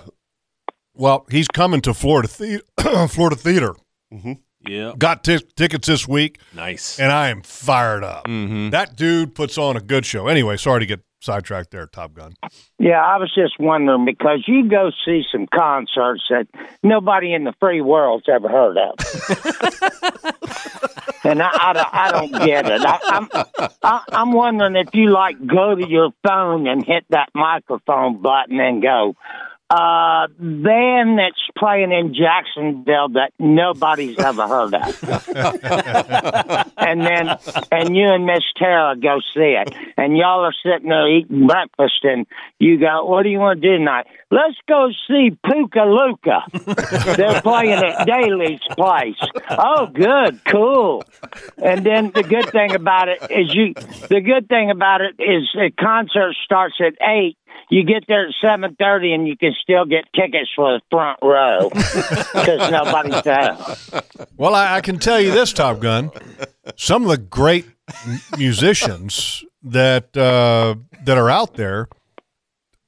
Speaker 3: Well, he's coming to Florida the- Florida Theater. Mm-hmm.
Speaker 5: Yeah.
Speaker 3: Got t- tickets this week.
Speaker 5: Nice.
Speaker 3: And I am fired up. That dude puts on a good show. Anyway, sorry to get sidetracked there, Top Gun.
Speaker 9: Yeah, I was just wondering because you go see some concerts that nobody in the free world's ever heard of, and I, I, don't- I don't get it. I, I'm I, I'm wondering if you like go to your phone and hit that microphone button and go. Uh, band that's playing in Jacksonville that nobody's ever heard of, and then and you and Miss Tara go see it, and y'all are sitting there eating breakfast, and you go, "What do you want to do tonight? Let's go see Puka Luka. They're playing at Daly's place. Oh, good, cool. And then the good thing about it is you. The good thing about it is the concert starts at eight. You get there at seven thirty, and you can still get tickets for the front row because nobody's there.
Speaker 3: Well, I, I can tell you this, Top Gun. Some of the great m- musicians that uh, that are out there,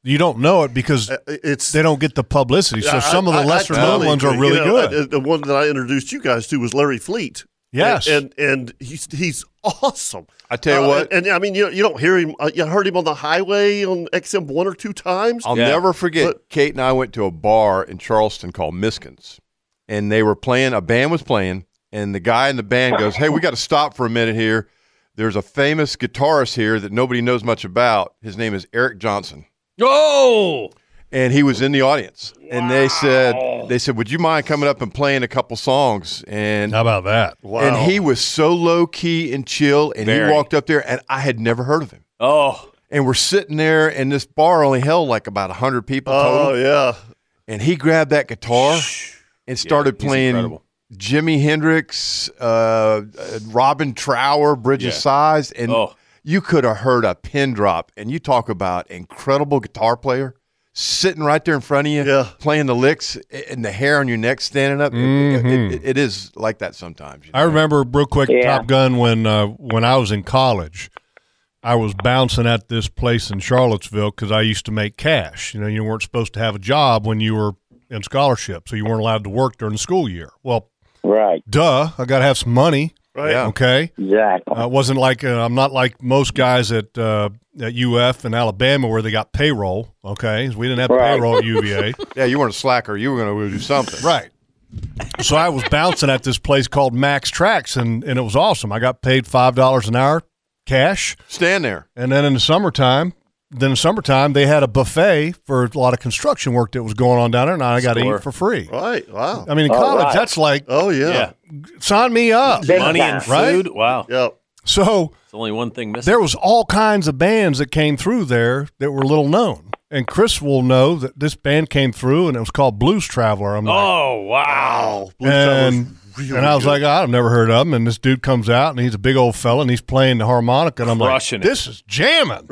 Speaker 3: you don't know it because
Speaker 1: Uh, it's
Speaker 3: they don't get the publicity. So
Speaker 1: I-
Speaker 3: some of
Speaker 1: I-
Speaker 3: the
Speaker 1: I
Speaker 3: lesser known
Speaker 1: totally
Speaker 3: ones are
Speaker 1: agree.
Speaker 3: really
Speaker 1: You know,
Speaker 3: good.
Speaker 1: I- the one that I introduced you guys to was Larry Fleet.
Speaker 3: Yes.
Speaker 1: and and, and he's he's awesome.
Speaker 4: I tell you
Speaker 1: Uh,
Speaker 4: what.
Speaker 1: and, and, I mean you, you don't hear him. Uh, you heard him on the highway on XM one or two times.
Speaker 4: I'll never forget. Kate and I went to a bar in Charleston called Miskins, and they were playing. A band was playing, and the guy in the band goes, "Hey, we got to stop for a minute here. There's a famous guitarist here that nobody knows much about. His name is Eric Johnson."
Speaker 5: Oh.
Speaker 4: And he was in the audience, and they said, "They said, would you mind coming up and playing a couple songs?" And
Speaker 3: how about that?
Speaker 4: And he was so low key and chill, and
Speaker 5: Very.
Speaker 4: he walked up there, and I had never heard of him.
Speaker 5: Oh.
Speaker 4: And we're sitting there, and this bar only held like about hundred people.
Speaker 1: Oh,
Speaker 4: total.
Speaker 1: yeah.
Speaker 4: And he grabbed that guitar and started
Speaker 5: he's
Speaker 4: playing
Speaker 5: incredible.
Speaker 4: Jimi Hendrix, uh, uh, Robin Trower, Bridges
Speaker 5: Yeah.
Speaker 4: Size, and
Speaker 5: Oh.
Speaker 4: you could have heard a pin drop. And you talk about incredible guitar player sitting right there in front of you, playing the licks, and the hair on your neck standing up. It- it-
Speaker 5: Mm-hmm.
Speaker 3: Mhm.
Speaker 4: it- it is like that sometimes.
Speaker 3: I remember real quick
Speaker 4: Yeah.
Speaker 3: Top Gun when uh, when I was in college. I was bouncing at this place in Charlottesville because I used to make cash. You know, you weren't supposed to have a job when you were in scholarship, so you weren't allowed to work during the school year. Well,
Speaker 9: right,
Speaker 3: duh, I got to have some money.
Speaker 1: Right. Yeah.
Speaker 3: Okay.
Speaker 9: Exactly.
Speaker 3: I wasn't like uh, I'm not like most guys at uh, at UF in Alabama where they got payroll. Okay, we didn't have
Speaker 4: Right.
Speaker 3: payroll at UVA.
Speaker 4: yeah, you weren't a slacker. You were going to do something.
Speaker 3: Right. So I was bouncing at this place called Max Tracks, and, and it was awesome. I got paid five dollars an hour, cash.
Speaker 4: Stand there.
Speaker 3: And then in the summertime, then in the summertime they had a buffet for a lot of construction work that was going on down there, and I got to
Speaker 5: Score.
Speaker 3: eat for free.
Speaker 1: Right. Wow.
Speaker 3: I mean, in
Speaker 1: All
Speaker 3: college,
Speaker 1: right.
Speaker 3: that's like,
Speaker 1: oh yeah,
Speaker 3: sign me up.
Speaker 5: Money and
Speaker 3: Right?
Speaker 5: food. Wow.
Speaker 1: Yep.
Speaker 3: So
Speaker 5: It's only one thing missing.
Speaker 3: there was all kinds of bands that came through there that were little known. And Chris will know that this band came through, and it was called Blues Traveler. I'm like,
Speaker 5: Oh wow.
Speaker 3: and, and I was like, I've never heard of him. And this dude comes out, and he's a big old fella, and he's playing the harmonica, and I'm
Speaker 5: Crushing it.
Speaker 3: like, this is jamming.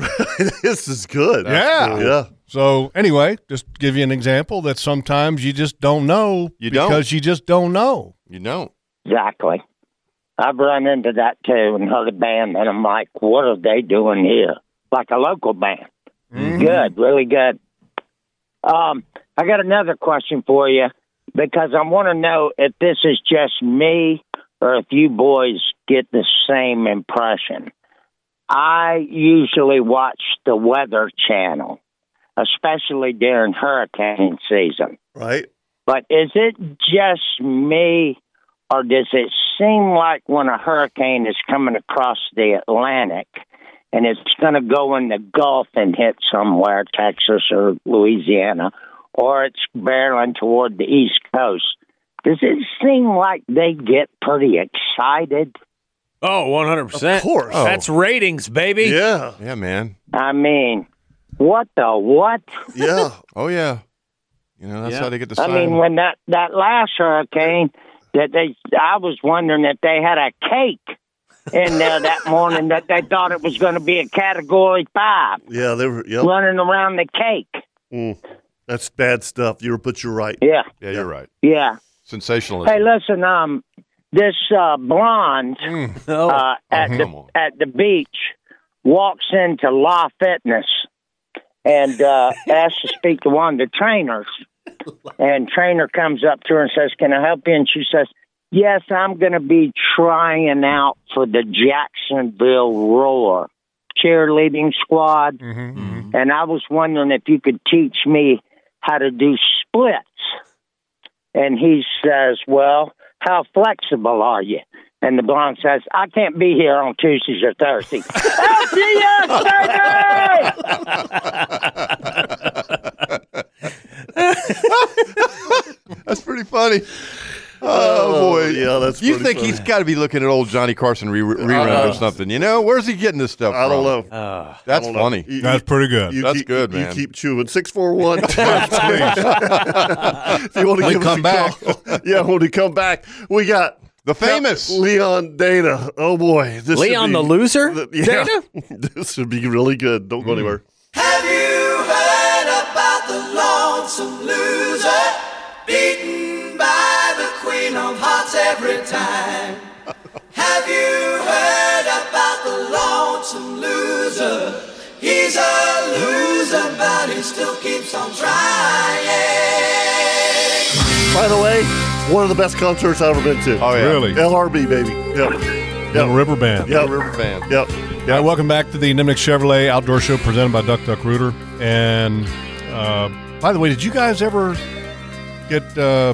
Speaker 1: this is good.
Speaker 3: yeah,
Speaker 1: Cool. Yeah.
Speaker 3: So anyway, just to give you an example that sometimes you just don't know
Speaker 4: you
Speaker 9: don't.
Speaker 3: because you just don't know.
Speaker 4: You don't.
Speaker 9: Exactly. I've run into that too and heard a band, and I'm like, what are they doing here? Like a local band.
Speaker 4: Mm-hmm.
Speaker 9: Good, really good. Um, I got another question for you because I want to know if this is just me or if you boys get the same impression. I usually watch the Weather Channel, especially during hurricane season.
Speaker 1: Right.
Speaker 9: But is it just me, or does it seem like when a hurricane is coming across the Atlantic and it's going to go in the Gulf and hit somewhere, Texas or Louisiana, or it's barreling toward the East Coast? Does it seem like they get pretty excited?
Speaker 5: Oh, 100%. Of
Speaker 1: course. Oh.
Speaker 5: That's ratings, baby.
Speaker 1: Yeah.
Speaker 4: Yeah, man.
Speaker 9: I mean, what the what?
Speaker 1: Yeah.
Speaker 4: oh yeah. You know that's how they get the
Speaker 9: I
Speaker 4: sign.
Speaker 9: mean, when that that last hurricane, that they, I was wondering if they had a cake in there that morning that they thought it was going to be a Category Five,
Speaker 1: Yeah. They were. Yep.
Speaker 9: running around the cake.
Speaker 1: Mm. That's bad stuff. You're, but you're right.
Speaker 9: Yeah.
Speaker 4: yeah, you're right.
Speaker 9: Yeah.
Speaker 4: Sensationalism.
Speaker 9: Hey, listen, um, this uh, blonde uh, at the at the beach walks into Law Fitness and uh, asked to speak to one of the trainers. And trainer comes up to her and says, "Can I help you?" And she says, "Yes, I'm going to be trying out for the Jacksonville Roar cheerleading squad, and I was wondering if you could teach me how to do splits." And he says, "Well, how flexible are you?" And the blonde says, "I can't be here on Tuesdays or Thursdays."
Speaker 4: That's pretty funny. Oh, boy,
Speaker 1: yeah, that's
Speaker 4: You
Speaker 1: pretty
Speaker 4: think
Speaker 1: funny. Uh-huh.
Speaker 4: he's got to be looking at old Johnny Carson re- rerun or something? You know, where's he getting this stuff?
Speaker 1: I don't
Speaker 4: from?
Speaker 1: know.
Speaker 4: That's
Speaker 1: I don't know.
Speaker 4: funny.
Speaker 1: You-
Speaker 3: That's
Speaker 1: you-
Speaker 3: pretty good.
Speaker 1: you
Speaker 4: That's
Speaker 1: keep-
Speaker 4: good,
Speaker 1: You
Speaker 4: man.
Speaker 1: keep chewing. 641 If you want to
Speaker 3: We
Speaker 1: give
Speaker 3: come
Speaker 1: us a call. yeah, when we come back, we got
Speaker 4: The famous.
Speaker 1: Leon Dana. Oh, boy. This should
Speaker 5: Leon
Speaker 1: be-
Speaker 5: the loser?
Speaker 1: th- yeah. this would be really good. Don't go anywhere.
Speaker 2: Have you heard about the lonesome loser? Beaten by the queen of hearts every time. Have you heard about the lonesome loser? He's a loser, but he still keeps on trying.
Speaker 1: By the way, one of the best concerts I've ever been to.
Speaker 4: Oh yeah,
Speaker 3: Really?
Speaker 1: LRB, baby. Yep.
Speaker 3: Little River Band.
Speaker 1: Yep.
Speaker 4: River fan.
Speaker 1: Yep.
Speaker 3: All right, welcome back to the Nimnik Chevrolet Outdoor Show presented by Duck Duck Rooter. And uh, by the way, did you guys ever get uh,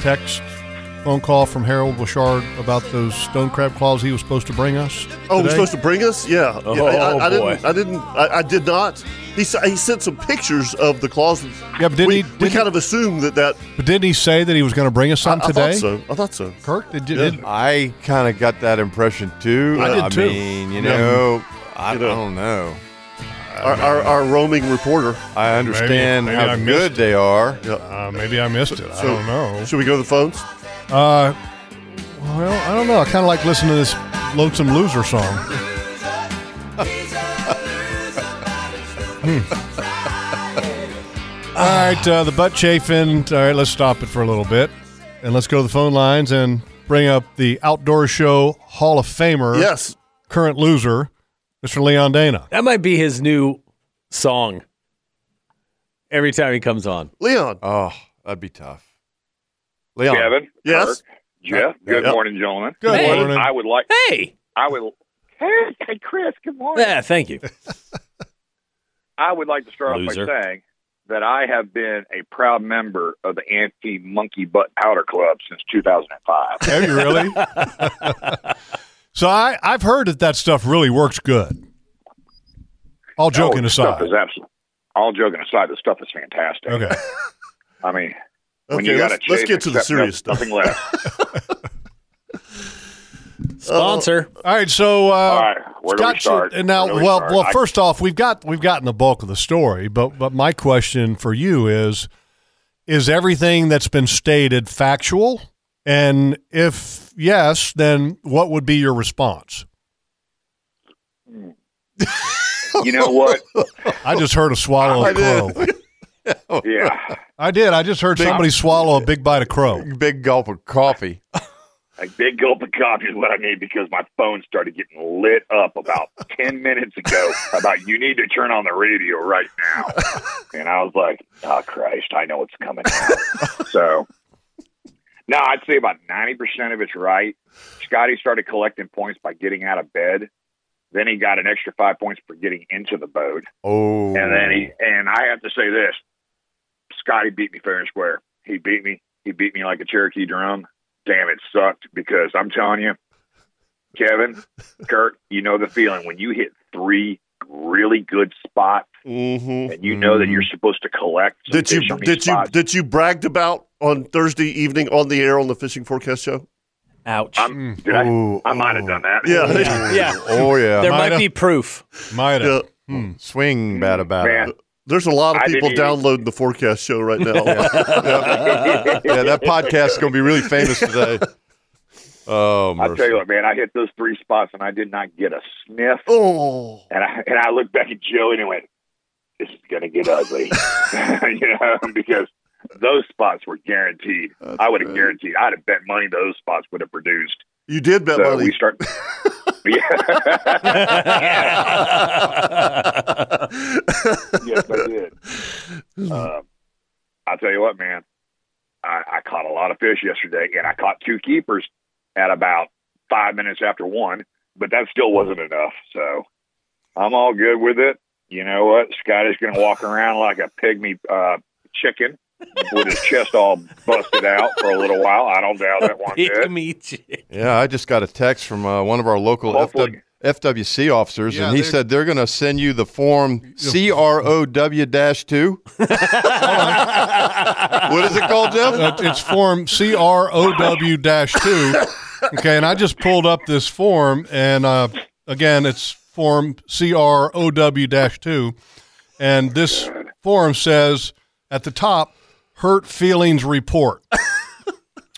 Speaker 3: text, phone call from Harold Wishard about those stone crab claws he was supposed to bring us?
Speaker 1: Oh, he's
Speaker 3: today?
Speaker 1: supposed to bring us? Yeah.
Speaker 5: Oh,
Speaker 1: yeah. I, I, I
Speaker 5: boy.
Speaker 1: didn't. I didn't. I, I did not. He, s- he sent some pictures of the closets.
Speaker 3: Yeah, but didn't
Speaker 1: we,
Speaker 3: he-
Speaker 1: we
Speaker 3: didn't-
Speaker 1: kind of assumed that that.
Speaker 3: But didn't he say that he was going to bring us
Speaker 1: I,
Speaker 3: some
Speaker 1: I
Speaker 3: today?
Speaker 1: thought so. I thought so.
Speaker 3: Kirk, did you?
Speaker 1: Yeah.
Speaker 3: did-
Speaker 4: I kind of got that impression too.
Speaker 3: I did, too.
Speaker 4: mean, you
Speaker 3: Yeah.
Speaker 4: know, I,
Speaker 1: You know.
Speaker 4: I don't know.
Speaker 1: Our, our, our roaming reporter.
Speaker 4: I understand
Speaker 3: maybe
Speaker 4: how
Speaker 3: I missed
Speaker 4: good they are.
Speaker 3: uh, maybe I missed it. I
Speaker 1: So-
Speaker 3: don't know.
Speaker 1: Should we go to the phones?
Speaker 3: Uh, well, I don't know. I kind of like listening to this Lonesome Loser song. Hmm. All right, uh, the butt chafing. All right, let's stop it for a little bit and let's go to the phone lines and bring up the Outdoor Show Hall of Famer,
Speaker 1: Yes.
Speaker 3: current loser, Mr. Leon Dana.
Speaker 5: That might be his new song. Every time he comes on,
Speaker 1: Leon.
Speaker 4: Oh, that'd be tough. Leon,
Speaker 10: Kevin.
Speaker 1: Yes.
Speaker 10: Kirk, Jeff. Good
Speaker 1: Yep.
Speaker 10: morning, gentlemen.
Speaker 3: Good
Speaker 5: Hey.
Speaker 3: morning.
Speaker 10: I would like.
Speaker 5: hey,
Speaker 10: I would. Hey, hey, Chris. Good morning.
Speaker 5: yeah, thank you.
Speaker 10: I would like to start
Speaker 5: Loser.
Speaker 10: off by saying that I have been a proud member of the Anti Monkey Butt Powder Club since 2005.
Speaker 3: Have you really?
Speaker 10: Oh,
Speaker 3: so I, I've heard that that stuff really works good. All joking
Speaker 10: Oh, the
Speaker 3: aside.
Speaker 10: stuff is absolutely. All joking aside, the stuff is fantastic.
Speaker 3: Okay.
Speaker 10: I mean, when
Speaker 1: Okay.
Speaker 10: you got
Speaker 1: Let's, let's get to the serious stuff.
Speaker 10: Nothing left.
Speaker 5: Sponsor.
Speaker 3: All right, so uh,
Speaker 10: All right, where do we
Speaker 3: Scott, should-
Speaker 10: start?
Speaker 3: and now,
Speaker 10: Where do we
Speaker 3: well,
Speaker 10: start?
Speaker 3: well,
Speaker 10: I-
Speaker 3: first off, we've got we've gotten the bulk of the story, but but my question for you is: Is everything that's been stated factual? And if yes, then what would be your response?
Speaker 10: You know what?
Speaker 3: I just heard a swallow
Speaker 4: I
Speaker 3: of
Speaker 4: did. Oh.
Speaker 3: crow.
Speaker 10: Yeah.
Speaker 3: I did. I just heard somebody swallow a big bite of crow.
Speaker 4: big gulp of coffee.
Speaker 10: A big gulp of coffee is what I need because my phone started getting lit up about 10 minutes ago about you need to turn on the radio right now. And I was like, oh, Christ, I know it's coming now. so, no, I'd say about 90% of it's right. Scotty started collecting points by getting out of bed. Then he got an extra five points for getting into the boat.
Speaker 4: Oh,
Speaker 10: And then he and I have to say this: Scotty beat me fair and square. He beat me. He beat me like a Cherokee drum. Damn, it sucked because I'm telling you, Kevin, Kirk, you know the feeling when you hit three really good spots
Speaker 1: Mm-hmm.
Speaker 10: and you know that you're supposed to collect. some
Speaker 1: That you
Speaker 10: fish on these
Speaker 1: that you
Speaker 10: spots.
Speaker 1: that you bragged about on Thursday evening on the air on the fishing forecast show.
Speaker 5: Ouch.
Speaker 10: I'm, did I,
Speaker 4: Ooh,
Speaker 10: I might have done that.
Speaker 1: Mm-hmm. Yeah.
Speaker 5: yeah,
Speaker 4: oh yeah,
Speaker 5: there might
Speaker 3: Mida.
Speaker 5: be proof.
Speaker 3: Might
Speaker 1: yeah.
Speaker 3: have. Hmm.
Speaker 4: Hmm, swing bat about.
Speaker 10: Man.
Speaker 1: There's a lot of
Speaker 10: I
Speaker 1: people
Speaker 10: didn't even-
Speaker 1: downloading the forecast show right now.
Speaker 4: yeah, that podcast is going to be really famous today. Oh,
Speaker 10: I tell
Speaker 4: mercy.
Speaker 10: you what, man, I hit those three spots and I did not get a sniff.
Speaker 1: Oh.
Speaker 10: And I and I looked back at Joe and I went, "This is gonna get ugly," you know, because those spots were guaranteed. I would have guaranteed. I'd have bet money those spots would have produced.
Speaker 1: You did bet
Speaker 10: so
Speaker 1: money.
Speaker 10: we start. yes, I did. Uh, I'll tell you what, man. I, I caught a lot of fish yesterday, and I caught two keepers at about five minutes after one, but that still wasn't enough. So I'm all good with it. You know what? Scott is going to walk around like a pygmy uh, chicken with his chest all busted out for a little while. I don't doubt that one bit.
Speaker 4: Yeah, I just got a text from uh, one of our local FW,
Speaker 10: Hopefully.
Speaker 4: FWC officers,
Speaker 3: Yeah,
Speaker 4: and he
Speaker 3: they're-
Speaker 4: said they're going to send you the form CROW 2. what is it called, Jeff?
Speaker 3: Uh, it's form CROW 2. Okay, and I just pulled up this form, and uh, again, it's form CROW 2. And this form says at the top, hurt feelings report.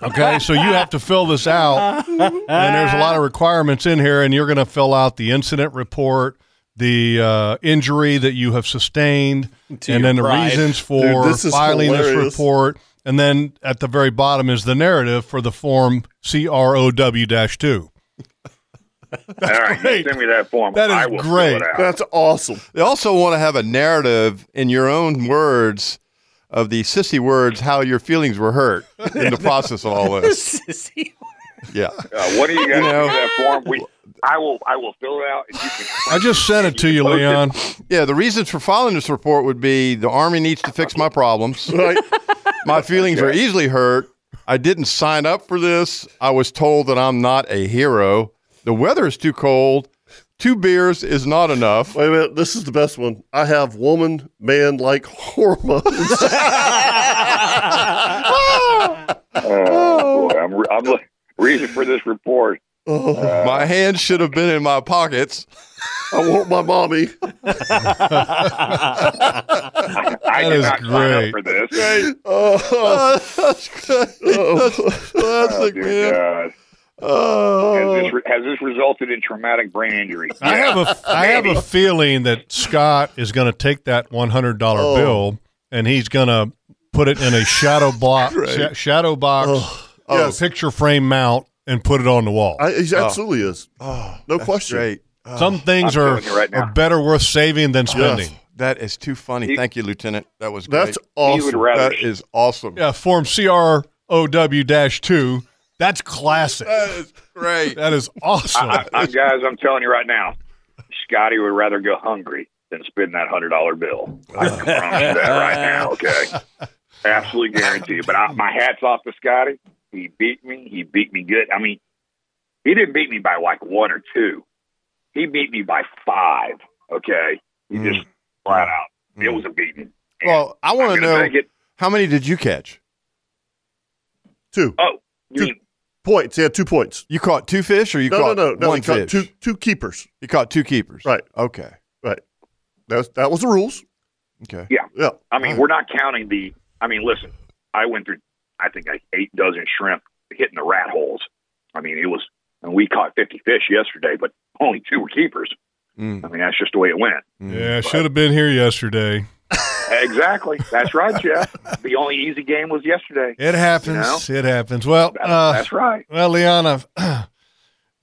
Speaker 3: Okay, so you have to fill this out, and there's a lot of requirements in here, and you're going to fill out the incident report, the uh, injury that you have sustained,
Speaker 5: To
Speaker 3: and
Speaker 5: your
Speaker 3: then the
Speaker 5: pride.
Speaker 3: reasons for
Speaker 1: Dude,
Speaker 3: for
Speaker 1: this is
Speaker 3: filing
Speaker 1: hilarious.
Speaker 3: this report. And then at the very bottom is the narrative for the form CROW 2.
Speaker 10: All right,
Speaker 3: great.
Speaker 10: you send me that form.
Speaker 3: That is
Speaker 10: I will fill
Speaker 3: great.
Speaker 10: it out.
Speaker 1: That's awesome.
Speaker 4: They also want to have a narrative in your own words of the sissy words how your feelings were hurt in the process of all this. Yeah.
Speaker 10: Uh, what do you guys
Speaker 4: You know-
Speaker 10: do that form? We, I will. I will fill it out. And you can
Speaker 3: I just sent it to you,
Speaker 10: Posted.
Speaker 3: Leon.
Speaker 4: Yeah, the reasons for filing this report would be the Army needs to fix my problems.
Speaker 1: Right?
Speaker 4: My feelings are easily hurt. I didn't sign up for this. I was told that I'm not a hero. The weather is too cold. Two beers is not enough.
Speaker 1: Wait a minute. This is the best one. I have woman, man like hormones.
Speaker 10: Oh, boy, I'm, re- I'm look- reason for this report.
Speaker 4: Oh. My hands should have been in my pockets.
Speaker 1: I want my mommy.
Speaker 10: I
Speaker 3: That
Speaker 10: did
Speaker 3: is
Speaker 10: not sign
Speaker 3: great.
Speaker 10: up for this.
Speaker 1: Oh,
Speaker 4: that's classic,
Speaker 10: Oh, Dear
Speaker 4: man.
Speaker 10: God. Has, this re- has this resulted in traumatic brain injury?
Speaker 3: I have a I have a feeling that Scott is going to take that one hundred dollar
Speaker 1: Oh.
Speaker 3: bill and he's going to put it in a shadow block sha- shadow box uh,
Speaker 1: Yes.
Speaker 3: picture frame mount and put it on the wall.
Speaker 1: Oh. I, he absolutely is.
Speaker 4: Oh,
Speaker 1: No
Speaker 4: that's
Speaker 1: question. Oh.
Speaker 4: Great. Oh.
Speaker 3: Some things
Speaker 10: Oh. I'm
Speaker 3: are,
Speaker 10: feeling it right now.
Speaker 3: are better worth saving than spending.
Speaker 4: That is too funny. Thank you, Lieutenant. That was great.
Speaker 1: That's awesome.
Speaker 10: He would rather.
Speaker 4: that is awesome.
Speaker 3: Yeah, form CROW 2. That's classic.
Speaker 4: That is great.
Speaker 3: That is awesome.
Speaker 10: I, I, guys, I'm telling you right now, Scotty would rather go hungry than spend that hundred dollar bill. I can promise you that right now. Okay, absolutely guarantee you. But I, my hat's off to Scotty. He beat me. He beat me good. I mean, he didn't beat me by like one or two. He beat me by five. Okay, he just flat out. It was a beating. And
Speaker 4: Well, I want
Speaker 10: I'm
Speaker 4: to
Speaker 10: gonna
Speaker 4: know
Speaker 10: take it.
Speaker 4: how many did you catch?
Speaker 1: Two
Speaker 10: Oh, you mean
Speaker 1: points. He had two points.
Speaker 4: You caught two fish, or you
Speaker 1: No, no,
Speaker 4: caught
Speaker 1: no, no.
Speaker 4: one
Speaker 1: he caught
Speaker 4: fish?
Speaker 1: two, two keepers.
Speaker 4: You caught two keepers.
Speaker 1: Right.
Speaker 4: Okay.
Speaker 1: That's, that was the rules.
Speaker 4: Okay.
Speaker 1: Yeah.
Speaker 10: I mean, we're not counting the. I mean, listen, I went through, I think, like eight dozen shrimp hitting the rat holes. I mean, it was, and we caught 50 fish yesterday, but only two were keepers.
Speaker 4: Mm.
Speaker 10: I mean, that's just the way it went.
Speaker 1: Mm.
Speaker 3: yeah, should have been here yesterday.
Speaker 10: exactly. That's right, Jeff. The only easy game was yesterday.
Speaker 3: It happens. It happens. Well,
Speaker 10: That-
Speaker 3: uh,
Speaker 10: that's right.
Speaker 3: well, Liana,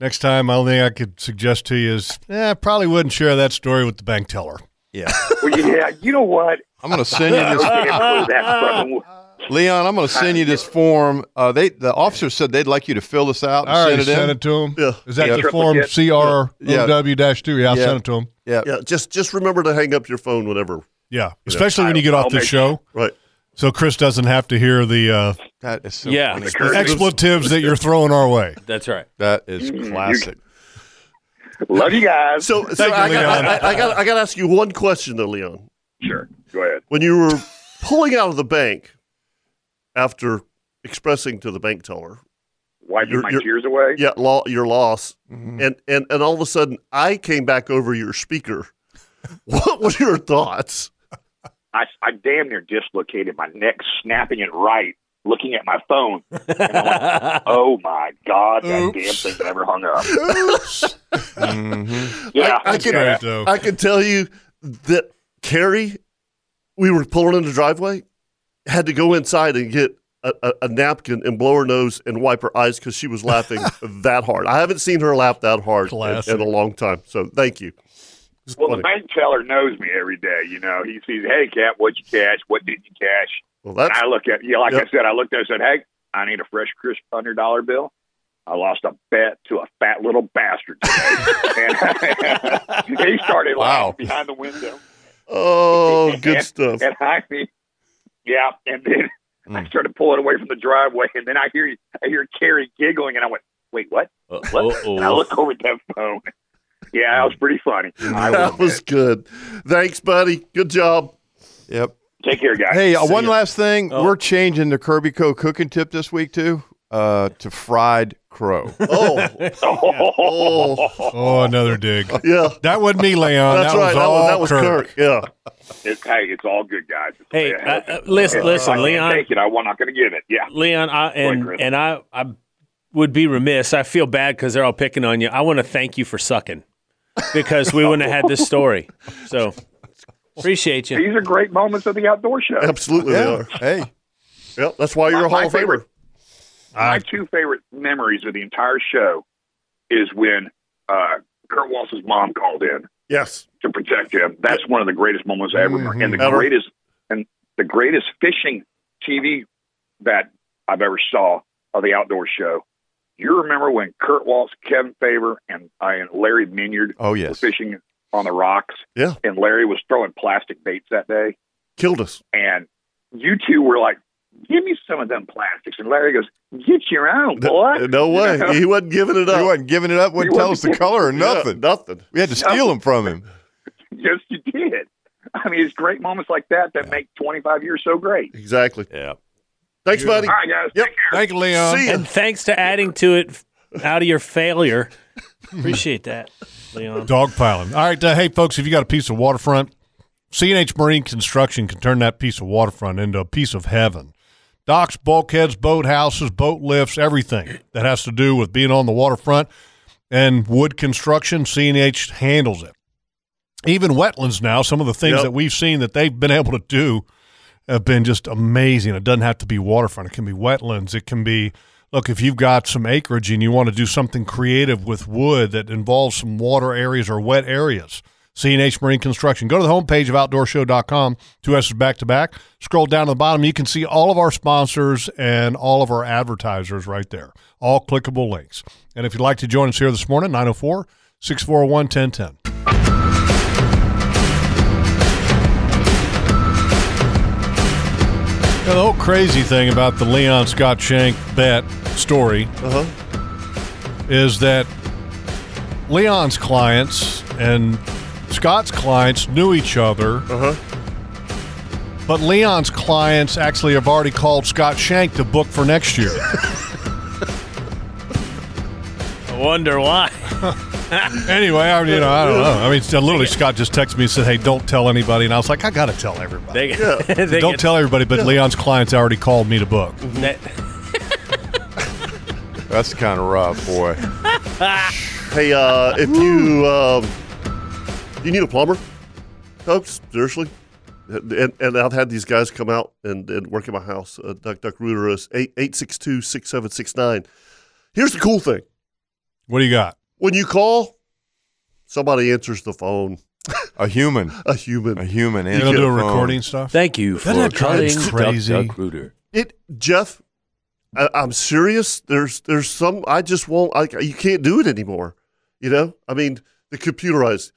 Speaker 3: next time, I thing I could suggest to you is eh, I probably wouldn't share that story with the bank teller.
Speaker 4: Yeah.
Speaker 10: Well, yeah, you know what?
Speaker 4: I'm gonna send you
Speaker 10: I
Speaker 4: this,
Speaker 10: can't believe that fucking-
Speaker 4: Leon. I'm gonna send you this form. Uh, they the officer said they'd like you to fill this out. And
Speaker 3: I already
Speaker 4: send it in.
Speaker 3: sent it to him.
Speaker 1: Yeah.
Speaker 3: Um, Is that
Speaker 4: Yeah.
Speaker 3: the form
Speaker 10: Triplicate.
Speaker 3: CROW 2? Yeah, I
Speaker 4: Yeah.
Speaker 3: sent it to him.
Speaker 4: Yeah.
Speaker 1: Yeah. Just just remember to hang up your phone whenever.
Speaker 3: Yeah, especially when you get off
Speaker 10: I'll
Speaker 3: the
Speaker 10: make-
Speaker 3: show.
Speaker 1: Right.
Speaker 3: So Chris doesn't have to hear the uh,
Speaker 4: That is so
Speaker 5: Yeah.
Speaker 4: funny.
Speaker 5: The
Speaker 10: curse.
Speaker 3: expletives that you're throwing our way.
Speaker 5: That's right.
Speaker 4: That is
Speaker 10: you-
Speaker 4: classic.
Speaker 10: Love you guys.
Speaker 1: So, so
Speaker 3: you,
Speaker 1: I, got,
Speaker 3: Leon.
Speaker 1: I, I, got I got to ask you one question though, Leon.
Speaker 10: Sure. Go ahead.
Speaker 1: When you were pulling out of the bank after expressing to the bank teller,
Speaker 10: Wiping
Speaker 1: You're-
Speaker 10: my
Speaker 1: you're-
Speaker 10: tears away.
Speaker 1: yeah, lo- your loss,
Speaker 3: Mm-hmm.
Speaker 4: Mhm.
Speaker 1: and, and and all of a sudden I came back over your speaker. What were your thoughts?
Speaker 10: I, I damn near dislocated my neck, snapping it right, looking at my phone. And I went, oh my God, that
Speaker 3: Oops.
Speaker 10: damn thing never hung up.
Speaker 3: Mm-hmm.
Speaker 4: Mhm.
Speaker 10: Yeah,
Speaker 1: I can-
Speaker 10: yeah.
Speaker 3: Right, though.
Speaker 1: I can tell you that Carrie, we were pulling in the driveway, had to go inside and get a, a, a napkin and blow her nose and wipe her eyes because she was laughing that hard. I haven't seen her laugh that hard in,
Speaker 10: Classic.
Speaker 1: in a long time. So thank you. It's
Speaker 10: Well,
Speaker 1: funny.
Speaker 10: the bank teller knows me every day. You know, he sees, hey, Cat, what'd you cash? What did you cash?
Speaker 1: Well, that's-
Speaker 10: and I look at, yeah, like
Speaker 1: Yep.
Speaker 10: I said, I looked at it and said, hey, I need a fresh, crisp $100 bill. I lost a bet to a fat little bastard today. and he started laughing
Speaker 1: Wow.
Speaker 10: behind the window.
Speaker 1: Oh, good
Speaker 10: And-
Speaker 1: stuff. Mm.
Speaker 10: And I mean, yeah, and then I started pulling away from the driveway, and then I hear I hear Carrie giggling, and I went, "Wait, what?" what?
Speaker 1: uh-oh.
Speaker 10: And I look over at that phone. Yeah, that was pretty funny. I will
Speaker 1: That was good. Thanks, buddy. Good job.
Speaker 4: Yep.
Speaker 10: Take care, guys.
Speaker 4: Hey, uh, one last thing.
Speaker 1: Oh.
Speaker 4: We're changing the Kirby Co. cooking tip this week too uh, to fried crow.
Speaker 1: Oh.
Speaker 10: oh.
Speaker 3: Oh, another dig.
Speaker 1: Yeah.
Speaker 3: That wasn't me, Leon.
Speaker 10: That's
Speaker 3: that Was
Speaker 10: right. That was-
Speaker 3: all
Speaker 10: that was
Speaker 3: Kirk.
Speaker 1: Yeah.
Speaker 10: It's, hey, it's all good, guys. It's-
Speaker 5: Hey,
Speaker 10: it-
Speaker 5: uh, uh, listen- listen,
Speaker 10: I can't
Speaker 5: Leon.
Speaker 10: Take it. I'm not going to give it. Yeah.
Speaker 5: Leon, I, and
Speaker 10: Chris.
Speaker 5: and I, I would be remiss. I feel bad because they're all picking on you. I want to thank you for sucking because we wouldn't have had this story. So appreciate you.
Speaker 10: These are great moments of the outdoor show.
Speaker 1: Absolutely,
Speaker 5: Yeah.
Speaker 4: Hey.
Speaker 1: Yep, that's why you're
Speaker 10: My-
Speaker 1: a Hall
Speaker 10: my
Speaker 1: of Famer.
Speaker 5: Uh,
Speaker 10: My two favorite memories of the entire show is when uh, Kurt Waltz's mom called in
Speaker 1: Yes.
Speaker 10: to protect him. That's one of the greatest moments I ever remember, and the
Speaker 1: Mm-hmm. Ever.
Speaker 10: greatest and the greatest fishing TV that I've ever saw of the outdoor show. You remember when Kurt Waltz, Kevin Faber, and I and Larry Minyard
Speaker 4: Oh, yes.
Speaker 10: were fishing on the rocks,
Speaker 1: Yeah.
Speaker 10: and Larry was throwing plastic baits that day,
Speaker 1: Killed us.
Speaker 10: and you two were like, "Give me some of them plastics," and Larry goes, "Get your own,
Speaker 1: Th-
Speaker 10: boy."
Speaker 1: No
Speaker 10: You
Speaker 1: way.
Speaker 10: know?
Speaker 1: He wasn't giving it up.
Speaker 4: He wasn't giving it up. Wouldn't
Speaker 10: He
Speaker 4: tell us
Speaker 10: wasn't
Speaker 4: the color or
Speaker 1: giving- yeah,
Speaker 4: nothing.
Speaker 1: nothing.
Speaker 4: We had to steal him from him.
Speaker 10: Yes, you did. I mean, it's great moments like that that make 25 years so great.
Speaker 1: Exactly.
Speaker 5: Yeah.
Speaker 1: Thanks, buddy.
Speaker 10: All right, guys.
Speaker 1: Yep.
Speaker 3: Thank you, Leon.
Speaker 1: See ya.
Speaker 5: And thanks to adding to it f- out of your failure. Appreciate that, Leon.
Speaker 3: Dogpiling. All right, uh, hey folks, if you got a piece of waterfront, CNH Marine Construction can turn that piece of waterfront into a piece of heaven. Docks, bulkheads, boathouses, boat lifts, everything that has to do with being on the waterfront and wood construction, CNH handles it. Even wetlands now, some of the things
Speaker 1: Yep.
Speaker 3: that we've seen that they've been able to do have been just amazing. It doesn't have to be waterfront. It can be wetlands. It can be look if you've got some acreage and you want to do something creative with wood that involves some water areas or wet areas. CNH Marine Construction. Go to the homepage of outdoorshow.com. Two S's back to back. Scroll down to the bottom. You can see all of our sponsors and all of our advertisers right there. All clickable links. And if you'd like to join us here this morning, 904 641 1010. Yeah, the whole crazy thing about the Leon Scott Shank bet story
Speaker 1: Uh-huh.
Speaker 3: is that Leon's clients and Scott's clients knew each other.
Speaker 1: Uh-huh.
Speaker 3: But Leon's clients actually have already called Scott Shank to book for next year.
Speaker 5: I wonder why.
Speaker 3: anyway, I, you know, I don't know. I mean, it's- literally, Scott just texted me and said, "Hey, don't tell anybody." And I was like, "I gotta tell everybody."
Speaker 5: They, they
Speaker 3: don't
Speaker 5: get-
Speaker 3: tell everybody, but Leon's clients already called me to book.
Speaker 5: that-
Speaker 4: That's kind of rough, boy.
Speaker 1: Hey, uh, if you um, you need a plumber, folks, seriously, and, and I've had these guys come out and, and work in my house. Uh, Duck Duck Rooter is eight eight six two six seven six nine. Here's the cool thing:
Speaker 3: What do you got?
Speaker 1: when you call, somebody answers the phone.
Speaker 4: A human.
Speaker 1: A human.
Speaker 4: A human.
Speaker 3: You
Speaker 4: answer
Speaker 3: gonna
Speaker 4: the
Speaker 3: do a
Speaker 4: phone.
Speaker 3: recording stuff?
Speaker 5: thank you for
Speaker 3: Doesn't that drive
Speaker 5: calling
Speaker 3: you crazy?
Speaker 5: Duck Duck Rooter.
Speaker 1: It, Jeff, I, I'm serious. There's there's some I just won't. I, you can't do it anymore. You know, I mean, the computerized.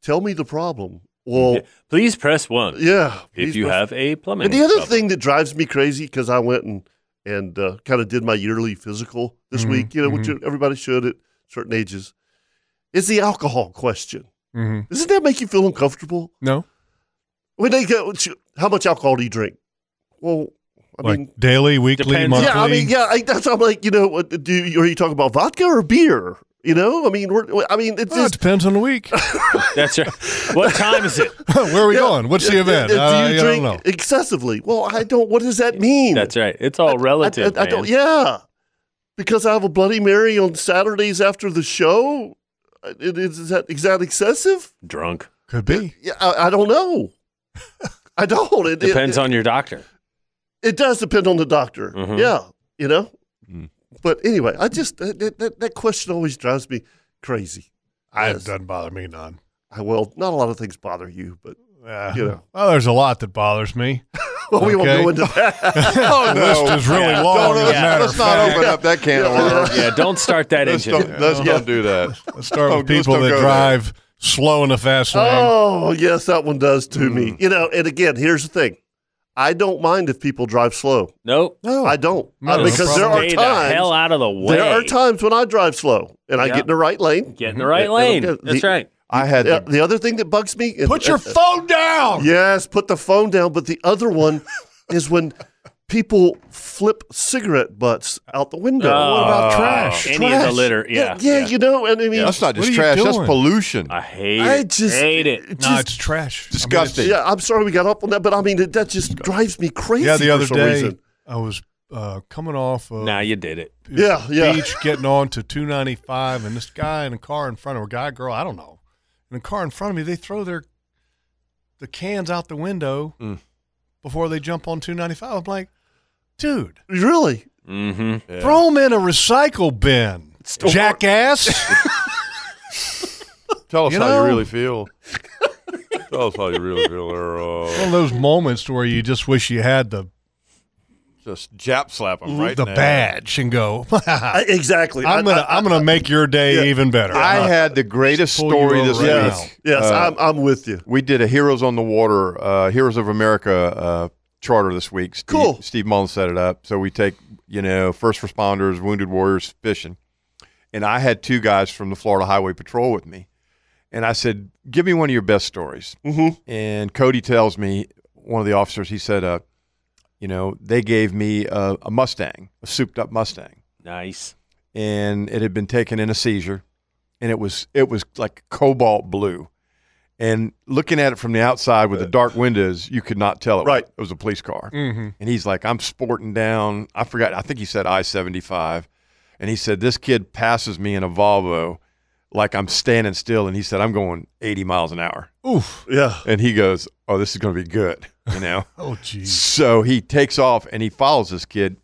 Speaker 1: Tell me the problem. Well,
Speaker 5: Please press one
Speaker 1: yeah.
Speaker 5: if
Speaker 1: these
Speaker 5: you
Speaker 1: must-
Speaker 5: have a plumbing.
Speaker 1: And the other
Speaker 5: problem.
Speaker 1: thing that drives me crazy because I went and and uh, kind of did my yearly physical this
Speaker 3: Mhm,
Speaker 1: week, you know, which
Speaker 3: mhm.
Speaker 1: everybody should at certain ages, is the alcohol question.
Speaker 3: Mm-hmm.
Speaker 1: Doesn't that make you feel uncomfortable
Speaker 3: No,
Speaker 1: when they go? How much alcohol do you drink? Well, I
Speaker 3: like
Speaker 1: mean,
Speaker 3: daily, weekly,
Speaker 5: Depends.
Speaker 3: monthly.
Speaker 1: yeah, I mean, yeah, I, that's I'm like, you know, what do you, are you talking about vodka or beer? You know, I mean, we're, I mean, it's
Speaker 3: Well, it
Speaker 1: just.
Speaker 3: depends on the week.
Speaker 5: That's right. What time is it?
Speaker 3: Where are we
Speaker 1: Yeah.
Speaker 3: going? What's the event?
Speaker 1: Do you
Speaker 3: Uh, yeah, I don't
Speaker 1: drink
Speaker 3: know.
Speaker 1: excessively? Well, I don't. What does that mean?
Speaker 5: That's right. It's all relative.
Speaker 1: I, I, I don't.
Speaker 5: man.
Speaker 1: Yeah, because I have a Bloody Mary on Saturdays after the show. Uh, it- Is, is that is that excessive?
Speaker 5: Drunk.
Speaker 3: Could be.
Speaker 1: Yeah, I, I don't know. I don't. It, it-
Speaker 5: Depends
Speaker 1: it-
Speaker 5: on your doctor.
Speaker 1: It does depend on the doctor.
Speaker 5: Mm-hmm.
Speaker 11: Mhm.
Speaker 1: Yeah, you know.
Speaker 3: Hmm.
Speaker 1: But anyway, I just that, that- that that question always drives me crazy.
Speaker 3: I- it doesn't bother me none.
Speaker 1: I well, not a lot of things bother you, but
Speaker 3: Uh,
Speaker 1: you know.
Speaker 3: Well, there's a lot that bothers me.
Speaker 1: Well, we won't
Speaker 3: Okay?
Speaker 1: go into that.
Speaker 4: Oh,
Speaker 3: The list
Speaker 4: no.
Speaker 3: is really
Speaker 4: Yeah.
Speaker 3: long.
Speaker 4: Don't-
Speaker 3: as a
Speaker 4: let's-
Speaker 3: matter
Speaker 4: let's
Speaker 3: of
Speaker 4: not
Speaker 3: fact.
Speaker 4: open up that can of worms.
Speaker 5: Yeah, don't start that
Speaker 4: Let's
Speaker 5: engine.
Speaker 4: don't- let's don't do that.
Speaker 3: Let's start
Speaker 4: Don't-
Speaker 3: with
Speaker 4: let's
Speaker 3: people
Speaker 4: don't
Speaker 3: that
Speaker 4: go there.
Speaker 3: drive slow in the fast lane.
Speaker 1: Oh, yes, that one does to me. You know, and again, here's the thing. I don't mind if people drive slow.
Speaker 5: Nope.
Speaker 1: No, I don't.
Speaker 3: No,
Speaker 1: Uh,
Speaker 3: no
Speaker 1: because there are
Speaker 5: Stay
Speaker 1: times
Speaker 5: the hell out of the way.
Speaker 1: there are times when I drive slow and I
Speaker 5: Yeah.
Speaker 1: get in the right lane.
Speaker 5: Get in the right
Speaker 1: It'll
Speaker 5: lane.
Speaker 1: get-
Speaker 5: That's
Speaker 1: the-
Speaker 5: right.
Speaker 4: I had
Speaker 1: Yeah,
Speaker 4: the,
Speaker 1: the other thing that bugs me. and-
Speaker 3: Put your
Speaker 1: uh,
Speaker 3: phone down.
Speaker 1: Yes, put the phone down. But the other one is when people flip cigarette butts out the window.
Speaker 5: What about
Speaker 3: trash?
Speaker 5: Oh, Any of the litter. Yeah.
Speaker 1: yeah, you know, and I mean,
Speaker 4: that's not just
Speaker 3: What are you
Speaker 4: trash. That's
Speaker 3: doing?
Speaker 4: pollution.
Speaker 5: I hate
Speaker 1: I
Speaker 5: it.
Speaker 1: just-
Speaker 5: hate it.
Speaker 1: it
Speaker 3: No,
Speaker 1: just-
Speaker 3: it's trash. I mean, it's-
Speaker 4: Disgusting.
Speaker 1: yeah, I'm sorry we got up on that, but I mean, it, that just drives me crazy.
Speaker 3: yeah, the
Speaker 1: for
Speaker 3: other
Speaker 1: some
Speaker 3: day
Speaker 1: reason.
Speaker 3: I was uh, coming off of
Speaker 5: Now you did it.
Speaker 1: Yeah, yeah.
Speaker 3: beach, getting on to 295, and this guy in a car in front of a guy, girl, I don't know, in a car in front of me, they throw their the cans out the window
Speaker 4: Mm.
Speaker 3: before they jump on 295. I'm like, dude,
Speaker 1: Really?
Speaker 5: Mm-hmm.
Speaker 3: throw 'em throw them in a recycle bin, jackass.
Speaker 4: Tell us
Speaker 3: You
Speaker 4: how
Speaker 3: know-
Speaker 4: you really feel. Tell us how you really feel, Earl.
Speaker 3: One of those moments to where you just wish you had the
Speaker 4: Just jap slap them right
Speaker 3: the
Speaker 4: now.
Speaker 3: badge and go.
Speaker 1: I, exactly. I-
Speaker 3: I'm gonna I,
Speaker 1: I-
Speaker 3: am gonna make your day
Speaker 1: Yeah.
Speaker 3: even better. Uh-huh.
Speaker 4: I had the greatest
Speaker 3: Pull you
Speaker 4: story
Speaker 3: over
Speaker 4: this
Speaker 3: right
Speaker 4: week.
Speaker 3: now.
Speaker 1: yes,
Speaker 4: Uh,
Speaker 1: I'm, I'm with you.
Speaker 4: We did a Heroes on the Water, uh, Heroes of America uh, charter this week. Steve,
Speaker 1: Cool.
Speaker 4: Steve Mullen set it up. So we take, you know, first responders, wounded warriors fishing. And I had two guys from the Florida Highway Patrol with me. And I said, give me one of your best stories.
Speaker 1: Mhm.
Speaker 4: And Cody tells me, one of the officers, he said, uh, you know, they gave me a, a Mustang, a souped up Mustang
Speaker 5: Nice.
Speaker 4: and it had been taken in a seizure and it was it was like cobalt blue and looking at it from the outside with the dark windows you could not tell it was-
Speaker 1: Right.
Speaker 4: it was a police car
Speaker 3: Mhm.
Speaker 4: and he's like i'm sporting down i forgot i think he said i-75 and he said this kid passes me in a volvo like i'm standing still and he said i'm going 80 miles an hour
Speaker 3: Oof.
Speaker 1: Yeah.
Speaker 4: and he goes oh this is going to be good you know
Speaker 3: Oh geez.
Speaker 4: so he takes off and he follows this kid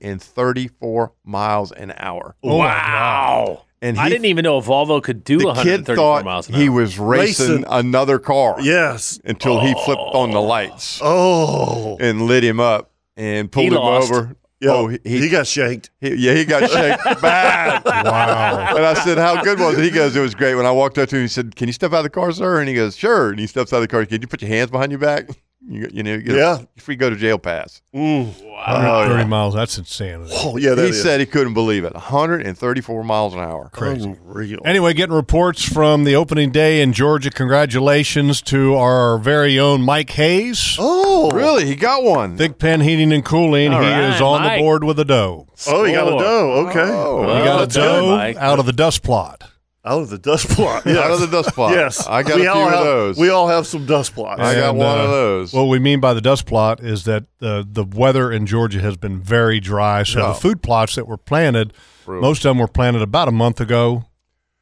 Speaker 4: 134 miles an hour
Speaker 3: Oh, my
Speaker 5: wow.
Speaker 4: and he
Speaker 5: I didn't even know a Volvo could do
Speaker 4: the kid
Speaker 5: 134
Speaker 4: thought
Speaker 5: miles an hour.
Speaker 4: he was racing,
Speaker 1: Racing.
Speaker 4: another car
Speaker 1: Yes.
Speaker 4: until he flipped on the lights
Speaker 1: Oh.
Speaker 4: and lit him up and pulled him
Speaker 5: lost.
Speaker 4: over.
Speaker 1: Yeah,
Speaker 4: Oh, he,
Speaker 1: he, got shanked.
Speaker 4: he- yeah, he got shanked bad.
Speaker 3: Wow.
Speaker 4: And I said, "How good was it?" He goes, "It was great." When I walked up to him, he said, "Can you step out of the car, sir?" And he goes, "Sure." And he steps out of the car. Can you put your hands behind your back? You, you know, you get a
Speaker 1: Yeah. Mm.
Speaker 4: free go to jail pass.
Speaker 3: Thirty miles. That's insanity.
Speaker 1: Oh yeah, that
Speaker 4: he
Speaker 1: is.
Speaker 4: said he couldn't believe it. 134 miles an hour.
Speaker 1: unreal.
Speaker 3: Anyway, getting reports from the opening day in Georgia. Congratulations to our very own Mike Hayes.
Speaker 1: oh,
Speaker 4: Really? He got one.
Speaker 3: Thick Pen Heating and Cooling.
Speaker 5: All
Speaker 3: he
Speaker 5: right,
Speaker 3: is on
Speaker 5: Mike.
Speaker 3: the board with a dough.
Speaker 1: Oh, you got a
Speaker 5: Score.
Speaker 1: dough. Okay.
Speaker 4: Oh.
Speaker 3: he got a
Speaker 5: that's good,
Speaker 3: dough
Speaker 5: Mike.
Speaker 3: out of the dust plot.
Speaker 1: Out of the dust plot. Yes.
Speaker 4: Out of the dust plot.
Speaker 1: Yes.
Speaker 4: I got
Speaker 1: we
Speaker 4: a
Speaker 1: all
Speaker 4: few of
Speaker 1: have,
Speaker 4: those.
Speaker 1: We all have some dust plots.
Speaker 4: I got
Speaker 3: And,
Speaker 4: one
Speaker 3: uh,
Speaker 4: of those.
Speaker 3: What we mean by the dust plot is that the the weather in Georgia has been very dry. So
Speaker 4: Yeah.
Speaker 3: the food plots that were planted,
Speaker 4: Brutal.
Speaker 3: most of them were planted about a month ago.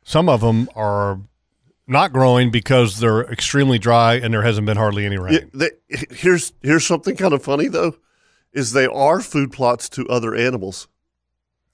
Speaker 3: Some of them are not growing because they're extremely dry and there hasn't been hardly any rain.
Speaker 1: Yeah, they- here's here's something kind of funny though, is they are food plots to other animals.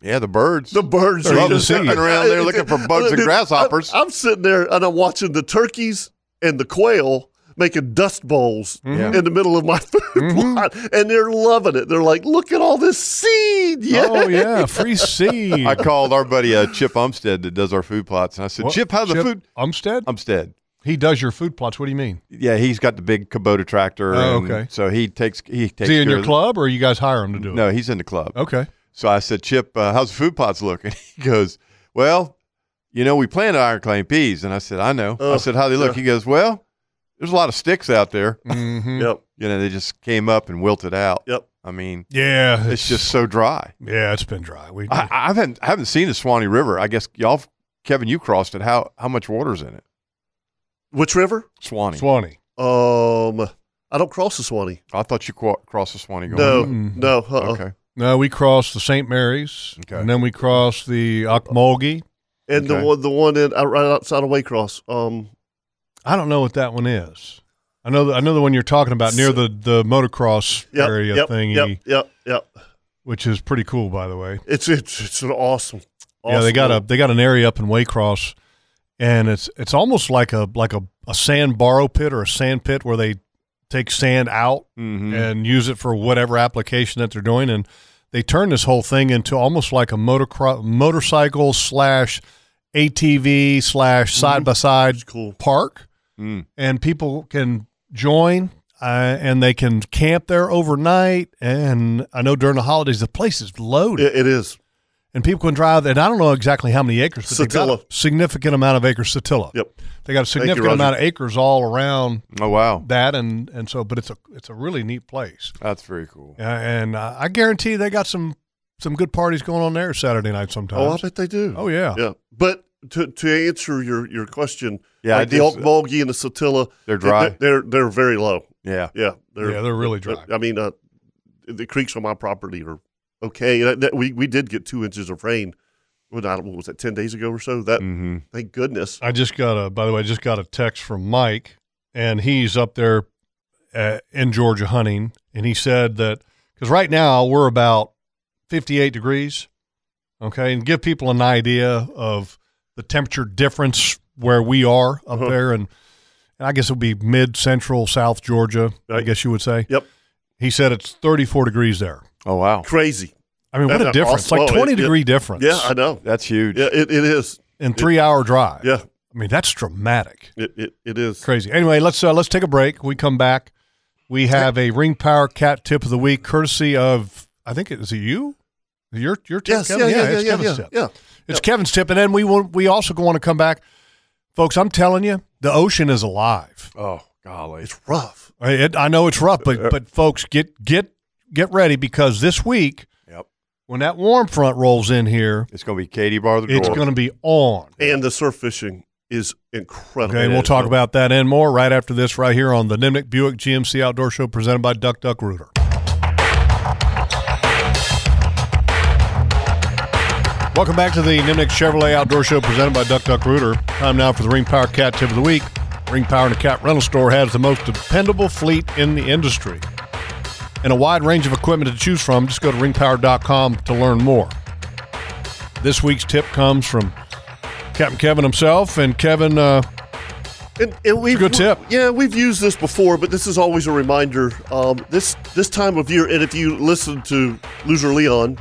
Speaker 4: Yeah, the birds.
Speaker 1: The birds
Speaker 3: They're
Speaker 1: are
Speaker 3: eating
Speaker 1: just
Speaker 3: seeds.
Speaker 1: jumping
Speaker 4: around there looking for bugs and
Speaker 1: Dude,
Speaker 4: grasshoppers.
Speaker 1: I, am sitting there and I'm watching the turkeys and the quail making dust bowls
Speaker 4: Yeah.
Speaker 1: in the middle of my food plot, and they're loving it. They're like, "Look at all this seed!" Yeah.
Speaker 3: Oh yeah, free seed.
Speaker 4: I called our buddy uh, Chip Umstead that does our food plots, and I said,
Speaker 3: What?
Speaker 4: Chip, how's the
Speaker 3: Chip
Speaker 4: food?
Speaker 3: Umstead?
Speaker 4: Umstead.
Speaker 3: he does your food plots. What do you mean?
Speaker 4: Yeah, he's got the big Kubota tractor.
Speaker 3: Oh,
Speaker 4: and
Speaker 3: okay.
Speaker 4: So he takes he takes.
Speaker 3: Is he in
Speaker 4: care
Speaker 3: your
Speaker 4: of the-
Speaker 3: club or you guys hire him to do
Speaker 4: No,
Speaker 3: it?
Speaker 4: he's in the club.
Speaker 3: Okay.
Speaker 4: So I said, Chip, uh, how's the food plots look? And he goes, Well, you know, we planted ironclay peas, and I said, I know. I
Speaker 1: Ugh,
Speaker 4: said, How they look?
Speaker 1: yeah.
Speaker 4: He goes, Well, there's a lot of sticks out there.
Speaker 3: Mm-hmm.
Speaker 1: Yep.
Speaker 4: You know, they just came up and wilted out.
Speaker 1: Yep.
Speaker 4: I mean,
Speaker 3: Yeah.
Speaker 4: it's just so dry.
Speaker 3: yeah. It's been dry. We
Speaker 4: I, I haven't I haven't seen the Swanee River. I guess y'all, Kevin, you crossed it. How how much water's in it?
Speaker 1: Which river?
Speaker 4: Swanee.
Speaker 3: Swanee.
Speaker 1: Um, I don't cross the Swanee.
Speaker 4: I thought you qua- crossed the Swanee. Going
Speaker 1: No,
Speaker 3: Mm.
Speaker 1: no. Uh-uh.
Speaker 4: Okay.
Speaker 3: No, we crossed the St. Mary's,
Speaker 4: Okay.
Speaker 3: and then we crossed the Okmulgee.
Speaker 1: And
Speaker 4: Okay.
Speaker 1: the one, the one in uh, right outside of Waycross. Um,
Speaker 3: I don't know what that one is. I know. The, I know the one you're talking about near the the motocross
Speaker 1: Yep,
Speaker 3: area
Speaker 1: yep,
Speaker 3: thingy.
Speaker 1: Yep, yep, yep.
Speaker 3: Which is pretty cool, by the way.
Speaker 1: It's it's it's an awesome.
Speaker 3: yeah, they
Speaker 1: awesome
Speaker 3: got a
Speaker 1: little-
Speaker 3: they got an area up in Waycross, and it's it's almost like a like a, a sand borrow pit or a sand pit where they take sand out
Speaker 1: Mm-hmm.
Speaker 4: Mhm.
Speaker 3: and use it for whatever application that they're doing, and they turn this whole thing into almost like a motocross motorcycle slash ATV
Speaker 1: Mm-hmm.
Speaker 3: slash side by side park,
Speaker 4: Mm.
Speaker 3: and people can join. Uh, and they can camp there overnight, and I know during the holidays the place is loaded.
Speaker 1: it is,
Speaker 3: and people can drive. And I don't know exactly how many acres, but they've got
Speaker 1: Satilla.
Speaker 3: a significant amount of acres. Satilla.
Speaker 1: Yep,
Speaker 3: they got a
Speaker 1: Thank you,
Speaker 3: significant
Speaker 1: Roger.
Speaker 3: amount of acres all around.
Speaker 4: Oh wow,
Speaker 3: that and and so, but it's a it's a really neat place.
Speaker 4: that's very cool.
Speaker 3: Uh, and uh, I guarantee they got some some good parties going on there Saturday night sometimes.
Speaker 1: Oh, I bet they do.
Speaker 3: Oh yeah.
Speaker 1: yeah. But to to answer your your question,
Speaker 3: Yeah,
Speaker 1: like
Speaker 3: I
Speaker 1: the
Speaker 3: just-
Speaker 1: Okmulgee and the Satilla,
Speaker 4: They're dry.
Speaker 1: They're they're very low.
Speaker 4: Yeah.
Speaker 1: yeah,
Speaker 3: Yeah, they're really dry.
Speaker 1: I mean, uh, the creeks on my property are okay. That- that- we we did get two inches of rain. What, I don't, what was that? Ten days ago or so. That
Speaker 3: Mm-hmm.
Speaker 1: thank goodness.
Speaker 3: I just got a. By the way, I just got a text from Mike, and he's up there uh in Georgia hunting, and he said that because right now we're about fifty-eight degrees, okay, and give people an idea of the temperature difference where we are up
Speaker 1: Uh-huh.
Speaker 3: there, and, and I guess it'll be mid-central South Georgia, I guess you would say.
Speaker 1: Yep.
Speaker 3: He said it's thirty-four degrees there.
Speaker 4: Oh wow,
Speaker 1: crazy.
Speaker 3: I mean, what
Speaker 1: That's
Speaker 3: a difference!
Speaker 1: awesome.
Speaker 3: Like
Speaker 1: Well, it-
Speaker 3: twenty degree
Speaker 1: it-
Speaker 3: difference.
Speaker 1: Yeah, I know.
Speaker 4: That's huge.
Speaker 1: Yeah, it, it is.
Speaker 3: In three-hour drive.
Speaker 1: Yeah.
Speaker 3: I mean, that's dramatic.
Speaker 1: It, it, it is
Speaker 3: crazy. Anyway, let's uh, let's take a break. We come back. We have a Ring Power Cat Tip of the Week, courtesy of I think it is it you, your your tip.
Speaker 1: Yes,
Speaker 3: Kevin?
Speaker 1: yeah, yeah,
Speaker 3: it's
Speaker 1: yeah,
Speaker 3: Kevin's
Speaker 1: yeah,
Speaker 3: tip.
Speaker 1: yeah.
Speaker 3: it's Kevin's tip, and then we will, we also want to come back, folks. I'm telling you, the ocean is alive.
Speaker 4: Oh golly,
Speaker 1: it's rough.
Speaker 3: I, it, I know it's rough, but but folks, get get get ready because this week,
Speaker 4: Yep.
Speaker 3: when that warm front rolls in here,
Speaker 4: It's going to be Katie bar the
Speaker 3: it's
Speaker 4: door.
Speaker 3: going to be on.
Speaker 1: And the surf fishing is incredible.
Speaker 3: Okay, we'll talk about that and more right after this, right here on the Nimnik Buick GMC Outdoor Show, presented by Duck Duck Rooter. Welcome back to the Nimnik Chevrolet Outdoor Show, presented by Duck Duck Rooter. Time now for the Ring Power Cat Tip of the Week. Ring Power and the Cat Rental Store has the most dependable fleet in the industry and a wide range of equipment to choose from. Just go to ringpower.com to learn more. This week's tip comes from Captain Kevin himself, and Kevin. Uh,
Speaker 1: And, and we've,
Speaker 3: Good tip.
Speaker 1: Yeah, we've used this before, but this is always a reminder. Um, this this time of year, and if you listen to Loser Leon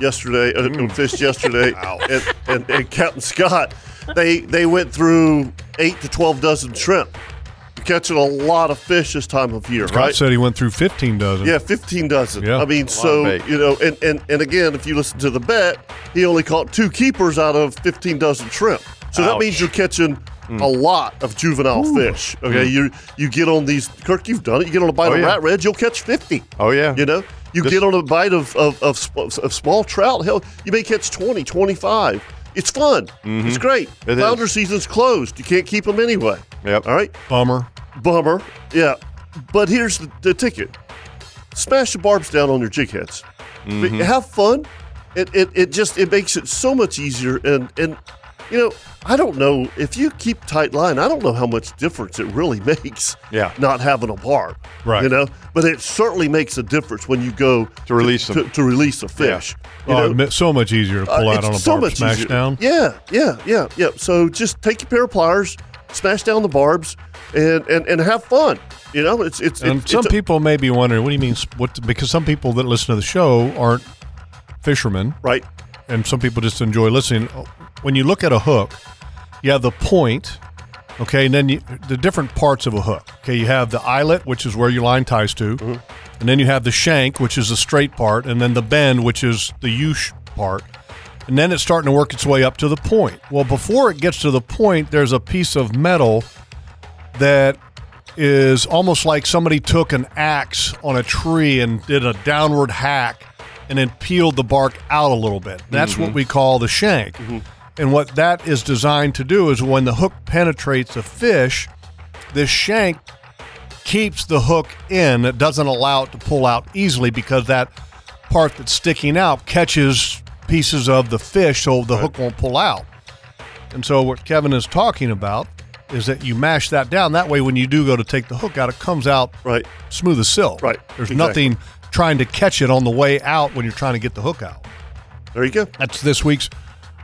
Speaker 1: yesterday, uh,
Speaker 3: Mm.
Speaker 1: and Fish yesterday, and, and, and Captain Scott, they they went through eight to twelve dozen shrimp. You're catching a lot of fish this time of year,
Speaker 3: Scott
Speaker 1: right?
Speaker 3: said he went through 15 dozen.
Speaker 1: Yeah, fifteen dozen.
Speaker 3: Yeah.
Speaker 1: I mean,
Speaker 3: That's a lot
Speaker 1: so
Speaker 3: of bait.
Speaker 1: you know, and, and and again, if you listen to the bet, he only caught two keepers out of fifteen dozen shrimp. So that
Speaker 4: Ouch.
Speaker 1: means you're catching a lot of juvenile fish. Okay,
Speaker 4: Mm.
Speaker 1: you you get on these. Kirk, you've done it. You get on a bite
Speaker 4: Oh,
Speaker 1: of
Speaker 4: yeah.
Speaker 1: rat red, you'll catch fifty.
Speaker 4: Oh yeah,
Speaker 1: You know, you get on a bite of of, of sp- of small trout. Hell, you may catch 20, 25. It's fun.
Speaker 4: Mhm.
Speaker 1: It's great.
Speaker 4: It is.
Speaker 1: Flounder season's closed. You can't keep them anyway.
Speaker 4: Yep.
Speaker 1: All right.
Speaker 3: Bummer.
Speaker 1: Bummer. Yeah. But here's the, the ticket smash the barbs down on your jig heads.
Speaker 3: Mm-hmm.
Speaker 4: Mhm.
Speaker 1: But Have fun. It, it, it just it makes it so much easier and and you know I don't know if you keep tight line I don't know how much difference it really makes
Speaker 4: Yeah.
Speaker 1: not having a barb
Speaker 4: Right.
Speaker 1: you know but it certainly makes a difference when you go to
Speaker 4: release
Speaker 1: to,
Speaker 4: them.
Speaker 1: to release a fish you
Speaker 3: Oh,
Speaker 1: know?
Speaker 3: admit- so much easier to pull
Speaker 1: Uh,
Speaker 3: out on a barb smash
Speaker 1: easier.
Speaker 3: down.
Speaker 1: Yeah, yeah, yeah, yeah. So just take your pair of pliers, smash down the barbs, and and, and have fun. You know, it's it's,
Speaker 3: And
Speaker 1: it's
Speaker 3: some
Speaker 1: it's a-
Speaker 3: people may be wondering, what do you mean? s- What? Because some people that listen to the show aren't fishermen,
Speaker 1: right?
Speaker 3: And some people just enjoy listening. When you look at a hook, you have the point, okay, and then you, the different parts of a hook. Okay, you have the eyelet, which is where your line ties to,
Speaker 1: Mm-hmm.
Speaker 3: and then you have the shank, which is the straight part, and then the bend, which is the U sh- part. And then it's starting to work its way up to the point. Well, before it gets to the point, there's a piece of metal that is almost like somebody took an axe on a tree and did a downward hack and then peeled the bark out a little bit. That's
Speaker 11: Mhm.
Speaker 3: what we call the shank. And what that is designed to do is when the hook penetrates a fish, this shank keeps the hook in. It doesn't allow it to pull out easily because that part that's sticking out catches pieces of the fish so the hook won't pull out. And so what Kevin is talking about is that you mash that down. That way, when you do go to take the hook out, it comes out
Speaker 1: right
Speaker 3: smooth as silk. Right. There's
Speaker 1: Exactly.
Speaker 3: nothing trying to catch it on the way out when you're trying to get the hook out.
Speaker 1: There you go.
Speaker 3: That's this week's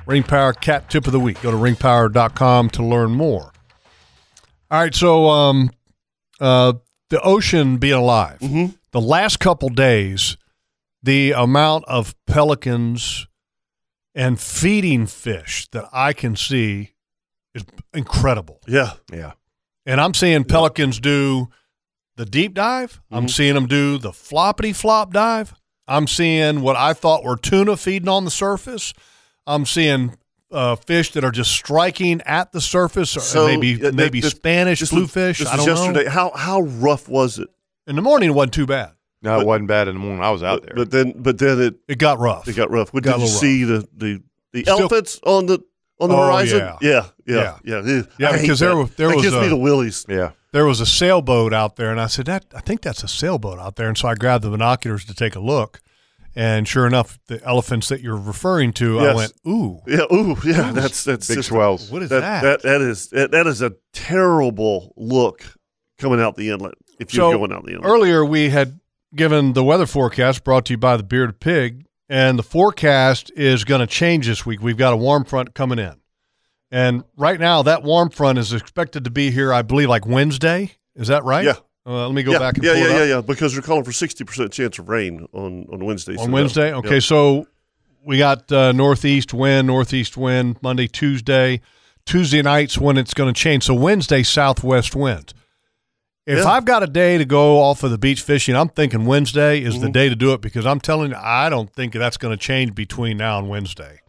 Speaker 3: Ring Power Cat Tip of the Week. Go to ringpower.com to learn more. All right, so um, uh, the ocean being alive.
Speaker 1: Mm-hmm.
Speaker 3: The last couple days, the amount of pelicans and feeding fish that I can see is incredible.
Speaker 1: Yeah,
Speaker 4: yeah.
Speaker 3: And I'm seeing pelicans do the deep dive.
Speaker 1: Mm-hmm.
Speaker 3: I'm seeing them do the floppity flop dive. I'm seeing what I thought were tuna feeding on the surface. I'm seeing uh, fish that are just striking at the surface, or maybe
Speaker 1: uh,
Speaker 3: maybe
Speaker 1: this-
Speaker 3: Spanish
Speaker 1: this was-
Speaker 3: bluefish.
Speaker 1: This
Speaker 3: I
Speaker 1: was
Speaker 3: don't
Speaker 1: yesterday.
Speaker 3: know.
Speaker 1: How how rough was it?
Speaker 3: In the morning, it wasn't too bad.
Speaker 4: No, it wasn't bad in the morning. I was out there.
Speaker 1: But then, but then it
Speaker 3: it got rough.
Speaker 1: It got rough. What
Speaker 4: Got
Speaker 1: did
Speaker 4: a
Speaker 1: you
Speaker 4: little
Speaker 1: see the the the
Speaker 4: Still-
Speaker 1: elephants on the on the
Speaker 3: Oh,
Speaker 1: horizon?
Speaker 3: yeah.
Speaker 1: yeah, yeah, yeah. Ugh,
Speaker 3: Yeah,
Speaker 1: I hate
Speaker 3: because
Speaker 1: that.
Speaker 3: there were- there
Speaker 1: that
Speaker 3: was
Speaker 1: gives me
Speaker 3: a-
Speaker 1: the willies.
Speaker 4: Yeah,
Speaker 3: There was a sailboat out there, and I said, "That I think that's a sailboat out there." And so I grabbed the binoculars to take a look, and sure enough, the elephants that you're referring to, I
Speaker 1: Yes.
Speaker 3: went, "Ooh,
Speaker 1: yeah, ooh, yeah. That's that's
Speaker 4: Big
Speaker 1: just-
Speaker 4: swells.
Speaker 3: What is that?
Speaker 1: That that is that, that is a terrible look coming out the inlet if you're going out the inlet.
Speaker 3: Earlier, we had given the weather forecast brought to you by the Bearded Pig, and the forecast is going to change this week. We've got a warm front coming in. And right now, that warm front is expected to be here, I believe, like Wednesday. Is that right?
Speaker 1: Yeah.
Speaker 3: Uh, let me go
Speaker 1: yeah,
Speaker 3: back and
Speaker 1: yeah,
Speaker 3: pull
Speaker 1: yeah,
Speaker 3: it up.
Speaker 1: yeah, yeah. Because you're calling for sixty percent chance of rain on on Wednesday. so
Speaker 3: On
Speaker 1: that-
Speaker 3: Wednesday? Okay,
Speaker 1: yeah.
Speaker 3: so we got uh, northeast wind, northeast wind, Monday, Tuesday. Tuesday night's when it's going to change. So Wednesday, southwest wind. If
Speaker 1: Yeah.
Speaker 3: I've got a day to go off of the beach fishing, I'm thinking Wednesday is
Speaker 1: Mm-hmm.
Speaker 3: the day to do it because I'm telling you, I don't think that's going to change between now and Wednesday.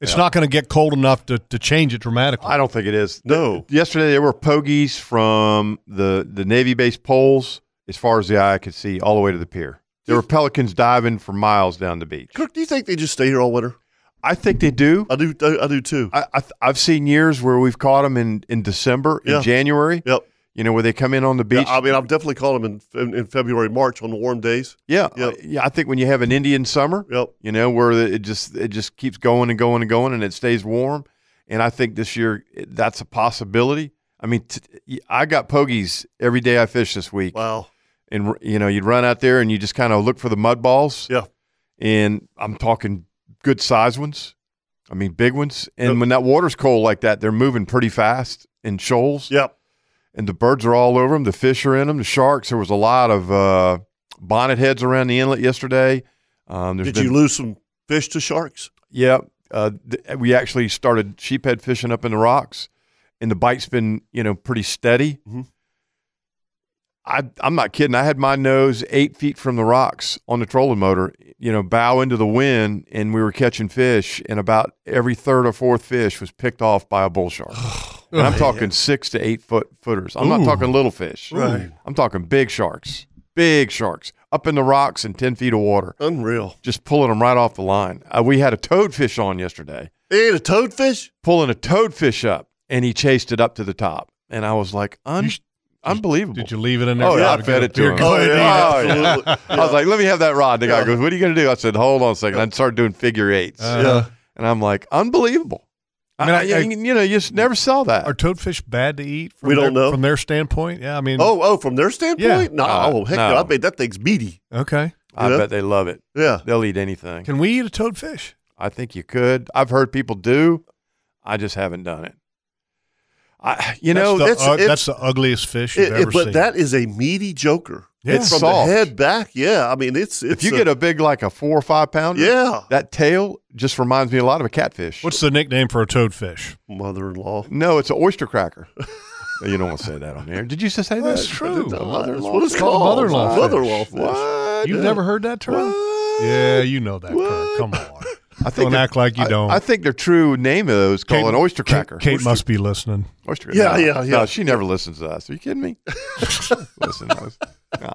Speaker 3: It's not going to get cold enough to, to change it dramatically.
Speaker 4: I don't think it is.
Speaker 1: No.
Speaker 4: Yesterday there were pogies from the the Navy base poles as far as the eye could see, all the way to the pier. There were pelicans diving for miles down the beach.
Speaker 1: Kirk, do you think they just stay here all winter?
Speaker 4: I think they do.
Speaker 1: I do. I, I do too.
Speaker 4: I, I th- I've seen years where we've caught them in in December,
Speaker 1: Yeah.
Speaker 4: in January.
Speaker 1: Yep.
Speaker 4: You know where they come in on the
Speaker 1: Yeah,
Speaker 4: beach.
Speaker 1: I mean, I've definitely caught them in, in in February, March on the warm days.
Speaker 4: Yeah,
Speaker 1: Yep.
Speaker 4: uh, yeah. I think when you have an Indian summer,
Speaker 1: Yep.
Speaker 4: you know where the- it just it just keeps going and going and going, and it stays warm. And I think this year it- that's a possibility. I mean, t- y- I got pogies every day I fished this week,
Speaker 1: Wow.
Speaker 4: and r- you know you'd run out there and you just kind of look for the mud balls.
Speaker 1: Yeah.
Speaker 4: and I'm talking good size ones. I mean, big ones. And
Speaker 1: Yep.
Speaker 4: when that water's cold like that, they're moving pretty fast in shoals
Speaker 1: Yep.
Speaker 4: and the birds are all over them. The fish are in them. The sharks. There was a lot of uh, bonnet heads around the inlet yesterday. Um, there's
Speaker 1: Did
Speaker 4: been-
Speaker 1: you lose some fish to sharks?
Speaker 4: Yeah, uh, th- we actually started sheephead fishing up in the rocks, and the bite's been you know pretty steady.
Speaker 1: Mhm.
Speaker 4: I I'm not kidding. I had my nose eight feet from the rocks on the trolling motor. You know, bow into the wind, and we were catching fish. And about every third or fourth fish was picked off by a bull shark. and I'm talking six to eight foot footers. I'm not
Speaker 3: Ooh.
Speaker 4: talking little fish.
Speaker 1: Right.
Speaker 4: I'm talking big sharks. Big sharks up in the rocks and ten feet of water
Speaker 1: Unreal.
Speaker 4: just pulling them right off the line. Uh, we had a toadfish on yesterday,
Speaker 1: They ate a toadfish?
Speaker 4: pulling a toadfish up, and he chased it up to the top. And I was like, Un-
Speaker 3: You sh-
Speaker 4: unbelievable.
Speaker 3: Did you leave it in there?
Speaker 4: Oh, yeah, I
Speaker 3: Gotta
Speaker 4: fed
Speaker 3: go-
Speaker 4: it to
Speaker 3: You're
Speaker 4: him.
Speaker 3: good.
Speaker 4: yeah.
Speaker 1: Oh, yeah, absolutely.
Speaker 4: I was like, let me have that rod. The guy goes, what are you going to do? I said, hold on a second. I started doing figure eights.
Speaker 3: Uh,
Speaker 4: And I'm like, unbelievable. I
Speaker 3: I mean, I-
Speaker 4: you-
Speaker 3: I-
Speaker 4: you know, you just never saw that.
Speaker 3: Are toadfish bad to eat? From
Speaker 1: We don't
Speaker 3: their-
Speaker 1: know.
Speaker 3: From their standpoint? Yeah, I mean,
Speaker 1: Oh, oh, from their standpoint? No,
Speaker 4: Uh,
Speaker 1: oh, heck
Speaker 4: no.
Speaker 1: no. I bet that thing's meaty.
Speaker 3: okay.
Speaker 4: I
Speaker 1: Yeah.
Speaker 4: bet they love it.
Speaker 1: Yeah.
Speaker 4: They'll eat anything.
Speaker 3: Can we eat a toadfish?
Speaker 4: I think you could. I've heard people do. I just haven't done it. I, you know,
Speaker 3: that's the,
Speaker 1: it's-
Speaker 3: ug-
Speaker 1: it's-
Speaker 3: that's the ugliest fish you've
Speaker 1: It- it-
Speaker 3: ever
Speaker 1: but
Speaker 3: seen.
Speaker 1: that is a meaty joker.
Speaker 3: Yeah.
Speaker 4: It's
Speaker 1: From
Speaker 4: soft.
Speaker 1: the head back, yeah. I mean, it's,
Speaker 4: if
Speaker 1: it's
Speaker 4: you get a big like a four or five pounder,
Speaker 1: Yeah.
Speaker 4: that tail just reminds me a lot of a catfish.
Speaker 3: What's the nickname for a toadfish?
Speaker 1: mother-in-law.
Speaker 4: no, it's an oyster cracker. you don't want to say that on there. Did you just say that?
Speaker 3: That's true.
Speaker 4: The
Speaker 1: That's
Speaker 4: mother-in-law
Speaker 1: what it's
Speaker 4: fish.
Speaker 1: called.
Speaker 3: Mother-in-law fish.
Speaker 1: Mother-in-law fish.
Speaker 4: What?
Speaker 3: You've never heard that term?
Speaker 4: What?
Speaker 3: Yeah, you know that. Kirk. Come on.
Speaker 4: I think
Speaker 3: Don't
Speaker 4: they're-
Speaker 3: act like you
Speaker 4: I-
Speaker 3: don't.
Speaker 4: I think their true name of those called an oyster
Speaker 3: Kate-
Speaker 4: cracker.
Speaker 3: Kate,
Speaker 4: oyster,
Speaker 3: must be listening.
Speaker 4: oyster.
Speaker 1: Yeah,
Speaker 4: no,
Speaker 1: yeah, yeah.
Speaker 4: No, she never listens to us. Are you kidding me? Listen, I was- no.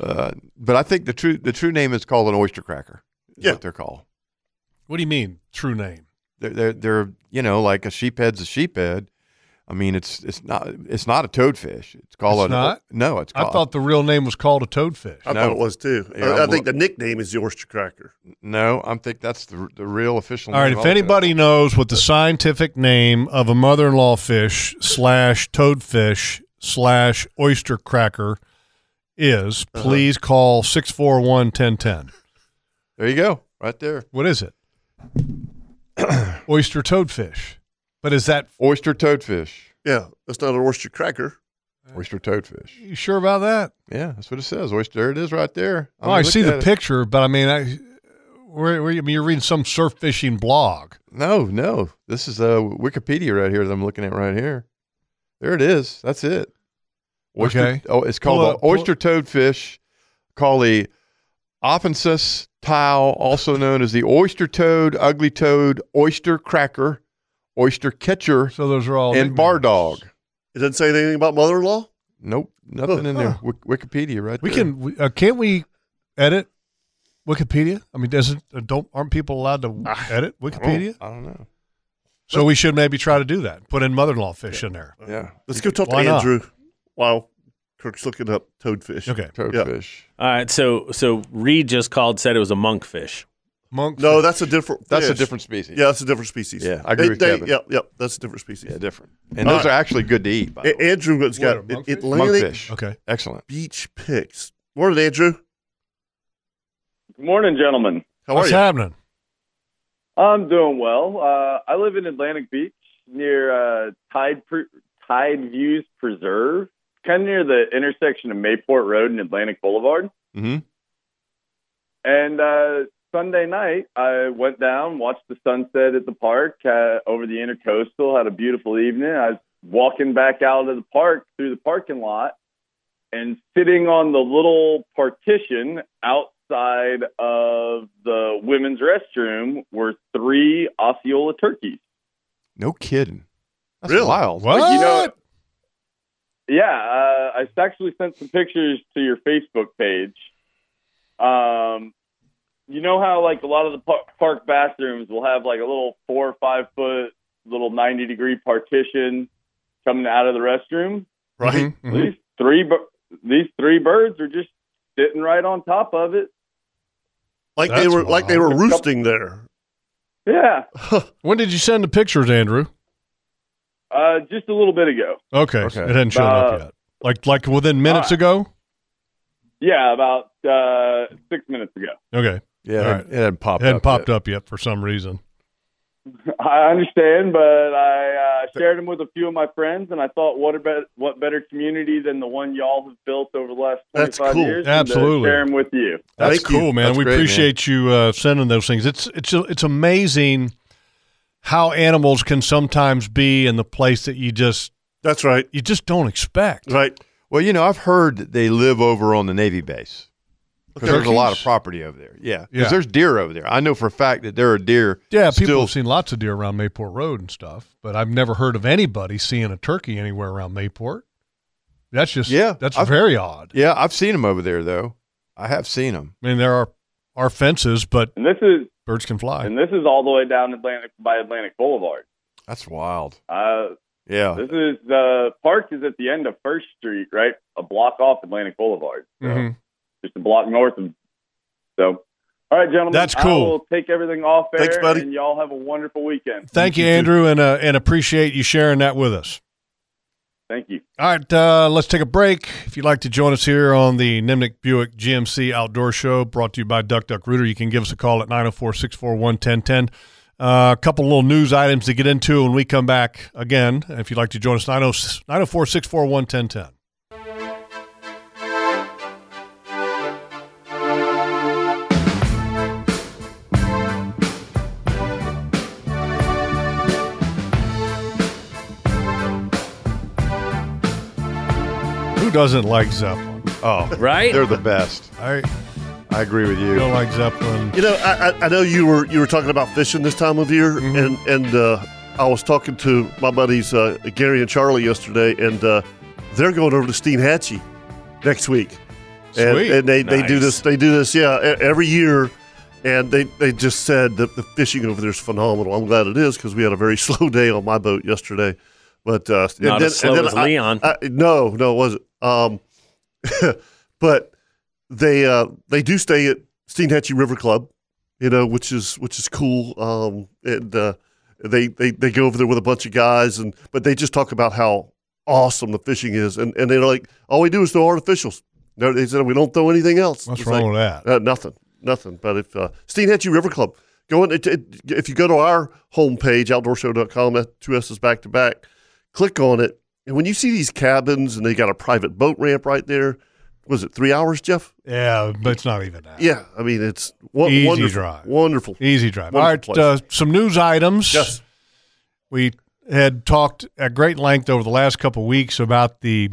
Speaker 4: Uh, but I think the true the true name is called an oyster cracker. Is
Speaker 1: Yeah.
Speaker 4: what they're called.
Speaker 3: What do you mean, true name?
Speaker 4: they're they're, they're you know like a sheephead's a sheephead, I mean, it's it's not it's not a toadfish. It's called
Speaker 3: It's
Speaker 4: a
Speaker 3: not?
Speaker 4: no. It's
Speaker 3: I
Speaker 4: called
Speaker 3: thought the real name was called a toadfish.
Speaker 4: I No. thought it was,
Speaker 1: too.
Speaker 4: Yeah,
Speaker 1: I, I
Speaker 4: well-
Speaker 1: think the nickname is the oyster cracker.
Speaker 4: no. I'm think that's the the real official.
Speaker 3: All right,
Speaker 4: name.
Speaker 3: if anybody knows what the scientific name of a mother-in-law fish slash toadfish slash oyster cracker is,
Speaker 4: Uh-huh.
Speaker 3: please call 641-1010.
Speaker 4: there you go, right there.
Speaker 3: What is it? oyster toadfish. But is that
Speaker 4: Oyster toadfish.
Speaker 1: Yeah, that's not an oyster cracker.
Speaker 4: Oyster toadfish.
Speaker 3: you sure about that?
Speaker 4: Yeah, that's what it says. Oyster. There it is, right there.
Speaker 3: I, I
Speaker 4: mean, look
Speaker 3: see the
Speaker 4: at it.
Speaker 3: picture, but I mean, I, where, where, I mean, you're reading some surf fishing blog.
Speaker 4: No, no. This is uh, Wikipedia right here that I'm looking at right here. There it is. That's it. Oyster,
Speaker 3: Okay.
Speaker 4: Oh, it's
Speaker 3: Pull
Speaker 4: called
Speaker 3: up,
Speaker 4: the
Speaker 3: pull-
Speaker 4: oyster toadfish, called the Ophensis tile, also known as the oyster toad, ugly toad, oyster cracker, oyster catcher,
Speaker 3: So those are all
Speaker 4: and bar dog.
Speaker 1: It doesn't say anything about mother-in-law.
Speaker 4: Nope, nothing in there.
Speaker 3: Huh.
Speaker 4: Wik- Wikipedia right
Speaker 3: We
Speaker 4: there.
Speaker 3: can we, uh, can't we edit Wikipedia? I mean, doesn't uh, don't aren't people allowed to edit Wikipedia?
Speaker 4: I don't know.
Speaker 3: So we should maybe try to do that. Put in mother-in-law fish in there.
Speaker 4: Yeah,
Speaker 1: Let's go talk to
Speaker 3: Why not?
Speaker 1: Andrew while Kirk's looking up toadfish.
Speaker 3: Okay,
Speaker 4: toadfish.
Speaker 5: All right, so so Reed just called said it was a monkfish.
Speaker 3: monk.
Speaker 1: No, that's a different.
Speaker 4: That's a
Speaker 1: fish.
Speaker 4: different species.
Speaker 1: Yeah, that's a different species.
Speaker 4: Yeah, I agree
Speaker 1: They-
Speaker 4: with
Speaker 1: they-
Speaker 4: Kevin.
Speaker 1: Yep, yep, that's a different species.
Speaker 4: yeah, different. And
Speaker 1: All
Speaker 4: those
Speaker 1: right.
Speaker 4: are actually good to eat. By the
Speaker 1: A-
Speaker 4: way.
Speaker 1: Andrew's got
Speaker 3: What, a
Speaker 1: it-
Speaker 3: monkfish?
Speaker 1: Atlantic
Speaker 4: Monkfish.
Speaker 3: okay.
Speaker 4: Excellent.
Speaker 1: beach picks. Morning, Andrew.
Speaker 12: Good morning, gentlemen.
Speaker 1: How
Speaker 3: What's
Speaker 1: are you?
Speaker 3: happening?
Speaker 12: I'm doing well. Uh, I live in Atlantic Beach near uh, Tide Pre- Tide Views Preserve, kind of near the intersection of Mayport Road and Atlantic Boulevard.
Speaker 4: hmm
Speaker 1: Mm-hmm.
Speaker 12: And uh, Sunday night, I went down, watched the sunset at the park uh, over the intercoastal, had a beautiful evening. I was walking back out of the park through the parking lot and sitting on the little partition outside of the women's restroom were three Osceola turkeys.
Speaker 4: No kidding. That's
Speaker 1: Really?
Speaker 4: wild.
Speaker 3: What?
Speaker 12: you know- Yeah, uh, I actually sent some pictures to your Facebook page. Um, you know how like a lot of the par- park bathrooms will have like a little four or five foot little ninety degree partition coming out of the restroom.
Speaker 1: Right.
Speaker 3: Mhm, mhm.
Speaker 12: These three, bir- these three birds are just sitting right on top of it.
Speaker 1: Like they
Speaker 3: That's
Speaker 1: were like they were roosting there.
Speaker 12: Yeah,
Speaker 3: When did you send the pictures, Andrew?
Speaker 12: uh, just a little bit ago.
Speaker 3: Okay,
Speaker 4: Okay.
Speaker 3: it hadn't shown up
Speaker 12: Uh,
Speaker 3: yet. Like like within minutes
Speaker 12: uh,
Speaker 3: ago.
Speaker 12: Yeah, about uh, six minutes ago.
Speaker 3: Okay,
Speaker 4: Yeah,
Speaker 3: All
Speaker 4: it-
Speaker 3: right.
Speaker 4: it hadn't
Speaker 3: it
Speaker 4: popped
Speaker 3: hadn't
Speaker 4: up.
Speaker 3: popped
Speaker 4: yet.
Speaker 3: up yet for some reason.
Speaker 12: I understand, but I uh, shared them with a few of my friends, and I thought, what about what better community than the one y'all have built over the last
Speaker 1: That's
Speaker 12: 25
Speaker 1: cool.
Speaker 12: years?
Speaker 3: Absolutely.
Speaker 12: and to share them with you.
Speaker 3: That's
Speaker 1: Thank you.
Speaker 3: cool, man.
Speaker 4: That's
Speaker 3: we
Speaker 4: great, man.
Speaker 3: appreciate you uh, sending those things. It's it's it's amazing how animals can sometimes be in the place that you just
Speaker 1: That's right.
Speaker 3: you just don't expect.
Speaker 1: Right.
Speaker 4: Well, you know, I've heard that they live over on the Navy base because there's a lot of property over there. Yeah, because
Speaker 3: Yeah.
Speaker 4: there's deer over there. I know for a fact that there are deer.
Speaker 3: Yeah, people
Speaker 4: still-
Speaker 3: have seen lots of deer around Mayport Road and stuff, but I've never heard of anybody seeing a turkey anywhere around Mayport. That's just
Speaker 4: Yeah,
Speaker 3: that's
Speaker 4: I've-
Speaker 3: very odd.
Speaker 4: Yeah, I've seen them over there though. I have seen them.
Speaker 3: I mean, there are are fences, but
Speaker 12: And this is
Speaker 3: birds can fly.
Speaker 12: and this is all the way down Atlantic by Atlantic Boulevard.
Speaker 4: That's wild.
Speaker 12: Uh,
Speaker 4: Yeah,
Speaker 12: this is the park is at the end of First Street, right, a block off Atlantic Boulevard, so
Speaker 3: Mhm.
Speaker 12: just a block north of. So, all right, gentlemen,
Speaker 3: That's
Speaker 12: I
Speaker 3: cool.
Speaker 12: will take everything off air,
Speaker 1: Thanks, buddy.
Speaker 12: and y'all have a wonderful weekend.
Speaker 3: Thank you,
Speaker 1: You too.
Speaker 3: Andrew, and uh, and appreciate you sharing that with us.
Speaker 12: Thank you.
Speaker 3: All right, uh, let's take a break. If you'd like to join us here on the Nimnik Buick GMC Outdoor Show, brought to you by Duck Duck Rooter, you can give us a call at 904 641 1010. A Uh, couple little news items to get into when we come back again. If you'd like to join us, oh, 90- 904 641 1010. Who doesn't like Zeppelin? Oh,
Speaker 5: Right?
Speaker 4: they're the best.
Speaker 3: I
Speaker 4: I agree with
Speaker 3: don't
Speaker 4: you.
Speaker 3: like Zeppelin.
Speaker 1: You know, I, I, I know you were you were talking about fishing this time of year,
Speaker 5: Mm-hmm.
Speaker 1: and and uh, I was talking to my buddies uh, Gary and Charlie yesterday, and uh, they're going over to Steenhatchee next week. And,
Speaker 3: Sweet.
Speaker 1: and they, they do
Speaker 5: Nice.
Speaker 1: this they do this yeah e- every year, and they, they just said that the fishing over there is phenomenal. I'm glad it is because we had a very slow day on my boat yesterday, But uh, and
Speaker 5: Not
Speaker 1: then-
Speaker 5: as slow
Speaker 1: and then
Speaker 5: as
Speaker 1: I-
Speaker 5: Leon.
Speaker 1: I- Uh, no, no, it wasn't. Um, but they uh, they do stay at Steenhatchee River Club, you know, which is which is cool. Um, and uh, they, they they go over there with a bunch of guys, and but they just talk about how awesome the fishing is, and and they're like, all we do is throw artificials. No, they said we don't throw anything else.
Speaker 3: What's
Speaker 1: It's like,
Speaker 3: wrong with that?
Speaker 1: uh, nothing, nothing. But if uh, Steenhatchee River Club, go in. It, it- if you go to our homepage, outdoorshow.com, that two S's back to back, click on it, and when you see these cabins and they got a private boat ramp right there, was it three hours, Jeff?
Speaker 3: Yeah, but it's not even that.
Speaker 1: Yeah, I mean it's wo-
Speaker 3: Easy
Speaker 1: wonderful,
Speaker 3: drive.
Speaker 1: wonderful,
Speaker 3: easy drive.
Speaker 1: wonderful
Speaker 3: All
Speaker 1: place.
Speaker 3: right, uh, some news items. Yes. We had talked at great length over the last couple of weeks about the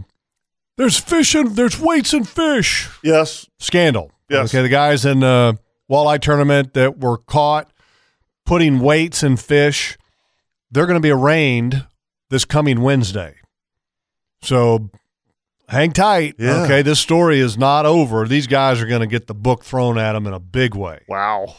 Speaker 3: there's fish and there's weights and fish.
Speaker 1: Yes.
Speaker 3: Scandal.
Speaker 1: Yes.
Speaker 3: Okay, the guys in the walleye tournament that were caught putting weights in fish, they're going to be arraigned this coming Wednesday. So hang tight.
Speaker 1: Yeah.
Speaker 3: Okay, this story is not over. These guys are going to get the book thrown at them in a big way.
Speaker 1: Wow.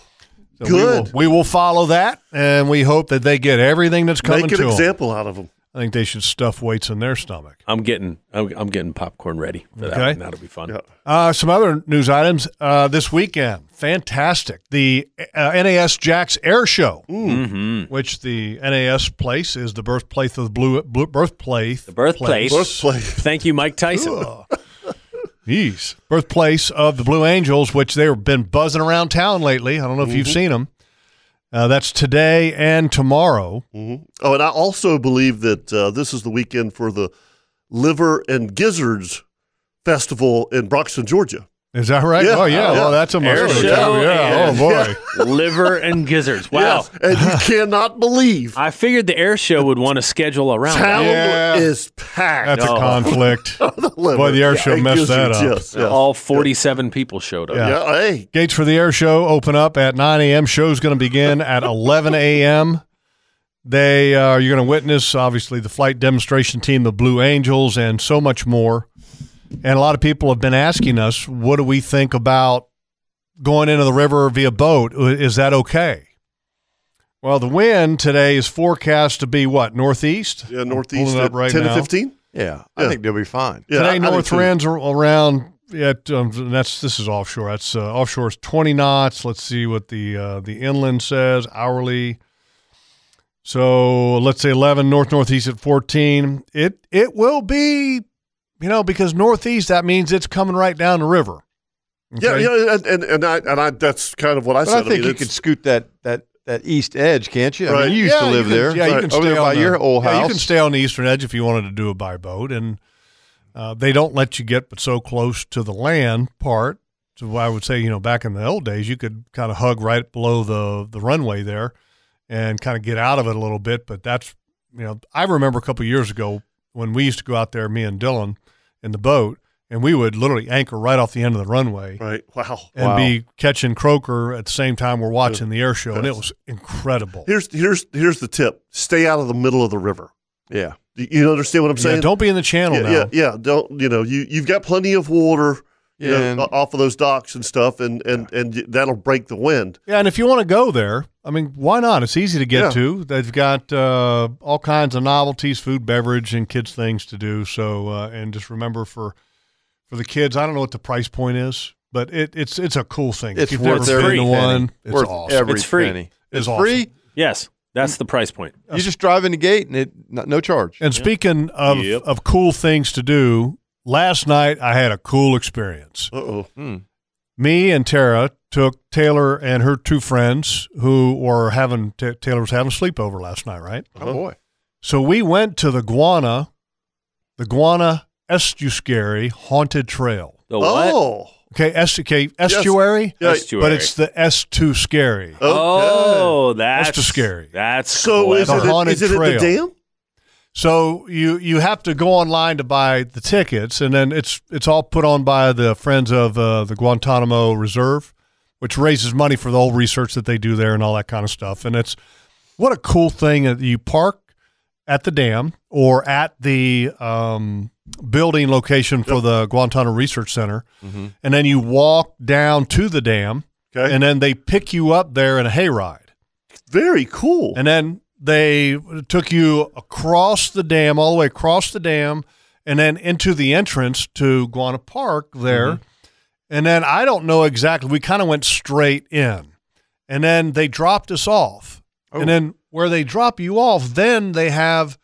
Speaker 3: We will, we will follow that, and we hope that they get everything that's coming
Speaker 5: Make an
Speaker 3: to 'em.
Speaker 5: example
Speaker 1: out of them.
Speaker 3: I think they should stuff weights in their stomach.
Speaker 5: I'm getting I'm, I'm getting popcorn ready for that.
Speaker 3: Okay.
Speaker 5: one. That'll be fun.
Speaker 3: Uh, some other news items uh, this weekend. Fantastic. The uh, NAS Jacks Air Show,
Speaker 5: Mm-hmm.
Speaker 3: which the NAS place is the birthplace of the blue, blue birthplace. The
Speaker 5: Birthplace. Thank you, Mike Tyson.
Speaker 3: Jeez. Birthplace of the Blue Angels, which they've been buzzing around town lately. I don't know if you've
Speaker 5: Mm-hmm.
Speaker 1: Mhm.
Speaker 3: seen them. Uh, that's today and tomorrow.
Speaker 1: Mhm. Oh, and I also believe that uh, this is the weekend for the Liver and Gizzards Festival in Broxton, Georgia.
Speaker 3: Is that right?
Speaker 1: Yeah.
Speaker 3: Oh yeah.
Speaker 1: Yeah.
Speaker 3: Well, that's a
Speaker 1: Air
Speaker 3: must.
Speaker 1: show
Speaker 3: Oh, yeah.
Speaker 1: and-
Speaker 3: Oh boy.
Speaker 5: Liver and gizzards. Wow.
Speaker 1: Yes, and you cannot believe.
Speaker 5: I figured the air show would want to schedule around.
Speaker 1: Town
Speaker 5: that. Oh.
Speaker 1: is packed.
Speaker 3: That's a conflict. Boy, the air show
Speaker 5: and
Speaker 3: messed that up.
Speaker 5: gizzards, yes, yes. All 47 people showed up.
Speaker 1: hey.
Speaker 3: Gates for the air show open up at 9 a.m. Show's going to begin at 11 a.m. They uh, you're going to witness obviously the flight demonstration team, the Blue Angels, and so much more. And a lot of people have been asking us, what do we think about going into the river via boat? Is that okay? Well, the wind today is forecast to be what northeast.
Speaker 1: Yeah,
Speaker 3: I'm
Speaker 1: northeast
Speaker 3: pulling it up
Speaker 1: at 10 to
Speaker 3: now.
Speaker 1: 15?
Speaker 4: Yeah, I think they'll be fine.
Speaker 3: Today, north winds are around at um, and that's this is offshore. That's uh, offshore is twenty knots. Let's see what the uh, the inland says hourly. So let's say eleven north northeast at fourteen. It it will be, you know, because northeast that means it's coming right down the river.
Speaker 1: Yeah, yeah, and and, and I and I that's kind of what I
Speaker 4: But
Speaker 1: said.
Speaker 4: I think
Speaker 1: mean,
Speaker 4: you
Speaker 1: it's-
Speaker 4: could scoot that that that east edge, can't you? I
Speaker 1: Right.
Speaker 4: mean, you used
Speaker 1: Yeah,
Speaker 4: to
Speaker 1: you
Speaker 4: live
Speaker 1: can-
Speaker 4: there.
Speaker 3: Yeah, you can
Speaker 4: over
Speaker 3: stay
Speaker 4: there by
Speaker 3: on the-
Speaker 4: your old
Speaker 3: yeah,
Speaker 4: house.
Speaker 3: you can stay on the eastern edge if you wanted to do it by boat, and uh, they don't let you get but so close to the land part. So I would say, you know, back in the old days, you could kind of hug right below the the runway there, and kind of get out of it a little bit. But that's, you know, I remember a couple years ago when we used to go out there, me and Dylan, in the boat, and we would literally anchor right off the end of the runway.
Speaker 1: Right. Wow.
Speaker 3: And
Speaker 1: Wow.
Speaker 3: be catching croaker at the same time we're watching the air show, and it
Speaker 1: Yes.
Speaker 3: was incredible.
Speaker 1: here's here's here's the tip: stay out of the middle of the river.
Speaker 4: Yeah.
Speaker 1: You- You understand what I'm
Speaker 3: Yeah,
Speaker 1: saying?
Speaker 3: don't be in the channel
Speaker 1: yeah,
Speaker 3: now.
Speaker 1: Yeah, yeah, don't you know? You you've got plenty of water, you
Speaker 3: Yeah, and-
Speaker 1: know, off of those docks and stuff, and and and y- that'll break the wind.
Speaker 3: Yeah, and if you want to go there, I mean, why not? It's easy to get
Speaker 1: Yeah.
Speaker 3: to. They've got uh, all kinds of novelties, food, beverage, and kids things to do. So, uh, and just remember for for the kids, I don't know what the price point is, but it, it's it's a cool thing.
Speaker 4: It's
Speaker 3: if you've
Speaker 4: worth
Speaker 3: never
Speaker 4: every
Speaker 3: been to
Speaker 4: penny.
Speaker 3: one, it's
Speaker 4: Worth
Speaker 3: awesome.
Speaker 4: every
Speaker 5: It's free.
Speaker 4: penny.
Speaker 3: It's
Speaker 4: It's
Speaker 3: awesome.
Speaker 4: free.
Speaker 5: Yes, that's the price point.
Speaker 4: You just drive in the gate and it no, no charge.
Speaker 3: And speaking of of cool things to do, last night I had a cool experience.
Speaker 1: Uh oh.
Speaker 4: Hmm.
Speaker 3: Me and Tara took Taylor and her two friends who were having Ta Taylor was having a sleepover last night, right?
Speaker 4: Oh boy.
Speaker 3: So we went to the Guana, the Guana Estuary Haunted Trail.
Speaker 5: The what?
Speaker 1: Oh.
Speaker 3: Okay, estu- okay, estuary,
Speaker 5: Yeah. Estuary.
Speaker 3: but it's the S two scary.
Speaker 5: Oh, that's,
Speaker 3: too scary.
Speaker 5: That's
Speaker 3: So is
Speaker 5: clever.
Speaker 3: it- The haunted is it at the trail. dam? So you you have to go online to buy the tickets, and then it's it's all put on by the friends of uh, the Guantanamo Reserve, which raises money for the whole research that they do there and all that kind of stuff. And it's what a cool thing that you park at the dam or at the um, building location for the Guantanamo Research Center,
Speaker 4: Mhm.
Speaker 3: and then you walk down to the dam,
Speaker 1: okay.
Speaker 3: and then they pick you up there in a hayride.
Speaker 1: Very cool.
Speaker 3: And then they took you across the dam, all the way across the dam, and then into the entrance to Guana Park there.
Speaker 1: Mm-hmm.
Speaker 3: And then I don't know exactly. We kind of went straight in, and then they dropped us off.
Speaker 1: Oh.
Speaker 3: And then where they drop you off, then they have,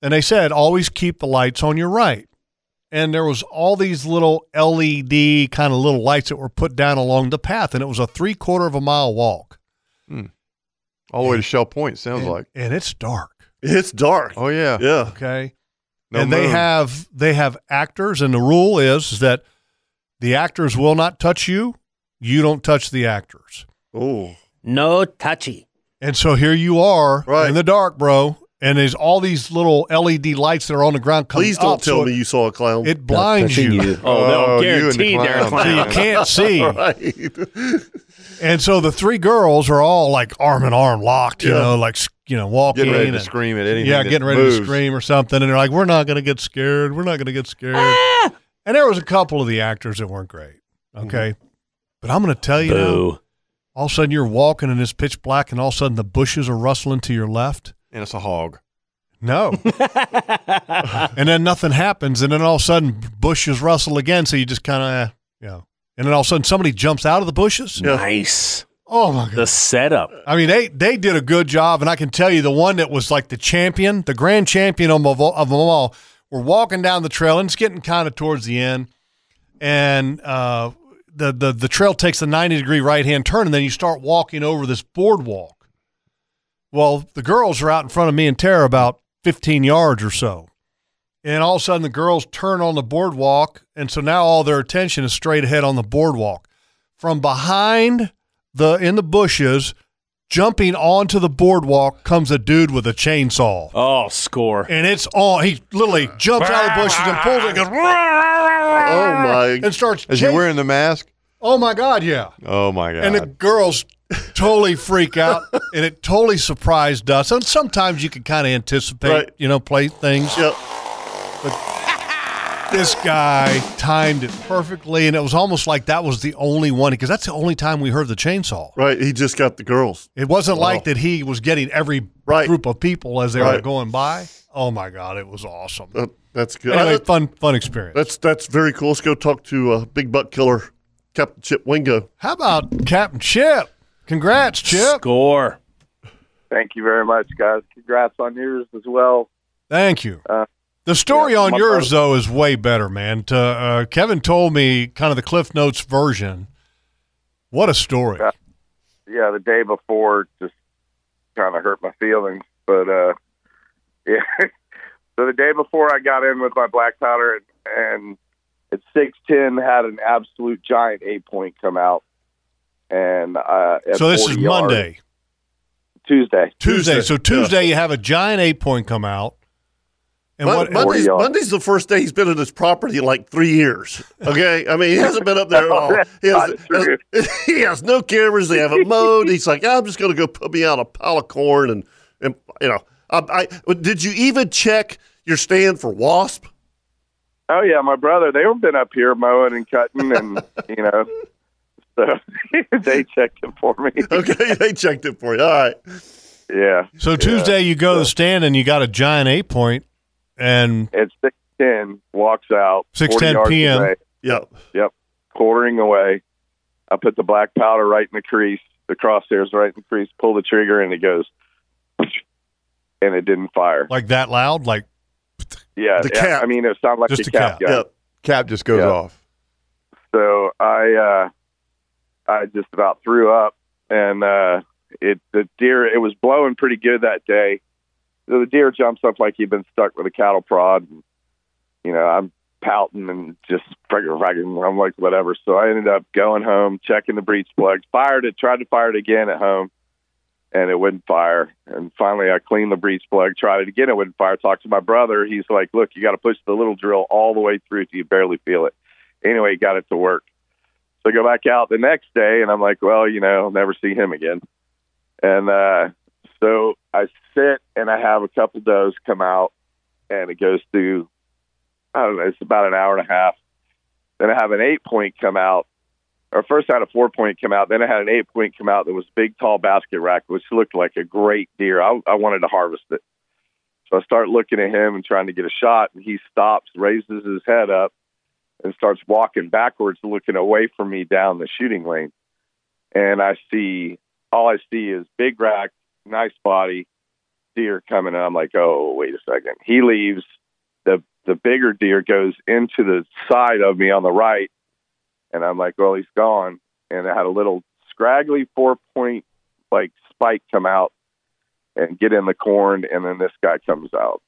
Speaker 3: and they said always keep the lights on your right. And there was all these little LED kind of little lights that were put down along the path, and it was a three quarter of a mile walk.
Speaker 4: All the way to Shell Point, sounds
Speaker 3: And-
Speaker 4: like.
Speaker 3: and it's dark.
Speaker 1: It's dark.
Speaker 4: Oh, yeah.
Speaker 1: Yeah.
Speaker 3: Okay.
Speaker 4: No
Speaker 3: and they
Speaker 4: moon.
Speaker 3: have they have actors, and the rule is, is that the actors will not touch you. You don't touch the actors.
Speaker 1: Oh.
Speaker 5: No touchy.
Speaker 3: And so here you are
Speaker 1: Right.
Speaker 3: in the dark, bro. And there's all these little LED lights that are on the ground. Coming
Speaker 1: Please don't
Speaker 3: up,
Speaker 1: tell
Speaker 3: so
Speaker 1: me you saw a clown.
Speaker 3: It blinds you.
Speaker 5: Oh, they'll
Speaker 4: Oh, you and the
Speaker 5: guarantee they're
Speaker 4: clown.
Speaker 3: so you
Speaker 5: clowns.
Speaker 3: can't see.
Speaker 1: right.
Speaker 3: And so the three girls are all like arm in arm locked, you
Speaker 1: Yeah.
Speaker 3: know, like, you know, walking.
Speaker 4: Getting ready to
Speaker 3: and-
Speaker 4: scream at anything.
Speaker 3: Yeah,
Speaker 4: that
Speaker 3: getting ready
Speaker 4: moves.
Speaker 3: to scream or something. And they're like, we're not going to get scared. We're not going to get scared.
Speaker 4: Ah!
Speaker 3: And there was a couple of the actors that weren't great.
Speaker 4: Mm-hmm.
Speaker 3: Okay. But I'm going to tell you, now,
Speaker 5: Boo.
Speaker 3: all of a sudden you're walking and it's pitch black and all of a sudden the bushes are rustling to your left.
Speaker 4: And it's a hog.
Speaker 3: No. and then nothing happens. And then all of a sudden bushes rustle again. So you just kind of, eh, you know. And then all of a sudden somebody jumps out of the bushes.
Speaker 5: Nice.
Speaker 3: Oh my God.
Speaker 5: The setup.
Speaker 3: I mean, they they did a good job, and I can tell you the one that was like the champion, the grand champion of, of, of them all. We're walking down the trail, and it's getting kind of towards the end, and uh, the the the trail takes a ninety degree right hand turn, and then you start walking over this boardwalk. Well, the girls are out in front of me and Tara about fifteen yards or so, and all of a sudden the girls turn on the boardwalk, and so now all their attention is straight ahead on the boardwalk. From behind the in the bushes, jumping onto the boardwalk comes a dude with a chainsaw.
Speaker 5: Oh, score.
Speaker 3: And it's on. He literally jumps out of the bushes and pulls it and goes,
Speaker 1: Oh my.
Speaker 3: and starts.
Speaker 4: Is he
Speaker 3: chas-
Speaker 4: wearing the mask?
Speaker 3: oh my God, yeah.
Speaker 4: Oh, my God.
Speaker 3: And the girls totally freak out and it totally surprised us. And sometimes you can kind of anticipate,
Speaker 1: Right.
Speaker 3: you know, play things.
Speaker 1: Yeah.
Speaker 3: This guy timed it perfectly. And it was almost like that was the only one because that's the only time we heard the chainsaw.
Speaker 1: Right. He just got the girls.
Speaker 3: It wasn't like that he was getting every
Speaker 1: Right.
Speaker 3: group of people as they were
Speaker 1: Right.
Speaker 3: going by. Oh my God, it was awesome.
Speaker 1: That, Uh, that's good.
Speaker 3: Anyway,
Speaker 1: I-
Speaker 3: fun fun experience.
Speaker 1: that's that's very cool. Let's go talk to uh, Big Buck Killer, Captain Chip Wingo.
Speaker 3: How about Captain Chip? Congrats, Chip.
Speaker 5: Score.
Speaker 11: Thank you very much, guys. Congrats on yours as well.
Speaker 3: Thank you.
Speaker 11: Uh,
Speaker 3: the story
Speaker 11: yeah,
Speaker 3: on
Speaker 11: my
Speaker 3: yours though is way better, man. To, uh, Kevin told me kind of the Cliff Notes version. What a story!
Speaker 11: Yeah. Uh, yeah, the day before just kind of hurt my feelings, but uh, yeah. so the day before, I got in with my black powder, and, and at six ten, had an absolute giant eight point come out, and uh, at
Speaker 3: So this
Speaker 11: 40
Speaker 3: is
Speaker 11: yards-
Speaker 3: Monday,
Speaker 11: Tuesday.
Speaker 3: Tuesday.
Speaker 1: Tuesday,
Speaker 3: So Tuesday you have a giant eight point come out, and
Speaker 1: Mon-
Speaker 3: what?
Speaker 1: Monday's,
Speaker 11: Forty yards.
Speaker 1: Monday's the first day he's been at his property in like three years. Okay, I mean he hasn't been up there at all. He has,
Speaker 11: Oh, That's not
Speaker 1: he has no cameras. They haven't mowed. He's like, I'm just going to go put me out a pile of corn and and you know. I, I did you even check your stand for wasp?
Speaker 11: Oh yeah, my brother. They've been up here mowing and cutting, and you know, so they checked it for me.
Speaker 1: Okay, they checked it for you. All right,
Speaker 11: Yeah,
Speaker 3: so Tuesday you go to the stand and you got a giant eight point, and
Speaker 11: at six ten, walks out
Speaker 3: 6:10
Speaker 11: 40 yards
Speaker 3: p.m..
Speaker 11: away.
Speaker 1: yeah,
Speaker 11: quartering away. I put the black powder right in the crease, the crosshairs right in the crease, pull the trigger, and it goes, and it didn't fire.
Speaker 3: like that loud, like
Speaker 11: Yeah,
Speaker 1: The
Speaker 11: yeah,
Speaker 1: cap.
Speaker 11: I mean, it sounded like
Speaker 3: Just
Speaker 11: a
Speaker 3: a
Speaker 11: cap,
Speaker 3: cap.
Speaker 11: gun.
Speaker 1: yeah.
Speaker 4: cap just goes
Speaker 11: Yeah.
Speaker 4: off.
Speaker 11: So I, uh, I just about threw up, and uh, it the deer. It was blowing pretty good that day. So the deer jumps up like he'd been stuck with a cattle prod. And, you know, I'm pouting and just friggin' friggin'. I'm like, whatever. So I ended up going home, checking the breech plug, fired it, tried to fire it again at home, and it wouldn't fire. And finally, I cleaned the breech plug, tried it again, it wouldn't fire. Talked to my brother. He's like, look, you got to push the little drill all the way through till you barely feel it. Anyway, got it to work. So I go back out the next day, and I'm like, well, you know, I'll never see him again. And uh, so I sit and I have a couple does come out, and it goes through, I don't know, it's about an hour and a half. Then I have an eight point come out, or first I had a four point come out, then I had an eight point come out that was big, tall basket rack, which looked like a great deer. I, I wanted to harvest it. So I start looking at him and trying to get a shot, and he stops, raises his head up, and starts walking backwards, looking away from me down the shooting lane. And I see all I see is big rack, nice body, deer coming, and I'm like, oh, wait a second. He leaves. the The bigger deer goes into the side of me on the right, and I'm like, well, he's gone. And I had a little scraggly four point like spike come out and get in the corn, and then this guy comes out,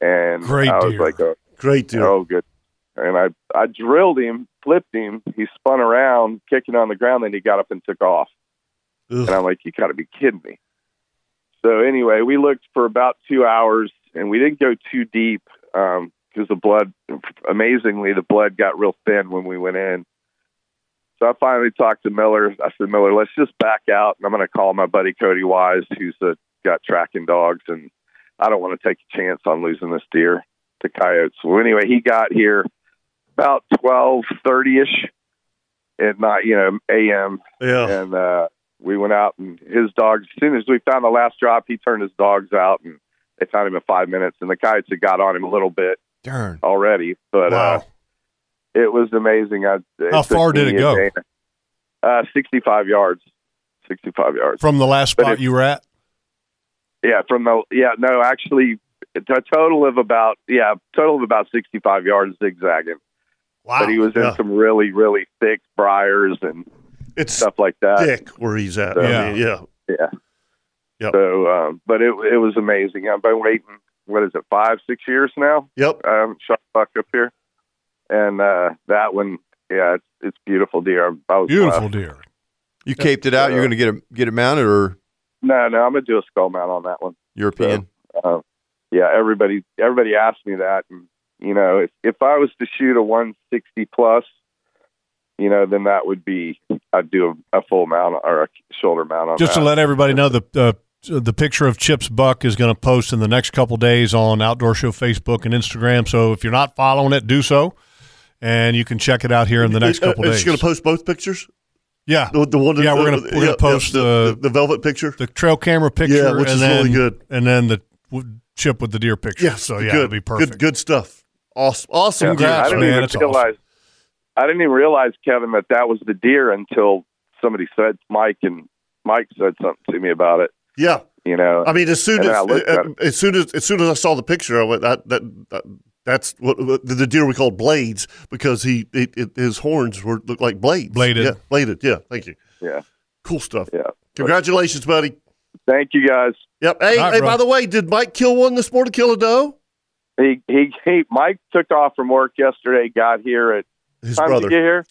Speaker 11: and
Speaker 1: Great
Speaker 11: I was
Speaker 1: deer.
Speaker 11: like, oh,
Speaker 1: Great deer.
Speaker 11: Oh, good. And I I drilled him, flipped him. He spun around, kicking on the ground. Then he got up and took off. And I'm like, you got to be kidding me. So anyway, we looked for about two hours, and we didn't go too deep because the blood, amazingly, the blood got real thin when we went in. So I finally talked to Miller. I said, Miller, let's just back out, and I'm going to call my buddy Cody Wise, who's uh got tracking dogs, and I don't want to take a chance on losing this deer to coyotes. Well, anyway, he got here about twelve thirty ish at night, you know, a.m.
Speaker 1: Yeah.
Speaker 11: And uh, we went out, and his dogs. As soon as we found the last drop, he turned his dogs out, and they found him in five minutes. And the coyotes had got on him a little bit
Speaker 4: Darn.
Speaker 11: already, but uh,
Speaker 3: Wow.
Speaker 11: it was amazing. I, it
Speaker 3: How
Speaker 11: took
Speaker 3: far did
Speaker 11: me
Speaker 3: it
Speaker 11: a
Speaker 3: go?
Speaker 11: day- Uh, sixty-five yards. Sixty-five yards.
Speaker 3: From the last
Speaker 11: But
Speaker 3: spot
Speaker 11: it-
Speaker 3: you were at?
Speaker 11: Yeah, from the yeah, no, actually it's a total of about yeah, total of about sixty five yards zigzagging.
Speaker 1: Wow.
Speaker 11: But he was in
Speaker 1: Yeah.
Speaker 11: some really, really thick briars and
Speaker 1: It's
Speaker 11: stuff like that.
Speaker 1: Dick, where he's at. I
Speaker 3: Yeah.
Speaker 1: mean, yeah.
Speaker 11: Yeah.
Speaker 1: Yep.
Speaker 11: So um but it it was amazing. I've been waiting what is it, five, six years now?
Speaker 1: Yep.
Speaker 11: I haven't shot a buck up here. And uh that one yeah, it's it's beautiful deer. I was
Speaker 3: Beautiful
Speaker 11: blessed.
Speaker 3: deer.
Speaker 4: You caped it out. You're going to get it get it mounted or
Speaker 11: No, no, I'm gonna do a skull mount on that one.
Speaker 4: European?
Speaker 11: um, yeah, everybody everybody asked me that, and you know, if if I was to shoot a 160 plus, you know, then that would be I'd do a, a full mount or a shoulder mount on
Speaker 3: Just
Speaker 11: that.
Speaker 3: to let everybody know, the uh, the picture of Chips Buck is going to post in the next couple days on Outdoor Show Facebook and Instagram. So if you're not following it, do so, and you can check it out here in the next
Speaker 1: Uh,
Speaker 3: couple
Speaker 1: is
Speaker 3: days.
Speaker 1: she going to post both pictures?
Speaker 3: yeah,
Speaker 1: The, the one that-
Speaker 3: Yeah, we're gonna-
Speaker 1: uh,
Speaker 3: we're gonna post
Speaker 1: the,
Speaker 3: the-
Speaker 1: the velvet picture.
Speaker 3: the trail camera picture,
Speaker 1: Yeah, which
Speaker 3: and
Speaker 1: is
Speaker 3: then,
Speaker 1: really good.
Speaker 3: and then the w- chip with the deer picture.
Speaker 1: Yes,
Speaker 3: so yeah,
Speaker 1: good.
Speaker 3: it'll be perfect.
Speaker 1: Good, good stuff. Awesome, awesome.
Speaker 11: Yeah, I
Speaker 3: Congrats,
Speaker 11: didn't
Speaker 3: man,
Speaker 11: even
Speaker 3: that's
Speaker 11: realize I didn't even realize Kevin that that was the deer until somebody said Mike and Mike said something to me about it.
Speaker 1: Yeah,
Speaker 11: You know,
Speaker 1: I mean, as soon
Speaker 11: And
Speaker 1: as uh,
Speaker 11: then I looked at it.
Speaker 1: as soon as as soon as I saw the picture, I went that that. that that's what what- the deer we called blades because he it, it, his horns were looked like blades.
Speaker 3: Bladed.
Speaker 1: yeah, bladed. Yeah, thank you.
Speaker 11: yeah,
Speaker 1: Cool stuff.
Speaker 11: yeah.
Speaker 1: Congratulations, buddy.
Speaker 11: Thank you guys.
Speaker 1: Yep. Hey,
Speaker 3: All right,
Speaker 1: hey.
Speaker 3: bro.
Speaker 1: By the way, did Mike kill one this morning? Kill a doe?
Speaker 11: He, he he. Mike took off from work yesterday. Got here at
Speaker 1: His
Speaker 11: time
Speaker 1: brother.
Speaker 11: to get here?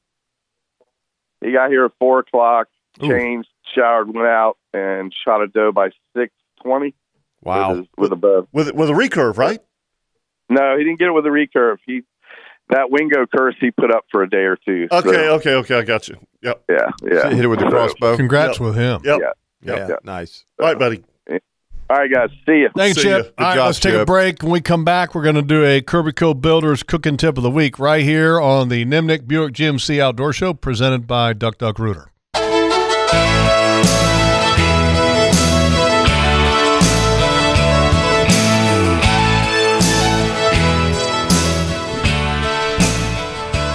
Speaker 11: He got here at four o'clock,
Speaker 3: Ooh.
Speaker 11: changed, showered, went out, and shot a doe by six twenty.
Speaker 4: Wow.
Speaker 11: with, his- with a bow.
Speaker 1: with with a recurve, right?
Speaker 11: No, he didn't get it with a recurve. He that Wingo curse he put up for a day or two. So,
Speaker 1: Okay, okay, okay. I got you. Yep.
Speaker 11: yeah, yeah.
Speaker 4: Hit it with the
Speaker 11: So,
Speaker 4: crossbow.
Speaker 3: Congrats with him.
Speaker 1: Yep.
Speaker 11: Yeah.
Speaker 4: Yeah,
Speaker 11: Yeah.
Speaker 4: nice.
Speaker 1: All right, buddy.
Speaker 11: All right, guys. See you.
Speaker 3: Thanks,
Speaker 1: See ya.
Speaker 3: Chip.
Speaker 1: Good
Speaker 3: All right,
Speaker 4: job,
Speaker 3: let's take a
Speaker 4: Chip.
Speaker 3: break. When we come back, we're going to do a Kirby Co. Builders Cooking Tip of the Week right here on the Nimnik Buick GMC Outdoor Show presented by Duck Duck Rooter.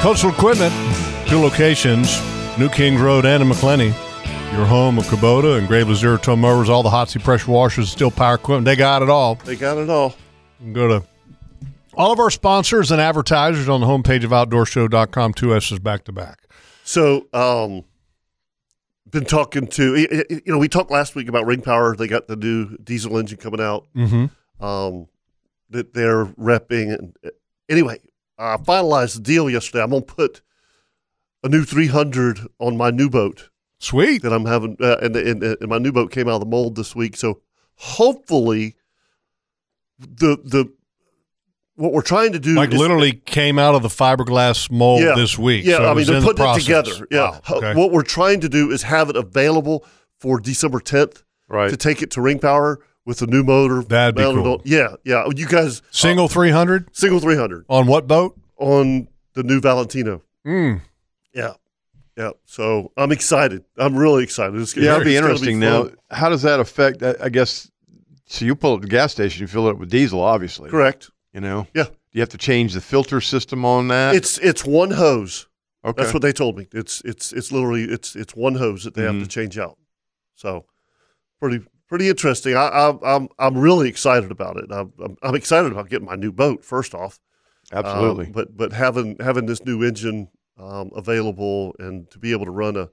Speaker 3: Coastal Equipment, two locations, New Kings Road and in McClenny. Your home of Kubota and Graveless Zero Ton Mowers, all the Hotsey pressure washers, steel power equipment. They got it all.
Speaker 1: They got it all.
Speaker 3: You can go to all of our sponsors and advertisers on the homepage of outdoorshow.com. Two S's back to back.
Speaker 1: So, um, been talking to y- y- you know we talked last week about Ring Power. They got the new diesel engine coming out
Speaker 3: Mm-hmm.
Speaker 1: um, that they're repping. uh, Anyway, I finalized the deal yesterday. I'm gonna put a new 300 on my new boat
Speaker 3: Sweet.
Speaker 1: that I'm having, uh, and, and and my new boat came out of the mold this week. So hopefully, the the what we're trying to do
Speaker 3: Like
Speaker 1: is-
Speaker 3: literally came out of the fiberglass mold Oh, this week.
Speaker 1: yeah,
Speaker 3: so
Speaker 1: I
Speaker 3: it
Speaker 1: mean
Speaker 3: was
Speaker 1: they're
Speaker 3: in the
Speaker 1: putting it
Speaker 3: process.
Speaker 1: together. Yeah,
Speaker 3: Wow,
Speaker 1: Ho-
Speaker 3: okay.
Speaker 1: what we're trying to do is have it available for December 10th
Speaker 4: Right.
Speaker 1: to take it to Ring Power with the new motor.
Speaker 3: That'd be
Speaker 1: mounted
Speaker 3: cool.
Speaker 1: on- yeah, yeah. You guys
Speaker 3: Single
Speaker 1: uh,
Speaker 3: 300
Speaker 1: single 300
Speaker 3: on what boat?
Speaker 1: on the new Valentino.
Speaker 3: Mm.
Speaker 1: Yeah, Yeah, so I'm excited. I'm really excited. It's gonna-
Speaker 4: Yeah, it'll be
Speaker 1: it's gonna
Speaker 4: interesting. now,
Speaker 1: fun.
Speaker 4: how does that affect? I, I guess so. You pull up the gas station, you fill it up with diesel, obviously.
Speaker 1: Correct.
Speaker 4: You know.
Speaker 1: Yeah.
Speaker 4: Do you have to change the filter system on that?
Speaker 1: It's it's one hose.
Speaker 4: Okay.
Speaker 1: that's what they told me. It's it's it's literally it's it's one hose that they have
Speaker 3: Mm-hmm.
Speaker 4: Mhm.
Speaker 1: to change out. So pretty pretty interesting. I, I I'm I'm really excited about it. I'm, I'm I'm excited about getting my new boat first off. Um,
Speaker 4: Absolutely.
Speaker 1: but but having having this new engine um, available and to be able to run a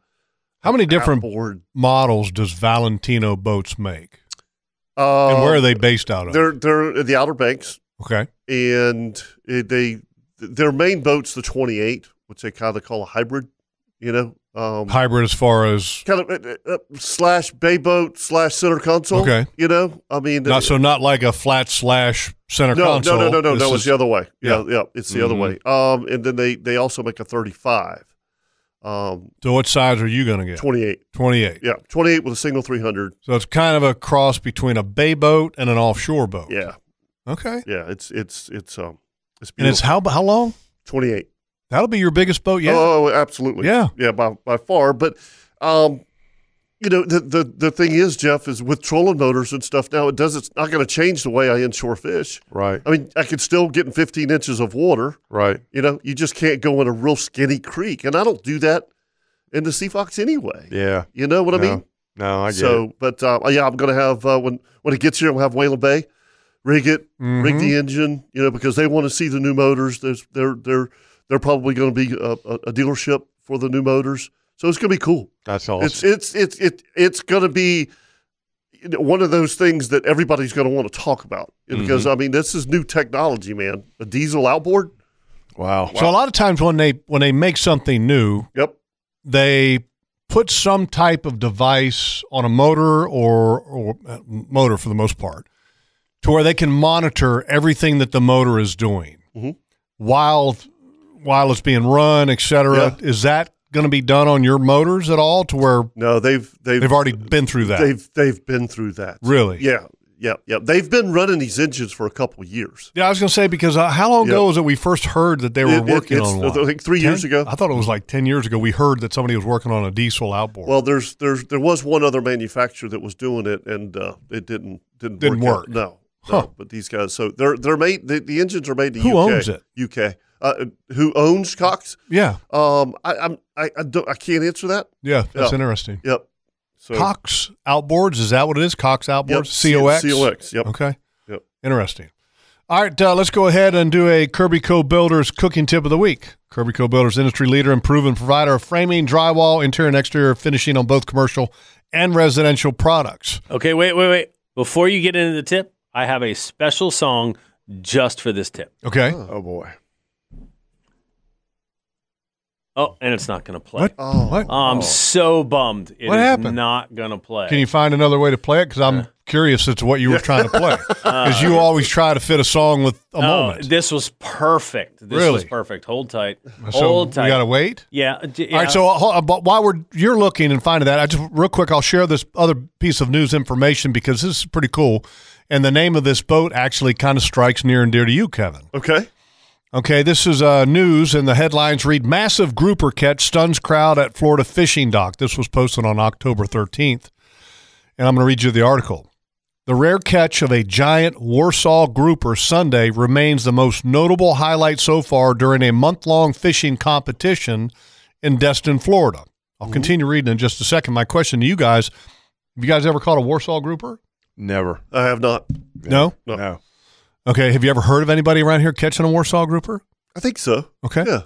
Speaker 3: How many different
Speaker 1: outboard-
Speaker 3: models does Valentino boats make?
Speaker 1: Uh,
Speaker 3: and where are they based out of?
Speaker 1: They're they're in the Outer Banks.
Speaker 3: Okay.
Speaker 1: and it, they their main boat's the 28, which they kind of call a hybrid. You know, um,
Speaker 3: Hybrid as far as
Speaker 1: kind of uh, uh, slash bay boat slash center console.
Speaker 3: Okay.
Speaker 1: you know, I mean, uh,
Speaker 3: not so not like a flat slash center
Speaker 1: no,
Speaker 3: console.
Speaker 1: No, no, no, no,
Speaker 3: This
Speaker 1: no.
Speaker 3: is-
Speaker 1: It's the other way. Yeah, yeah.
Speaker 3: Yeah.
Speaker 1: it's the other
Speaker 3: Mhm.
Speaker 1: way. Um, and then they they also make a 35. Um,
Speaker 3: So what size are you going to get?
Speaker 1: 28.
Speaker 3: 28.
Speaker 1: yeah, 28 with a single 300.
Speaker 3: So it's kind of a cross between a bay boat and an offshore boat.
Speaker 1: Yeah.
Speaker 3: Okay.
Speaker 1: Yeah, it's it's it's um it's
Speaker 3: And it's
Speaker 1: beautiful.
Speaker 3: how how long?
Speaker 1: 28.
Speaker 3: That'll be your biggest boat yet.
Speaker 1: Oh, absolutely.
Speaker 3: Yeah.
Speaker 1: Yeah, by, by far. But, um, you know, the, the, the thing is, Jeff, is with trolling motors and stuff now, it does, it's not going to change the way I inshore fish.
Speaker 4: Right.
Speaker 1: I mean, I could still get in 15 inches of water.
Speaker 4: Right.
Speaker 1: You know, you just can't go in a real skinny creek. And I don't do that in the Sea Fox anyway.
Speaker 4: Yeah.
Speaker 1: You know what I
Speaker 4: No.
Speaker 1: mean?
Speaker 4: No, I get
Speaker 1: so,
Speaker 4: it.
Speaker 1: but uh, yeah, I'm going to have uh, when when it gets here, we'll have Whalen Bay rig it, rig
Speaker 4: Mm-hmm.
Speaker 1: the engine, you know, because they want to see the new motors. There's they're they're they're probably going to be a, a a dealership for the new motors, so it's going to be cool.
Speaker 4: That's awesome.
Speaker 1: It's it's it's it, it's going to be you know, one of those things that everybody's going to want to talk about because
Speaker 4: Mm-hmm.
Speaker 3: Mhm.
Speaker 1: I mean this is new technology, man. A diesel outboard.
Speaker 4: Wow.
Speaker 3: So a lot of times when they when they make something new,
Speaker 1: Oh, yep,
Speaker 3: they put some type of device on a motor or or uh, motor for the most part, to where they can monitor everything that the motor is doing
Speaker 1: Mm-hmm.
Speaker 3: while while it's being run, et cetera. Is that going to be done on your motors at all? To where
Speaker 1: no, they've they've
Speaker 3: they've already been through that.
Speaker 1: They've they've been through that.
Speaker 3: Really?
Speaker 1: Yeah. Yeah, yeah. They've been running these engines for a couple of years.
Speaker 3: Yeah, I was going to say because uh, how long
Speaker 1: Yeah.
Speaker 3: ago was it we first heard that they were
Speaker 1: It- it-
Speaker 3: working
Speaker 1: it's-
Speaker 3: on one?
Speaker 1: I think three years
Speaker 3: Ten-
Speaker 1: ago.
Speaker 3: I thought it was like ten years ago. We heard that somebody was working on a diesel outboard.
Speaker 1: Well, there's there's there was one other manufacturer that was doing it, and uh, it didn't didn't
Speaker 3: Didn't
Speaker 1: work. out.
Speaker 3: work.
Speaker 1: No, no.
Speaker 3: Huh.
Speaker 1: But these guys, so they're they're made. The, the engines are made in the
Speaker 3: Who
Speaker 1: UK.
Speaker 3: owns it?
Speaker 1: UK. Uh, who owns Cox?
Speaker 3: Yeah.
Speaker 1: Um, I, I'm I I, don't, I can't answer that.
Speaker 3: Yeah, that's interesting.
Speaker 1: Yep. So
Speaker 3: Cox outboards is that what it is? Cox outboards,
Speaker 1: C-
Speaker 3: COX,
Speaker 1: COX, yep.
Speaker 3: Okay,
Speaker 1: Yep.
Speaker 3: interesting. All right, uh, let's go ahead and do a Kirby Co Builders cooking tip of the week. Kirby Co Builders, industry leader and proven provider of framing, drywall, interior and exterior finishing on both commercial and residential products.
Speaker 5: Okay, wait, wait, wait. Before you get into the tip, I have a special song just for this tip.
Speaker 3: Okay.
Speaker 4: Oh boy.
Speaker 5: Oh, and it's not going to play.
Speaker 3: What? Oh. What?
Speaker 5: I'm so bummed. It is
Speaker 3: What happened?
Speaker 5: Not going to play.
Speaker 3: Can you find another way to play it? Because I'm curious as to what you were trying to play.
Speaker 1: Uh,
Speaker 3: Because you always try to fit a song with a
Speaker 5: Oh,
Speaker 3: moment.
Speaker 5: This was perfect. This was
Speaker 3: Really?
Speaker 5: perfect. Hold tight.
Speaker 3: So
Speaker 5: Hold tight.
Speaker 3: we gotta wait?
Speaker 5: Yeah. d-
Speaker 3: All
Speaker 5: yeah.
Speaker 3: right. So uh, hold- uh, but while we're you're looking and finding that, I just real quick, I'll share this other piece of news information because this is pretty cool, and the name of this boat actually kind of strikes near and dear to you, Kevin.
Speaker 1: Okay.
Speaker 3: Okay, this is uh, news, and the headlines read Massive grouper catch stuns crowd at Florida fishing dock. This was posted on October 13th, and I'm going to read you the article. The rare catch of a giant Warsaw grouper Sunday remains the most notable highlight so far during a month long fishing competition in Destin, Florida.
Speaker 1: Mm-hmm.
Speaker 3: I'll continue reading in just a second. My question to you guys have you guys ever caught a Warsaw grouper?
Speaker 4: Never.
Speaker 1: I have not.
Speaker 3: No?
Speaker 1: No.
Speaker 3: Okay, have you ever heard of anybody around here catching a Warsaw grouper?
Speaker 1: I think so.
Speaker 3: Okay.
Speaker 1: Yeah.
Speaker 3: All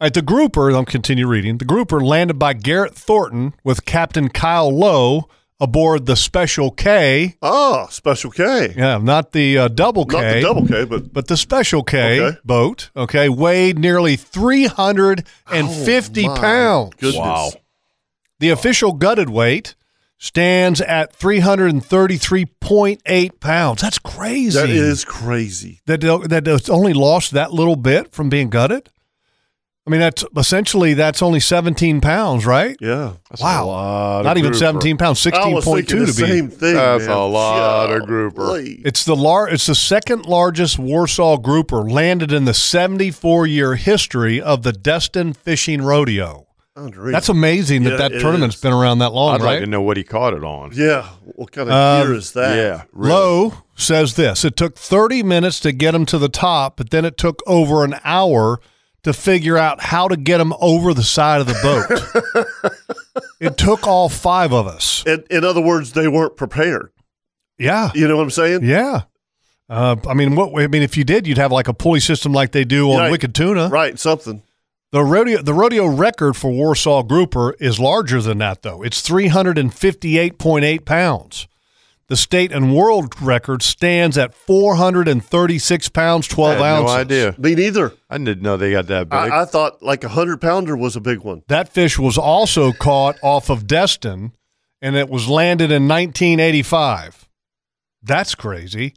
Speaker 3: right, the grouper, I'll continue reading. The grouper landed by Garrett Thornton with Captain Kyle Lowe aboard the Special K.
Speaker 1: Oh, Special K.
Speaker 3: Yeah, not the uh, double K.
Speaker 1: Not the double K, but
Speaker 3: But the Special K
Speaker 1: Okay.
Speaker 3: boat, okay, weighed nearly 350
Speaker 1: Oh, my
Speaker 3: pounds.
Speaker 1: goodness. Wow.
Speaker 3: The official gutted weight stands at 333.8 pounds. That's crazy.
Speaker 1: that is crazy.
Speaker 3: that that it's only lost that little bit from being gutted. I mean, that's essentially that's only 17 pounds, right?
Speaker 1: Yeah.
Speaker 3: wow, not even 17 pounds,
Speaker 1: I was
Speaker 3: 16.2
Speaker 1: thinking
Speaker 3: to be.
Speaker 1: the same thing.
Speaker 4: That's
Speaker 1: man.
Speaker 4: a lot of grouper.
Speaker 1: Golly.
Speaker 3: It's the lar- It's the second largest Warsaw grouper landed in the 74 year history of the Destin Fishing Rodeo.
Speaker 1: Unreal.
Speaker 3: That's amazing that that tournament's been around that long,
Speaker 4: I'd
Speaker 3: right?
Speaker 4: like to know what he caught it on.
Speaker 1: Yeah. What kind of
Speaker 3: Um,
Speaker 1: gear is that?
Speaker 3: Lowe says this it took 30 minutes to get him to the top, but then it took over an hour to figure out how to get him over the side of the boat. it took all five of us.
Speaker 1: In, in other words, they weren't prepared.
Speaker 3: Yeah.
Speaker 1: You know what I'm saying?
Speaker 3: Yeah. Uh, I mean, what? I mean, if you did, you'd have like a pulley system like they do on
Speaker 1: Right.
Speaker 3: Wicked Tuna,
Speaker 1: right? Something.
Speaker 3: The rodeo, the rodeo record for Warsaw Grouper is larger than that, though. It's 358.8 pounds. The state and world record stands at 436 pounds 12
Speaker 4: I had
Speaker 3: ounces.
Speaker 4: no idea.
Speaker 1: Me neither.
Speaker 4: I didn't know they got that big.
Speaker 1: I, I thought like a hundred pounder was a big one.
Speaker 3: That fish was also caught off of Destin, and it was landed in 1985. That's crazy.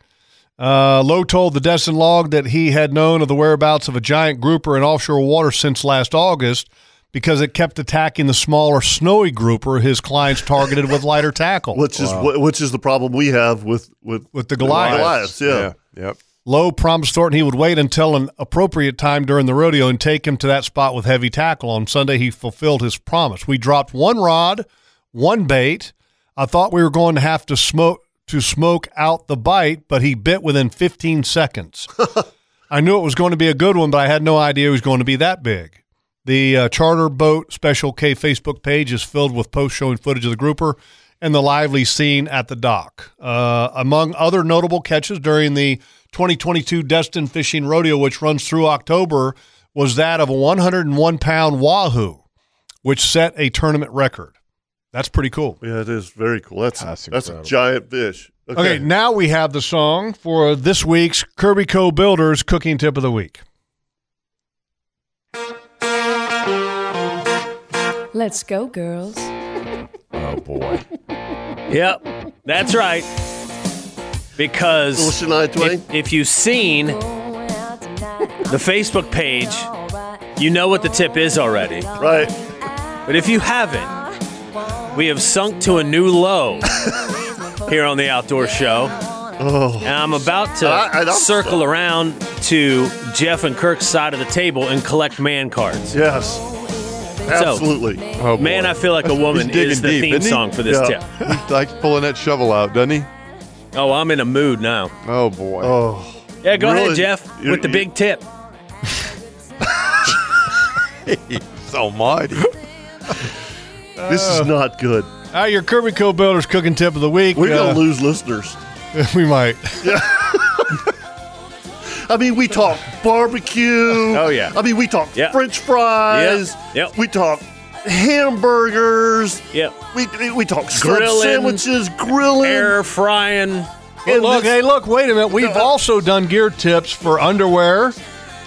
Speaker 3: Uh, Lowe told the Destin log that he had known of the whereabouts of a giant grouper in offshore water since last August because it kept attacking the smaller snowy grouper his clients targeted with lighter tackle.
Speaker 1: Which is wh- which is the problem we have with with
Speaker 3: With the Goliaths.
Speaker 1: Goliaths, yeah.
Speaker 4: Yep.
Speaker 3: Lowe promised Thornton he would wait until an appropriate time during the rodeo and take him to that spot with heavy tackle. On Sunday, he fulfilled his promise. We dropped one rod, one bait. I thought we were going to have to smoke to smoke out the bite, but he bit within 15 seconds. I knew it was going to be a good one, but I had no idea it was going to be that big. The uh, charter boat special K Facebook page is filled with posts showing footage of the grouper and the lively scene at the dock. Uh, among other notable catches during the 2022 Destin Fishing Rodeo, which runs through October, was that of a 101 pound wahoo, which set a tournament record. That's pretty cool.
Speaker 1: Yeah, it is very cool. That's that's, a giant fish.
Speaker 3: Okay. now we have the song for this week's Kirby Co. Builders Cooking Tip of the Week.
Speaker 13: Let's go, girls.
Speaker 4: Oh boy.
Speaker 5: Yep, that's right. Because if, if you've seen the Facebook page, you know what the tip is already.
Speaker 1: Right.
Speaker 5: But if you haven't, we have sunk to a new low here on the Outdoor Show.
Speaker 4: Oh.
Speaker 5: And I'm about to
Speaker 1: I- and I'm
Speaker 5: circle
Speaker 1: so-
Speaker 5: around to Jeff and Kirk's side of the table and collect man cards.
Speaker 1: Yes. Absolutely.
Speaker 4: Oh, boy.
Speaker 5: Man, I feel like a woman
Speaker 4: He's digging
Speaker 5: is the
Speaker 4: deep,
Speaker 5: theme
Speaker 4: isn't he?
Speaker 5: song for this tip.
Speaker 4: He likes pulling that shovel out, doesn't he?
Speaker 5: Oh, I'm in a mood now.
Speaker 4: Oh boy.
Speaker 1: Oh.
Speaker 5: Yeah, go
Speaker 4: Really?
Speaker 5: ahead, Jeff,
Speaker 4: You-
Speaker 5: with the
Speaker 4: you-
Speaker 5: big tip.
Speaker 4: He's almighty.
Speaker 1: This is not good.
Speaker 3: All right, Uh, your Kirby Co. Builders Cooking Tip of the Week.
Speaker 1: We're
Speaker 3: Uh,
Speaker 1: gonna lose listeners.
Speaker 3: we might.
Speaker 1: I mean, we talk barbecue. Oh
Speaker 5: yeah.
Speaker 1: I mean, we talk
Speaker 5: Yeah.
Speaker 1: French fries.
Speaker 5: Yeah.
Speaker 1: We talk hamburgers.
Speaker 5: Yep.
Speaker 1: We we- we talk sub
Speaker 5: Grilling.
Speaker 1: sandwiches, grilling.
Speaker 5: Air frying. Uh,
Speaker 3: But look, hey, look, wait a minute. We've also done gear tips for underwear,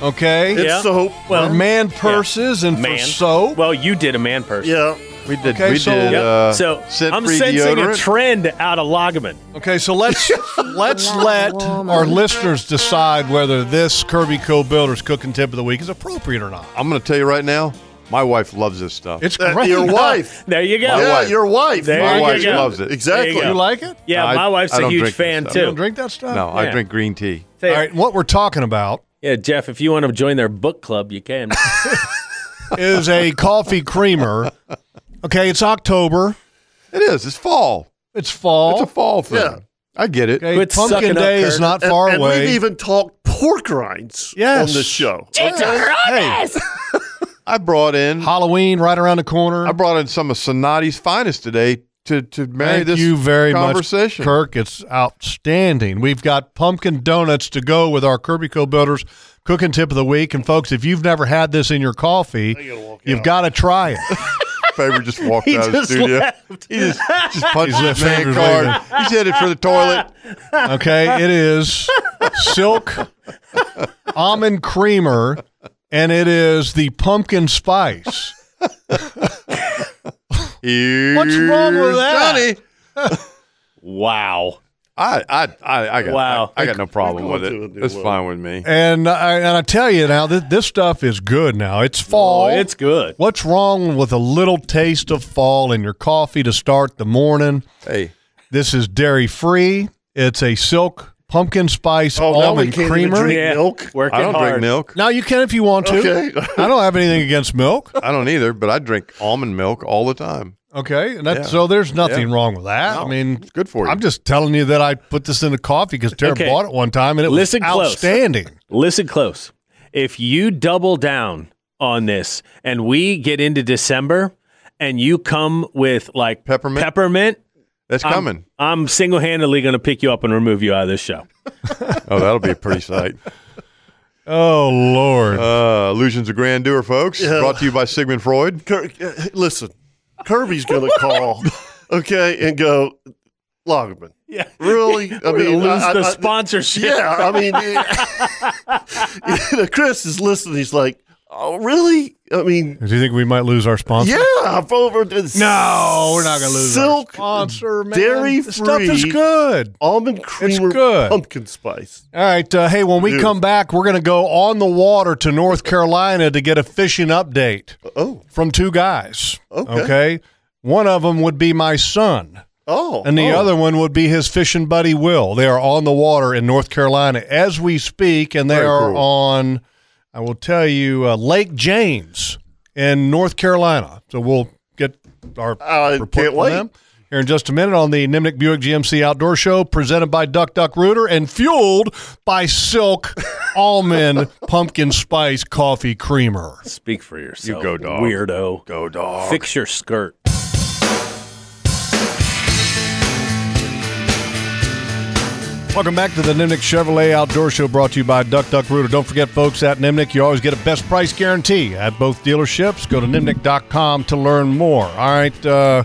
Speaker 3: okay?
Speaker 1: It's
Speaker 5: Yeah.
Speaker 1: soap.
Speaker 3: for man purses and
Speaker 5: man.
Speaker 3: for soap.
Speaker 5: Well, you did a man person.
Speaker 1: Yeah.
Speaker 4: We did.
Speaker 3: Okay,
Speaker 4: we
Speaker 3: so-
Speaker 4: did.
Speaker 3: Yep.
Speaker 4: Uh,
Speaker 5: so I'm
Speaker 4: scent-free
Speaker 5: sensing a
Speaker 4: deodorant.
Speaker 5: trend out of Loggerman.
Speaker 3: Okay, so let's let's let our listeners decide whether this Kirby Co. Builders Cooking Tip of the Week is appropriate or not.
Speaker 4: I'm going to tell you right now. My wife loves this stuff.
Speaker 3: It's
Speaker 1: That-
Speaker 3: great.
Speaker 1: your wife.
Speaker 5: There you go.
Speaker 4: My
Speaker 1: yeah,
Speaker 4: wife.
Speaker 1: your wife.
Speaker 5: There
Speaker 4: My
Speaker 5: you
Speaker 4: wife
Speaker 5: go.
Speaker 4: loves it.
Speaker 1: Exactly.
Speaker 5: There
Speaker 3: You like it?
Speaker 5: Yeah,
Speaker 4: I-
Speaker 5: my wife's
Speaker 4: I
Speaker 5: a
Speaker 4: don't
Speaker 5: huge
Speaker 4: drink this
Speaker 5: fan
Speaker 4: stuff.
Speaker 5: too.
Speaker 3: You don't drink that stuff?
Speaker 4: no, I
Speaker 5: Yeah.
Speaker 4: drink green tea.
Speaker 5: Say-
Speaker 3: All right, what we're talking about
Speaker 5: Yeah, Jeff, if you want to join their book club, you can.
Speaker 3: is a coffee creamer. Okay, it's October.
Speaker 4: It is. It's fall.
Speaker 3: It's
Speaker 4: It's
Speaker 3: fall.
Speaker 4: a fall thing.
Speaker 1: Yeah.
Speaker 4: I get it.
Speaker 3: okay,
Speaker 5: Quit
Speaker 3: pumpkin
Speaker 5: sucking up,
Speaker 3: day
Speaker 5: Kirk.
Speaker 3: is not
Speaker 1: And,
Speaker 3: far
Speaker 1: and
Speaker 3: away.
Speaker 1: we've even talked pork rinds
Speaker 3: Yes.
Speaker 1: on this show.
Speaker 4: I brought in.
Speaker 3: Halloween right around the corner.
Speaker 4: I brought in some of Sonati's finest today to to marry
Speaker 3: Thank
Speaker 4: this
Speaker 3: you very
Speaker 4: conversation.
Speaker 3: much, Kirk. It's outstanding. We've got pumpkin donuts to go with our Kirby Co. Builders cooking tip of the week. And folks, if you've never had this in your coffee, you've got to try it.
Speaker 4: Faber just walked
Speaker 5: He
Speaker 4: out of the
Speaker 5: just
Speaker 4: studio.
Speaker 5: left.
Speaker 4: He just, just punched
Speaker 3: He's
Speaker 4: his
Speaker 3: left
Speaker 4: man
Speaker 3: Faber's
Speaker 4: card. He's headed for the toilet.
Speaker 3: Okay, it is silk almond creamer, and it is the pumpkin spice.
Speaker 4: What's
Speaker 3: wrong with that?
Speaker 4: Johnny.
Speaker 5: wow.
Speaker 4: I I I, I got
Speaker 5: Wow.
Speaker 4: I, I got no problem
Speaker 1: We're
Speaker 4: with
Speaker 1: going
Speaker 4: it.
Speaker 1: to it,
Speaker 4: It's
Speaker 1: well.
Speaker 4: fine with me.
Speaker 3: And I, and I tell you now, that this stuff is good. Now it's fall.
Speaker 5: Oh, it's good.
Speaker 3: What's wrong with a little taste of fall in your coffee to start the morning?
Speaker 4: Hey,
Speaker 3: This is dairy free. It's a silk pumpkin spice
Speaker 4: Oh,
Speaker 1: now we
Speaker 3: almond
Speaker 1: can't even
Speaker 3: creamer.
Speaker 1: drink Yeah. milk? Working
Speaker 4: I don't drink hard. milk.
Speaker 3: Now you can if you want to.
Speaker 4: Okay.
Speaker 3: I don't have anything against milk.
Speaker 4: I don't either, but I drink almond milk all the time.
Speaker 3: Okay, and that,
Speaker 4: Yeah.
Speaker 3: so there's nothing
Speaker 4: Yeah.
Speaker 3: wrong with that. I mean, it's
Speaker 4: good for you.
Speaker 3: I'm just telling you that I put this in the coffee because Tara
Speaker 5: Okay.
Speaker 3: bought it one time and it
Speaker 5: Listen
Speaker 3: was
Speaker 5: close.
Speaker 3: outstanding.
Speaker 5: Listen close. If you double down on this and we get into December and you come with like peppermint, peppermint
Speaker 4: that's coming.
Speaker 5: I'm, single handedly going to pick you up and remove you out of this show.
Speaker 4: Oh, that'll be a pretty sight.
Speaker 3: Oh Lord!
Speaker 4: Uh, illusions of grandeur, folks.
Speaker 1: Yeah.
Speaker 4: Brought to you by Sigmund Freud.
Speaker 1: uh, Listen, Kirby's going to call, okay, and go, Loggerman.
Speaker 5: Yeah.
Speaker 1: Really? I
Speaker 5: We're gonna
Speaker 1: mean,
Speaker 5: lose
Speaker 1: I-
Speaker 5: the
Speaker 1: I- I-
Speaker 5: sponsorship.
Speaker 1: Yeah, I mean, you know, Chris is listening. He's like, oh, really? I mean,
Speaker 3: Do you think we might lose our sponsor?
Speaker 1: yeah, I've over this.
Speaker 3: No, we're not gonna lose our
Speaker 1: Silk,
Speaker 3: sponsor, man.
Speaker 1: dairy
Speaker 3: This stuff is
Speaker 1: free
Speaker 3: good.
Speaker 1: Almond creamer,
Speaker 3: good.
Speaker 1: pumpkin spice.
Speaker 3: All right. Uh, hey, when we
Speaker 1: Dude.
Speaker 3: come back, we're going to go on the water to North Carolina to get a fishing update.
Speaker 1: Oh.
Speaker 3: From two guys.
Speaker 1: Okay.
Speaker 3: One of them would be my son.
Speaker 1: Oh.
Speaker 3: And the
Speaker 1: oh.
Speaker 3: other one would be his fishing buddy, Will. They are on the water in North Carolina as we speak, and they
Speaker 4: Very
Speaker 3: are
Speaker 4: cool.
Speaker 3: on, I will tell you, uh, Lake James in North Carolina. So we'll get our report
Speaker 1: Uh, can't
Speaker 3: from
Speaker 1: wait.
Speaker 3: them here in just a minute on the Nimnik Buick GMC Outdoor Show, presented by Duck Duck Rooter and fueled by Silk Almond Pumpkin Spice Coffee Creamer.
Speaker 5: Speak for yourself.
Speaker 3: go, dog.
Speaker 5: Weirdo.
Speaker 4: Go, dog.
Speaker 5: Fix your skirt.
Speaker 3: Welcome back to the Nimnik Chevrolet Outdoor Show brought to you by Duck Duck Rooter. Don't forget, folks, at Nimnik, you always get a best price guarantee at both dealerships. Go to nimnik.com to learn more. All right, uh,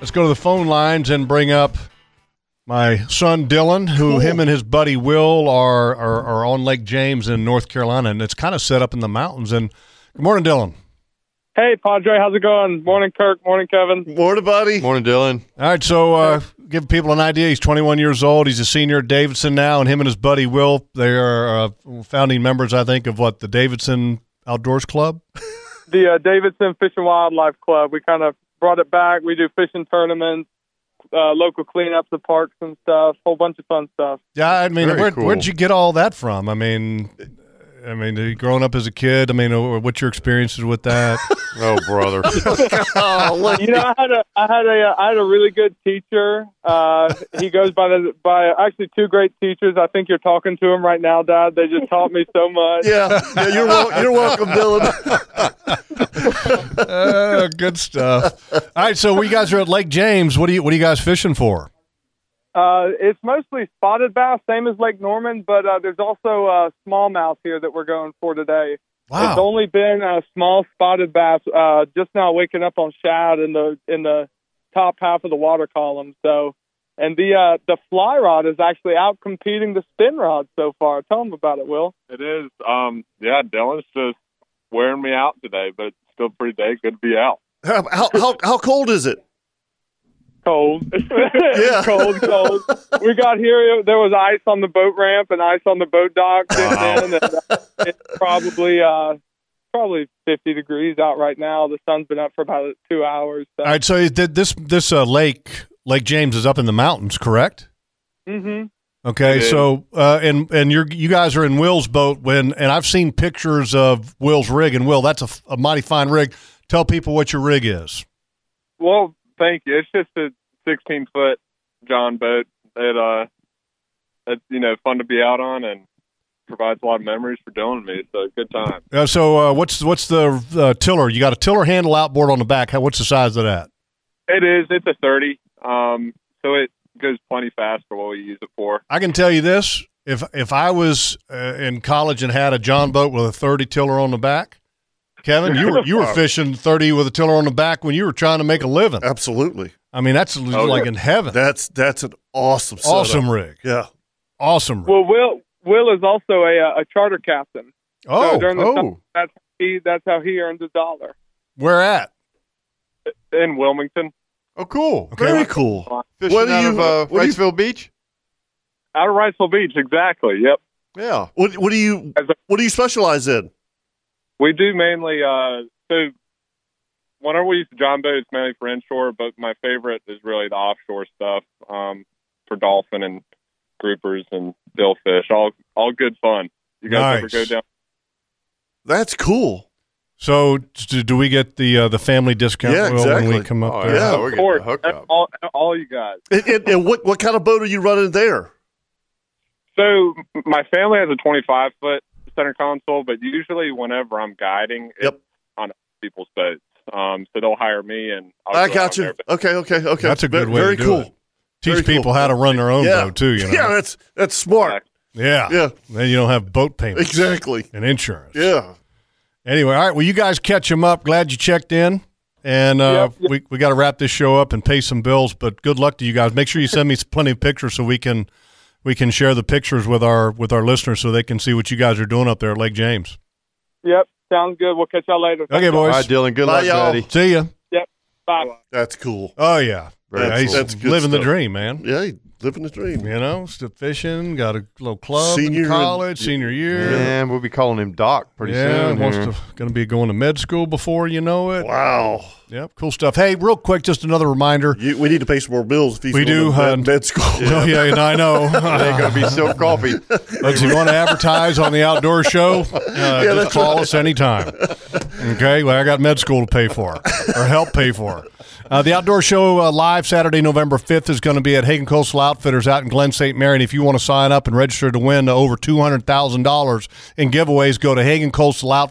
Speaker 3: let's go to the phone lines and bring up my son Dylan, who him and his buddy Will are, are, are on Lake James in North Carolina, and it's kind of set up in the mountains. And good morning, Dylan.
Speaker 14: Hey, Padre, how's it going? Morning, Kirk. Morning, Kevin.
Speaker 1: Morning, buddy.
Speaker 4: Morning, Dylan.
Speaker 3: All right, so uh, give people an idea. He's 21 years old. He's a senior at Davidson now, and him and his buddy Will, they are uh, founding members, I think, of what the Davidson Outdoors Club.
Speaker 14: The uh, Davidson Fish and Wildlife Club. We kind of brought it back. We do fishing tournaments, uh, local cleanups of parks and stuff, whole bunch of fun stuff.
Speaker 3: Yeah, I mean,
Speaker 14: Very
Speaker 3: where,
Speaker 14: cool.
Speaker 3: where'd you get all that from? I mean, I mean, uh, growing up as a kid. I mean, uh, what's your experiences with that?
Speaker 4: oh, brother.
Speaker 1: Oh,
Speaker 14: you know, I had a, I had a, uh, I had a really good teacher. Uh, he goes by the, by actually two great teachers. I think you're talking to him right now, Dad. They just taught me so much.
Speaker 1: Yeah, yeah you're, wel- you're welcome, Dylan.
Speaker 3: Uh, good stuff. All right, so we guys are at Lake James. What do you What are you guys fishing for?
Speaker 14: Uh, it's mostly spotted bass, same as Lake Norman, but uh, there's also uh, smallmouth here that we're going for today.
Speaker 3: Wow.
Speaker 14: It's only been uh, small spotted bass. Uh, just now waking up on shad in the in the top half of the water column. So, and the uh, the fly rod is actually out competing the spin rod so far. Tell them about it, Will.
Speaker 15: It is. Um, yeah, Dylan's just wearing me out today, but it's still pretty day. Good to be out.
Speaker 1: How, how, how, how cold is it?
Speaker 14: Cold. yeah. cold, cold. We got here. There was ice on the boat ramp and ice on the boat dock. And then, and, uh, it's probably uh, probably 50 degrees out right now. The sun's been up for about two hours. So.
Speaker 3: All right, so is th- this this uh, lake Lake James is up in the mountains, correct? Mm-hmm.
Speaker 14: hmm
Speaker 3: Okay,
Speaker 14: It is.
Speaker 3: so uh, and and you are you guys are in Will's boat when and I've seen pictures of Will's rig and Will that's a, f- a mighty fine rig. Tell people what your rig is.
Speaker 14: Well,
Speaker 15: thank you. It's just a 16 foot John boat. It uh, it's you know fun to be out on and provides a lot of memories for Dylan and me. So good time.
Speaker 3: Uh, so uh, what's what's the uh, tiller? You got a tiller handle outboard on the back. How, what's the size of that?
Speaker 15: It is. It's a 30. Um, so it goes plenty fast for what we use it for.
Speaker 3: I can tell you this: if if I was uh, in college and had a John boat with a thirty tiller on the back, Kevin, you were you were fishing thirty with a tiller on the back when you were trying to make a living.
Speaker 1: Absolutely. Oh,
Speaker 3: I mean, that's like in heaven.
Speaker 1: That's that's an awesome, setup.
Speaker 3: Awesome rig.
Speaker 1: Yeah,
Speaker 3: awesome.
Speaker 14: Well, Will Will is also a uh, a charter captain.
Speaker 3: Oh,
Speaker 14: so during the
Speaker 3: oh.
Speaker 14: summer, that's he. That's how he earns a dollar
Speaker 3: Where at?
Speaker 14: in Wilmington.
Speaker 4: Oh, cool.
Speaker 1: Very cool.
Speaker 4: Fishing
Speaker 1: What do
Speaker 4: out
Speaker 1: you-
Speaker 4: of uh,
Speaker 1: what do you-
Speaker 4: Wrightsville Beach?
Speaker 15: Out of Riceville Beach, exactly. Yep.
Speaker 4: Yeah.
Speaker 1: What what do you what do you specialize in?
Speaker 15: We do mainly uh so whenever we use the John boat it's mainly for inshore, but my favorite is really the offshore stuff, um, for dolphin and groupers and billfish. All all good fun. You guys
Speaker 3: Nice.
Speaker 15: ever go down?
Speaker 1: That's cool.
Speaker 3: So, do, do we get the uh, the family discount Will, when we
Speaker 4: Oh,
Speaker 3: come up?
Speaker 1: Oh,
Speaker 3: there?
Speaker 15: of course. That's all, all you guys.
Speaker 1: And, and, and what what kind of boat are you running there?
Speaker 15: So my family has a 25 foot center console, but usually whenever I'm guiding,
Speaker 1: yep.
Speaker 15: it's on people's boats. Um, so they'll hire me, and I'll
Speaker 1: I
Speaker 15: go out
Speaker 1: got you.
Speaker 15: there.
Speaker 1: Okay, okay, okay.
Speaker 3: That's a good
Speaker 1: Ve-
Speaker 3: way.
Speaker 1: Very
Speaker 3: to do
Speaker 1: cool.
Speaker 3: It. Teach people how to run their own
Speaker 1: Yeah.
Speaker 3: boat too. You know.
Speaker 1: Yeah, that's that's smart.
Speaker 3: Yeah.
Speaker 1: Yeah.
Speaker 3: Then you don't have boat payments.
Speaker 1: Exactly.
Speaker 3: And insurance.
Speaker 1: Yeah.
Speaker 3: Anyway, all right. Well, you guys catch him up. Glad you checked in. And uh, we, we got to wrap this show up and pay some bills. But good luck to you guys. Make sure you send me plenty of pictures so we can we can share the pictures with our with our listeners so they can see what you guys are doing up there at Lake James.
Speaker 15: Yep, sounds good. We'll catch y'all later.
Speaker 3: Okay, boys.
Speaker 15: Bye, y'all.
Speaker 3: See ya.
Speaker 15: Yep, bye.
Speaker 1: That's cool.
Speaker 3: Oh yeah,
Speaker 1: Very
Speaker 3: Yeah,
Speaker 1: cool.
Speaker 3: he's
Speaker 1: That's good
Speaker 3: living the
Speaker 1: stuff.
Speaker 3: dream, man.
Speaker 1: Yeah, he's living the dream.
Speaker 3: You know, still fishing. Got a little club
Speaker 4: Senior
Speaker 3: in
Speaker 4: and-
Speaker 3: college, senior year.
Speaker 4: Man, we'll be calling him Doc pretty
Speaker 3: yeah,
Speaker 4: soon.
Speaker 3: wants
Speaker 4: here.
Speaker 3: to going to be going to med school before you know it.
Speaker 1: Wow.
Speaker 3: Yep, cool stuff. Hey, real quick, just another reminder.
Speaker 1: You, we need to pay some more bills. If he's
Speaker 3: we
Speaker 1: going
Speaker 3: do,
Speaker 1: to med-
Speaker 3: hun.
Speaker 1: med school.
Speaker 3: Oh, yeah, and I know.
Speaker 4: It ain't gonna be silk coffee.
Speaker 3: Look, if you want to advertise on the outdoor show, uh, just
Speaker 4: that's
Speaker 3: call
Speaker 4: right.
Speaker 3: us anytime. Okay, well, I got med school to pay for or help pay for. Uh, the outdoor show uh, live Saturday, November 5th is going to be at Hagen Coastal Outfitters out in Glen St. Mary. And if you want to sign up and register to win over $200,000 in giveaways, go to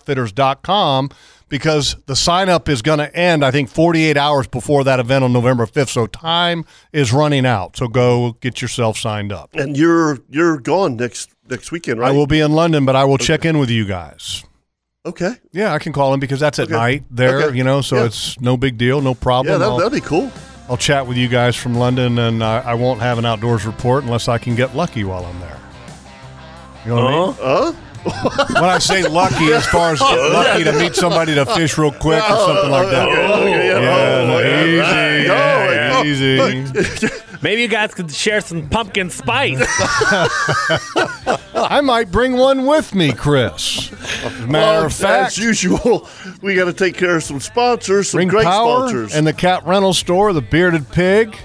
Speaker 3: HagenCoastalOutfitters.com because the sign up is going to end, I think, 48 hours before that event on November 5th. So time is running out. So go get yourself signed up.
Speaker 1: And you're you're gone next next weekend, right?
Speaker 3: I will be in London, but I will check in with you guys.
Speaker 1: Okay.
Speaker 3: Yeah, I can call him because that's at
Speaker 1: Okay.
Speaker 3: night there,
Speaker 1: Okay.
Speaker 3: you know, so
Speaker 1: Yeah.
Speaker 3: it's no big deal, no problem.
Speaker 1: Yeah, that,
Speaker 3: I'll-
Speaker 1: that'd be cool.
Speaker 3: I'll chat with you guys from London, and I, I won't have an outdoors report unless I can get lucky while I'm there. You know what I mean?
Speaker 1: Huh?
Speaker 3: When I say lucky, as far as get lucky to meet somebody to fish real quick
Speaker 1: Oh,
Speaker 3: or something like that. yeah, no, easy,
Speaker 1: Oh,
Speaker 3: yeah, easy.
Speaker 5: Maybe you guys could share some pumpkin spice.
Speaker 3: I might bring one with me, Chris. As a matter
Speaker 1: Well,
Speaker 3: of fact,
Speaker 1: as usual, we got to take care of some sponsors, some
Speaker 3: Ring
Speaker 1: great
Speaker 3: Power
Speaker 1: sponsors.
Speaker 3: and the Cat Rental Store, the Bearded Pig,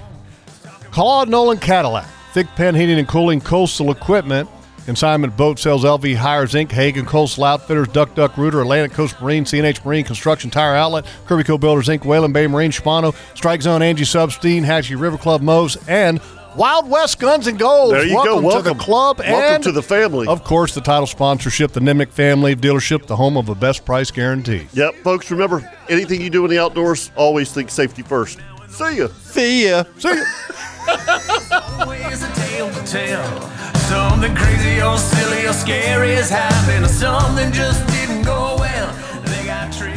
Speaker 3: Claude Nolan Cadillac, Thick Pen Heating and Cooling, Coastal Equipment, Consignment Boat Sales, LV Hires Inc., Hagen Coastal Outfitters, Duck Duck Rooter, Atlantic Coast Marine, CNH Marine Construction Tire Outlet, Kirby Co Builders Inc., Whalen Bay Marine, Shimano, Strike Zone, Angie Substein, Hatchie River Club, Moe's, and Wild West Guns and Gold.
Speaker 1: There you go.
Speaker 3: welcome to
Speaker 1: Welcome.
Speaker 3: the club
Speaker 1: Welcome
Speaker 3: and
Speaker 1: to the family.
Speaker 3: Of course, the title sponsorship, the Nimic family of dealership, the home of a best price guarantee.
Speaker 1: yep, folks, remember anything you do in the outdoors, always think safety first. See ya. See ya.
Speaker 3: See ya.
Speaker 2: always a tale to tell. Something crazy or silly or scary has happened, or something just didn't go well. They got tricked.